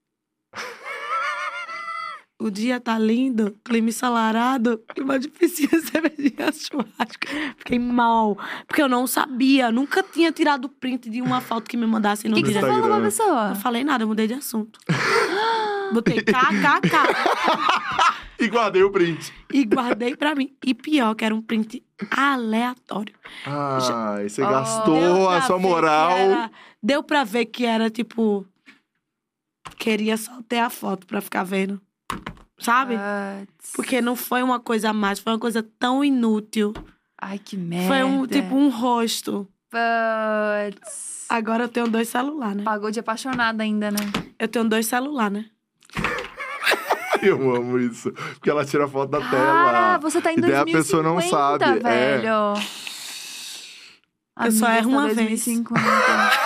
C: O dia tá lindo, clima ensolarado, clima difícil, cervejinha, churrasco. Fiquei mal, porque eu não sabia, nunca tinha tirado print de uma foto que me mandassem
A: O
C: no
A: que, que você tá-
C: direct.
A: falou pra
B: Instagram.
A: pessoa?
C: Não falei nada, eu mudei de assunto. Botei kkk
B: E guardei o print.
C: e guardei pra mim. E pior, que era um print aleatório.
B: Ah, e você
A: Oh,
B: gastou
C: pra
B: a sua
C: ver que
B: moral.
C: era- deu pra ver que era, tipo. Queria só ter a foto pra ficar vendo. Sabe?
A: Ah. Putz.
C: Porque não foi uma coisa a mais, foi uma coisa tão inútil.
A: Ai, que merda.
C: Foi um tipo um rosto.
A: Putz.
C: Agora eu tenho dois celulares, né?
A: Ah, Pagou de apaixonada ainda, né?
C: Eu tenho dois celulares, né?
B: Eu amo isso. Porque ela tira foto da
A: Cara,
B: tela.
A: você tá em
B: E daí
A: 2050,
B: a pessoa não sabe, é.
A: velho.
C: Eu só
A: Amiga,
C: erro
A: tá
C: uma vez.
A: 2050. Caralho.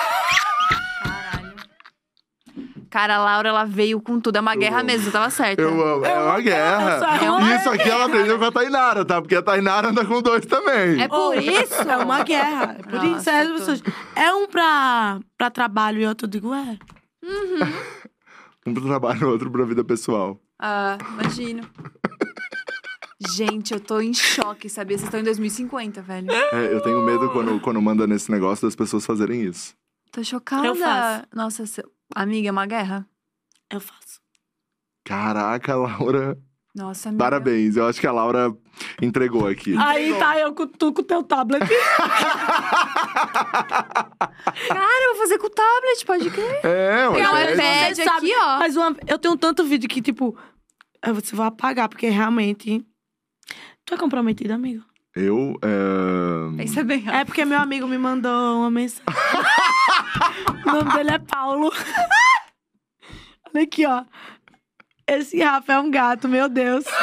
A: Cara, a Laura, ela veio com tudo. É uma
B: Eu
A: guerra
B: amo.
A: mesmo, tava certa.
B: Eu amo. É uma
C: eu só-
B: guerra.
C: é
A: uma
B: E isso aqui ela aprendeu com a Tainara, tá? Porque a Tainara anda com dois também.
A: É por isso?
C: É uma guerra. É por isso.
A: Nossa,
C: É, as
A: tudo.
C: pessoas, é um pra, pra trabalho e outro, eu digo, é.
B: Um pro trabalho, outro pra vida pessoal.
A: Ah, imagino. Gente, eu tô em choque, sabia? Vocês estão em 2050, velho.
B: É, eu tenho medo quando, quando manda nesse negócio das pessoas fazerem isso.
A: Tô chocada.
C: Eu faço.
A: Nossa, se- amiga, é uma guerra?
C: Eu faço.
B: Caraca, Laura.
A: Nossa, amiga.
B: Parabéns. Eu acho que a Laura entregou aqui.
C: Aí tá eu com tu com teu tablet.
A: Cara, eu vou fazer com o tablet, pode crer.
B: É, ué,
A: Pegar um
B: é,
A: iPad
C: Você sabe,
A: aqui, ó.
C: Mas uma- eu tenho tanto vídeo que, tipo, eu- você vai apagar, porque realmente. Tu é comprometido, amigo?
B: Eu. é,
A: Isso é bem rápido.
C: É porque meu amigo me mandou uma mensagem. o nome dele é Paulo. Olha aqui, ó. Esse Rafa é um gato, meu Deus.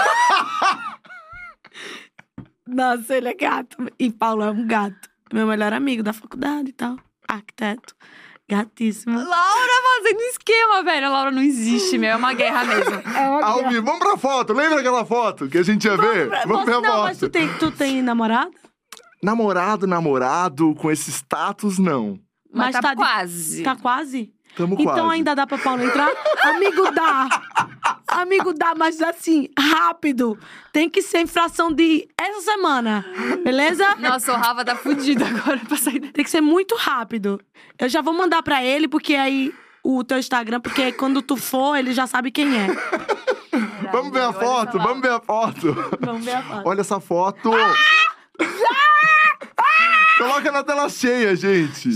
C: Nossa, ele é gato. E Paulo é um gato. Meu melhor amigo da faculdade e tal. Arquiteto. Gatíssimo.
A: Laura fazendo esquema, velho. A Laura não existe, meu. É uma guerra mesmo.
B: Alvi, vamos pra foto. Lembra aquela foto que a gente ia ver? Vamos ver a
C: Você- não, mas tu
B: foto.
C: tem, tu tem namorado?
B: Namorado, namorado, com esse status, não.
A: Mas,
C: Mas
A: tá,
C: tá de-
A: quase.
C: Tá quase?
B: Tamo quase.
C: Então ainda dá pra Paula entrar? Amigo, dá! Amigo, dá, mas assim, rápido. Tem que ser em fração de essa semana, beleza?
A: Nossa, o Rafa tá fudido agora pra sair daqui.
C: Tem que ser muito rápido. Eu já vou mandar pra ele, porque aí o teu Instagram, porque aí quando tu for, ele já sabe quem é.
B: Vamos ver a
A: Olha
B: foto,
A: essa
B: vamos ver a foto.
C: Vamos ver a foto.
B: Olha essa foto.
C: Ah!
B: Coloca na tela cheia, gente.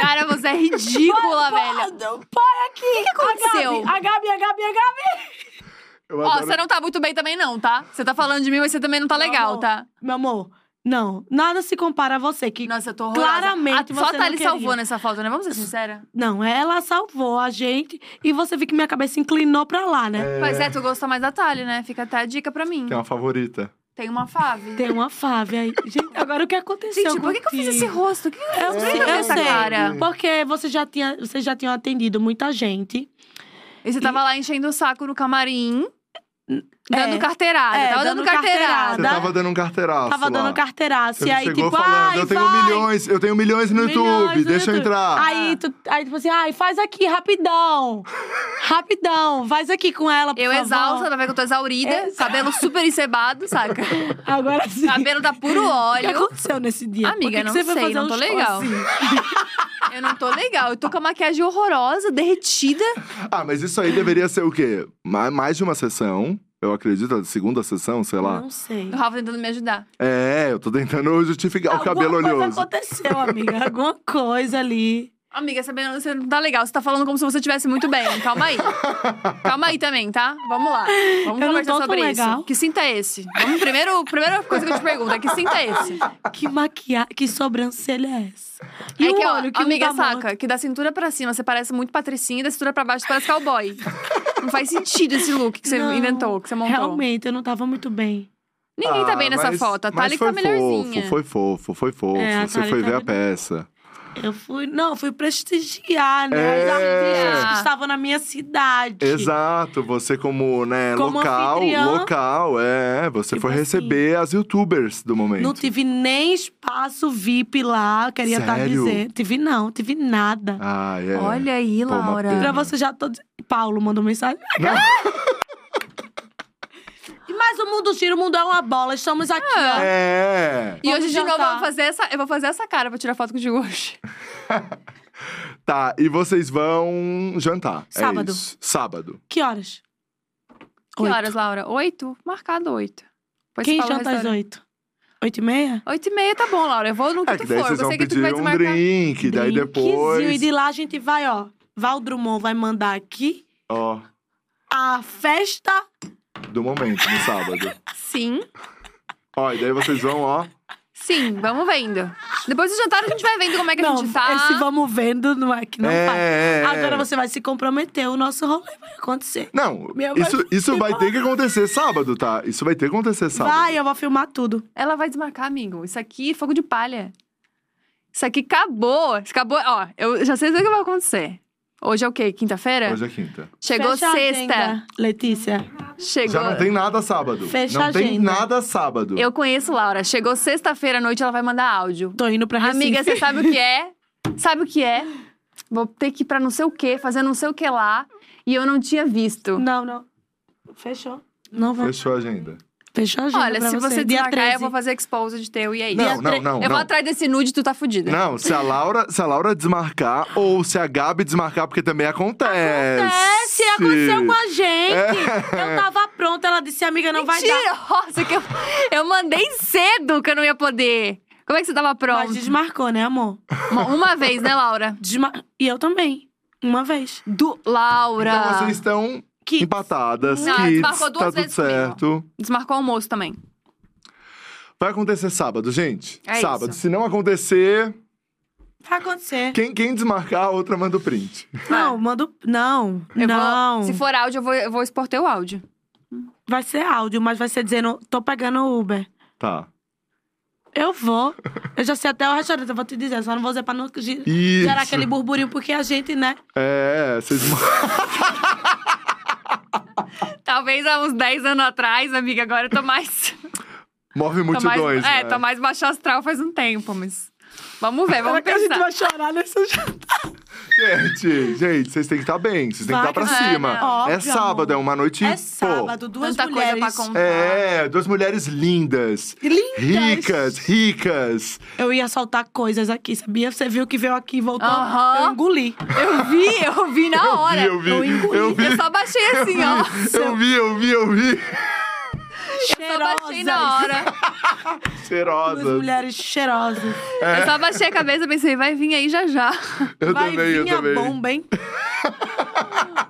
A: Cara, você é ridícula, velho.
C: Para aqui! O que,
A: aconteceu?
C: A Gabi, a Gabi, a Gabi!
B: Eu
A: Ó,
B: adoro-
A: você não tá muito bem também, não, tá? Você tá falando de mim, mas você também não tá legal,
C: amor.
A: tá?
C: Meu amor, não, nada se compara a você, que
A: Nossa, eu tô horrorosa.
C: Claramente
A: A- Só
C: você
A: a
C: não
A: Thali
C: queria.
A: salvou nessa foto, né? Vamos ser sincera.
C: Não, é, ela salvou a gente e você viu que minha cabeça inclinou pra lá, né?
A: Pois é, tu gosta mais da Thali, né? Fica até a dica pra mim.
B: Tem uma favorita.
A: Tem uma
B: É.
A: fave.
C: Tem uma Fávia aí. Gente, agora é o que aconteceu?
A: Gente, por que, que eu fiz esse
C: contigo?
A: rosto? O que que eu
C: Eu
A: fiz? Por que
C: sei,
A: que eu fiz
C: eu
A: essa
C: sei.
A: cara?
C: Porque você já tinha, você já tinha atendido muita gente.
A: E você tava lá enchendo o saco no camarim, dando
C: É.
A: carteirada.
C: É,
A: tava
C: dando
A: dando carteirada.
B: Você
C: Dá-
B: tava dando um carteiraço
C: Tava
B: lá.
C: dando carteiraço.
B: Você
C: E aí,
B: chegou
C: tipo,
B: falando,
C: ai,
B: eu tenho um
C: vai,
B: milhões, eu tenho milhões no YouTube,
C: milhões no
B: deixa eu
C: YouTube."
B: entrar.
C: Aí tu, aí tu falou assim, ai, faz aqui, rapidão. rapidão, faz aqui com ela, por
A: Eu
C: favor.
A: exausta, dá pra ver que eu tô exaurida.
C: Exato.
A: Cabelo super encebado, saca?
C: Agora sim.
A: Cabelo tá puro
C: O que
A: óleo.
C: aconteceu nesse dia?
A: Amiga,
C: Por que que
A: não
C: você foi
A: sei,
C: fazer
A: não
C: um
A: tô
C: show
A: legal.
C: assim?
A: Eu não tô legal. Eu tô com a maquiagem horrorosa, derretida.
B: Ah, mas isso aí deveria ser o quê? Ma- Mais de uma sessão, eu acredito, a segunda sessão, sei lá.
C: Não sei.
A: O Rafa tentando me ajudar.
B: É, eu tô tentando justificar o cabelo
C: Alguma coisa
B: oleoso.
C: aconteceu, amiga. Alguma coisa ali.
A: Amiga, essa bem- você não tá legal. Você tá falando como se você estivesse muito bem. Calma aí. Calma aí também, tá? Vamos lá. Vamos
C: Eu não
A: conversar
C: tô tão
A: sobre isso.
C: legal.
A: Que cinta é esse? Vamos primeiro, primeira coisa que eu te pergunto é que cinta é esse?
C: Que maquiagem, que sobrancelha é essa? E
A: é
C: o
A: que, ó,
C: olho que
A: amiga,
C: não tá morto?
A: saca, que da cintura pra cima você parece muito patricinha e da cintura pra baixo você parece cowboy. não faz sentido esse look que você
C: Não,
A: inventou, que você montou.
C: Realmente, eu não tava muito bem.
A: Ninguém tá
B: Ah,
A: bem nessa
B: mas-
A: foto. A
B: mas
A: Thali que tá
B: foi
A: melhorzinha.
B: Fofo, foi fofo, foi fofo.
C: É, a
B: Você
C: Thali
B: foi
C: tá
B: ver a
C: melhor.
B: peça.
C: Eu fui, não, eu fui prestigiar, né?
B: É.
C: Os artistas que
A: Ah.
C: estavam na minha cidade.
B: Exato, você como, né,
C: Como
B: local,
C: anfitriã.
B: local, é. Você
C: Tipo
B: foi
C: assim.
B: receber as youtubers do momento.
C: Não tive nem espaço VIP lá, eu queria estar
B: Sério?
C: dizendo. Tive não, tive nada.
B: Ah, é.
A: Olha aí,
B: Pô, uma
A: Laura.
B: pena.
C: Pra você já tô... Paulo mandou mensagem.
B: Não,
C: Mas o mundo gira, o mundo é uma bola. Estamos aqui, ó.
B: é.
A: E
C: Vamos
A: hoje, de novo, eu
C: jantar.
A: vou fazer essa, eu vou fazer essa cara pra tirar foto contigo hoje.
B: Tá, e vocês vão jantar. é
C: Sábado.
B: isso. Sábado.
C: Que horas?
A: Que
C: Oito.
A: horas, Laura? Oito? Marcado oito. Depois
C: Quem
A: você fala o
C: janta às
A: restaurante.
C: oito? Oito e meia?
A: Oito e meia tá bom, Laura. Eu vou no que
B: É que
A: tu
B: daí
A: for.
B: vocês
A: Eu
B: vão
A: sei que tu
B: pedir
A: vai
B: um
A: desmarcar.
B: drink, daí
C: Drinkzinho, E
B: depois.
C: de lá a gente vai, ó. Val Drummond vai mandar aqui
B: Ó,
C: a festa.
B: do momento, no sábado.
A: Sim,
B: Ó, e daí vocês vão, ó.
A: sim. Vamos vendo. Depois do jantar, a gente vai vendo como é que a
C: não,
A: gente tá.
C: esse vamos vendo não é que não
B: é,
C: faz.
B: é, é.
C: Agora você vai se comprometer, o nosso rolê vai acontecer.
B: Não,
C: Minha mãe-
A: é
B: isso, isso vai ter que acontecer sábado, tá? Isso vai ter que acontecer sábado.
C: Vai, eu vou filmar tudo.
A: Ela vai desmarcar, amigo. Isso aqui é fogo de palha. Isso aqui acabou. Isso acabou. Ó, eu já sei o que vai acontecer. Hoje é o quê? Quinta-feira?
B: Hoje é quinta.
A: Chegou
C: Fecha a
A: sexta.
C: agenda, Letícia.
A: Chegou.
B: Já não tem nada sábado.
C: Fecha
B: não
C: a
B: tem
C: agenda.
B: nada sábado.
A: Eu conheço Laura. Chegou sexta-feira à noite, ela vai mandar áudio.
C: Tô indo pra Recife.
A: Amiga, você sabe o que é? Sabe o que é? Vou ter que ir pra não sei o quê, fazer não sei o que lá. E eu não tinha visto.
C: Não, não. Fechou. Não vou.
B: Fechou a agenda.
C: Fechou a agenda
A: Olha,
C: pra
A: se você
C: Dia
A: desmarcar,
C: 13.
A: eu vou fazer exposed teu e é isso.
B: Não, não,
C: tre-
B: não.
A: eu
B: não.
A: vou atrás desse nude, tu tá fudida.
B: Não, se a, Laura, se a Laura desmarcar ou se a Gabi desmarcar, porque também acontece.
C: É, se aconteceu com a gente. Eu tava pronta, ela disse, amiga, não vai dar.
A: Mentirosa, que eu, eu mandei cedo que eu não ia poder. Como é que você tava pronta?
C: Mas desmarcou, né, amor?
A: Uma, uma vez, né, Laura?
C: Desma- E eu também. Uma vez.
A: Do Laura.
B: Então vocês estão
C: Que
B: empatadas.
A: Não,
B: kids,
A: desmarcou duas
B: tá tudo
A: vezes comigo.
B: certo.
A: Desmarcou o almoço também.
B: Vai acontecer sábado, gente.
A: É
B: sábado.
A: isso.
B: Se não acontecer,
C: vai acontecer.
B: quem, quem desmarcar, a outra manda o print.
C: Não, mando. Não,
A: Eu vou-
C: não.
A: se for áudio, eu vou, eu vou expor teu áudio.
C: Vai ser áudio, mas vai ser dizendo: tô pegando o Uber.
B: Tá.
C: Eu vou. Eu já sei até o restaurante, eu vou te dizer, só não vou dizer pra não gi-
B: Isso.
C: gerar aquele burburinho, porque a gente, né?
B: É, vocês
A: Talvez há uns 10 anos atrás, amiga, agora eu tô mais.
C: Tá
B: movem
A: tô mais
B: multidões.
A: é,
B: né?
A: tô mais baixo astral faz um tempo, mas. Vamos ver, vamos
C: É que a gente
A: pensar.
B: Tipo,
C: vai chorar nessa
B: Gente, gente, vocês têm que estar bem, vocês têm que estar pra
A: Vai, é, né?
B: cima. É,
C: Óbvio,
B: sábado, é
C: amor.
B: uma noite.
C: É
B: pô,
C: sábado, duas
A: Tanta coisa
C: mulheres.
A: pra contar.
B: É, duas mulheres lindas.
C: Lindas.
B: Ricas, ricas.
C: Eu ia soltar coisas aqui, sabia? Você viu que veio aqui e voltou.
A: Aham.
C: Eu engoli.
A: Eu vi, eu vi na hora.
B: eu vi,
A: engoli.
B: eu vi.
A: Eu só baixei assim, ó.
B: Eu vi, eu vi, eu vi.
A: Eu só baixei na hora.
C: Duas
B: Cheirosas.
C: mulheres cheirosas.
B: É.
A: Eu só baixei a cabeça e pensei, vai vir aí já já.
B: Eu
C: Vai
B: também, eu
C: vir a
B: também.
C: bomba, hein?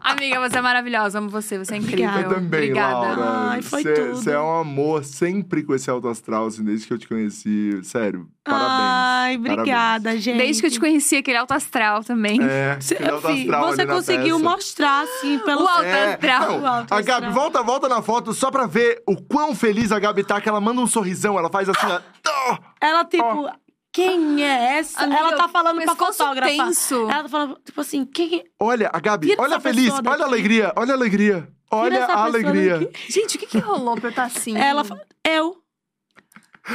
A: Amiga, você é maravilhosa, amo você, você é incrível.
C: Obrigada.
B: Eu também,
A: Obrigada.
B: Laura.
C: Ai, foi tudo.
B: Você é um amor sempre com esse alto astral, assim, desde que eu te conheci. Sério,
C: Ah,
B: parabéns.
C: Ai, obrigada, gente.
A: Desde que eu te conheci, aquele alto astral também.
B: É,
C: Cê-
B: aquele alto
C: eu vi,
B: astral
C: você
B: ali na
C: conseguiu
B: peça.
C: mostrar, assim, pelo
A: O alto
B: É,
A: astral.
B: não,
C: O alto
B: a Gabi,
C: astral.
B: volta, volta na foto só pra ver o quão feliz a Gabi tá, que ela manda um sorrisão, ela faz assim, ó, "Tô!"
C: Ela, tipo, quem é essa?
A: Amiga,
C: ela tá falando pra
A: pescoço
C: fotógrafa.
A: tenso.
C: Ela tá falando, tipo assim, quem.
B: Olha, a Gabi,
C: Tira
B: olha a
C: essa
B: feliz,
C: pessoa
B: olha
C: daqui.
B: a alegria, olha a alegria. Olha
C: essa
B: a
C: pessoa
B: alegria.
C: daqui.
A: Gente, o que que rolou pra eu estar assim?
C: Ela fa- Eu.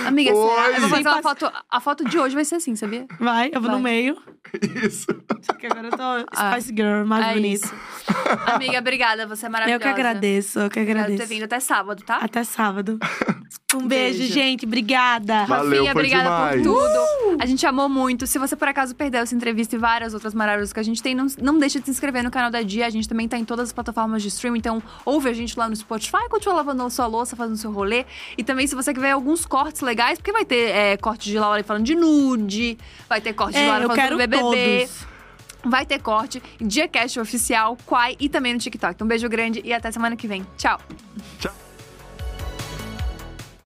A: Amiga, será?
B: Oi.
A: Eu vou fazer uma
C: Sim, passa-
A: foto... A foto de hoje vai ser assim, sabia?
C: Vai, eu vou no
A: Vai.
C: meio.
B: Isso.
C: Só que agora eu tô
A: Ah.
C: Spice Girl, mais
A: É
C: bonita.
A: isso. Amiga, obrigada, você é maravilhosa.
C: Eu que agradeço, eu que
A: Obrigada por
C: agradeço.
A: ter vindo até sábado, tá?
C: Até sábado. Um
A: beijo.
C: beijo, gente. Obrigada.
B: Valeu,
A: Rafinha,
B: foi
A: obrigada
B: demais.
A: por
C: Uh!
A: tudo. A gente amou muito. Se você por acaso perdeu essa entrevista e várias outras maravilhosas que a gente tem, não, não deixa de se inscrever no canal da Dia. A gente também tá em todas as plataformas de streaming, então ouve a gente lá no Spotify, continua lavando a sua louça, fazendo seu rolê. E também se você quiser alguns cortes legais, porque vai ter é, corte de Laura falando de nude, vai ter corte de
C: É,
A: Laura
C: eu
A: falando
C: quero
A: do BBB,
C: todos.
A: vai ter corte, um Diacast oficial, Quai e também no TikTok. Então beijo grande e até semana que vem. Tchau!
B: Tchau.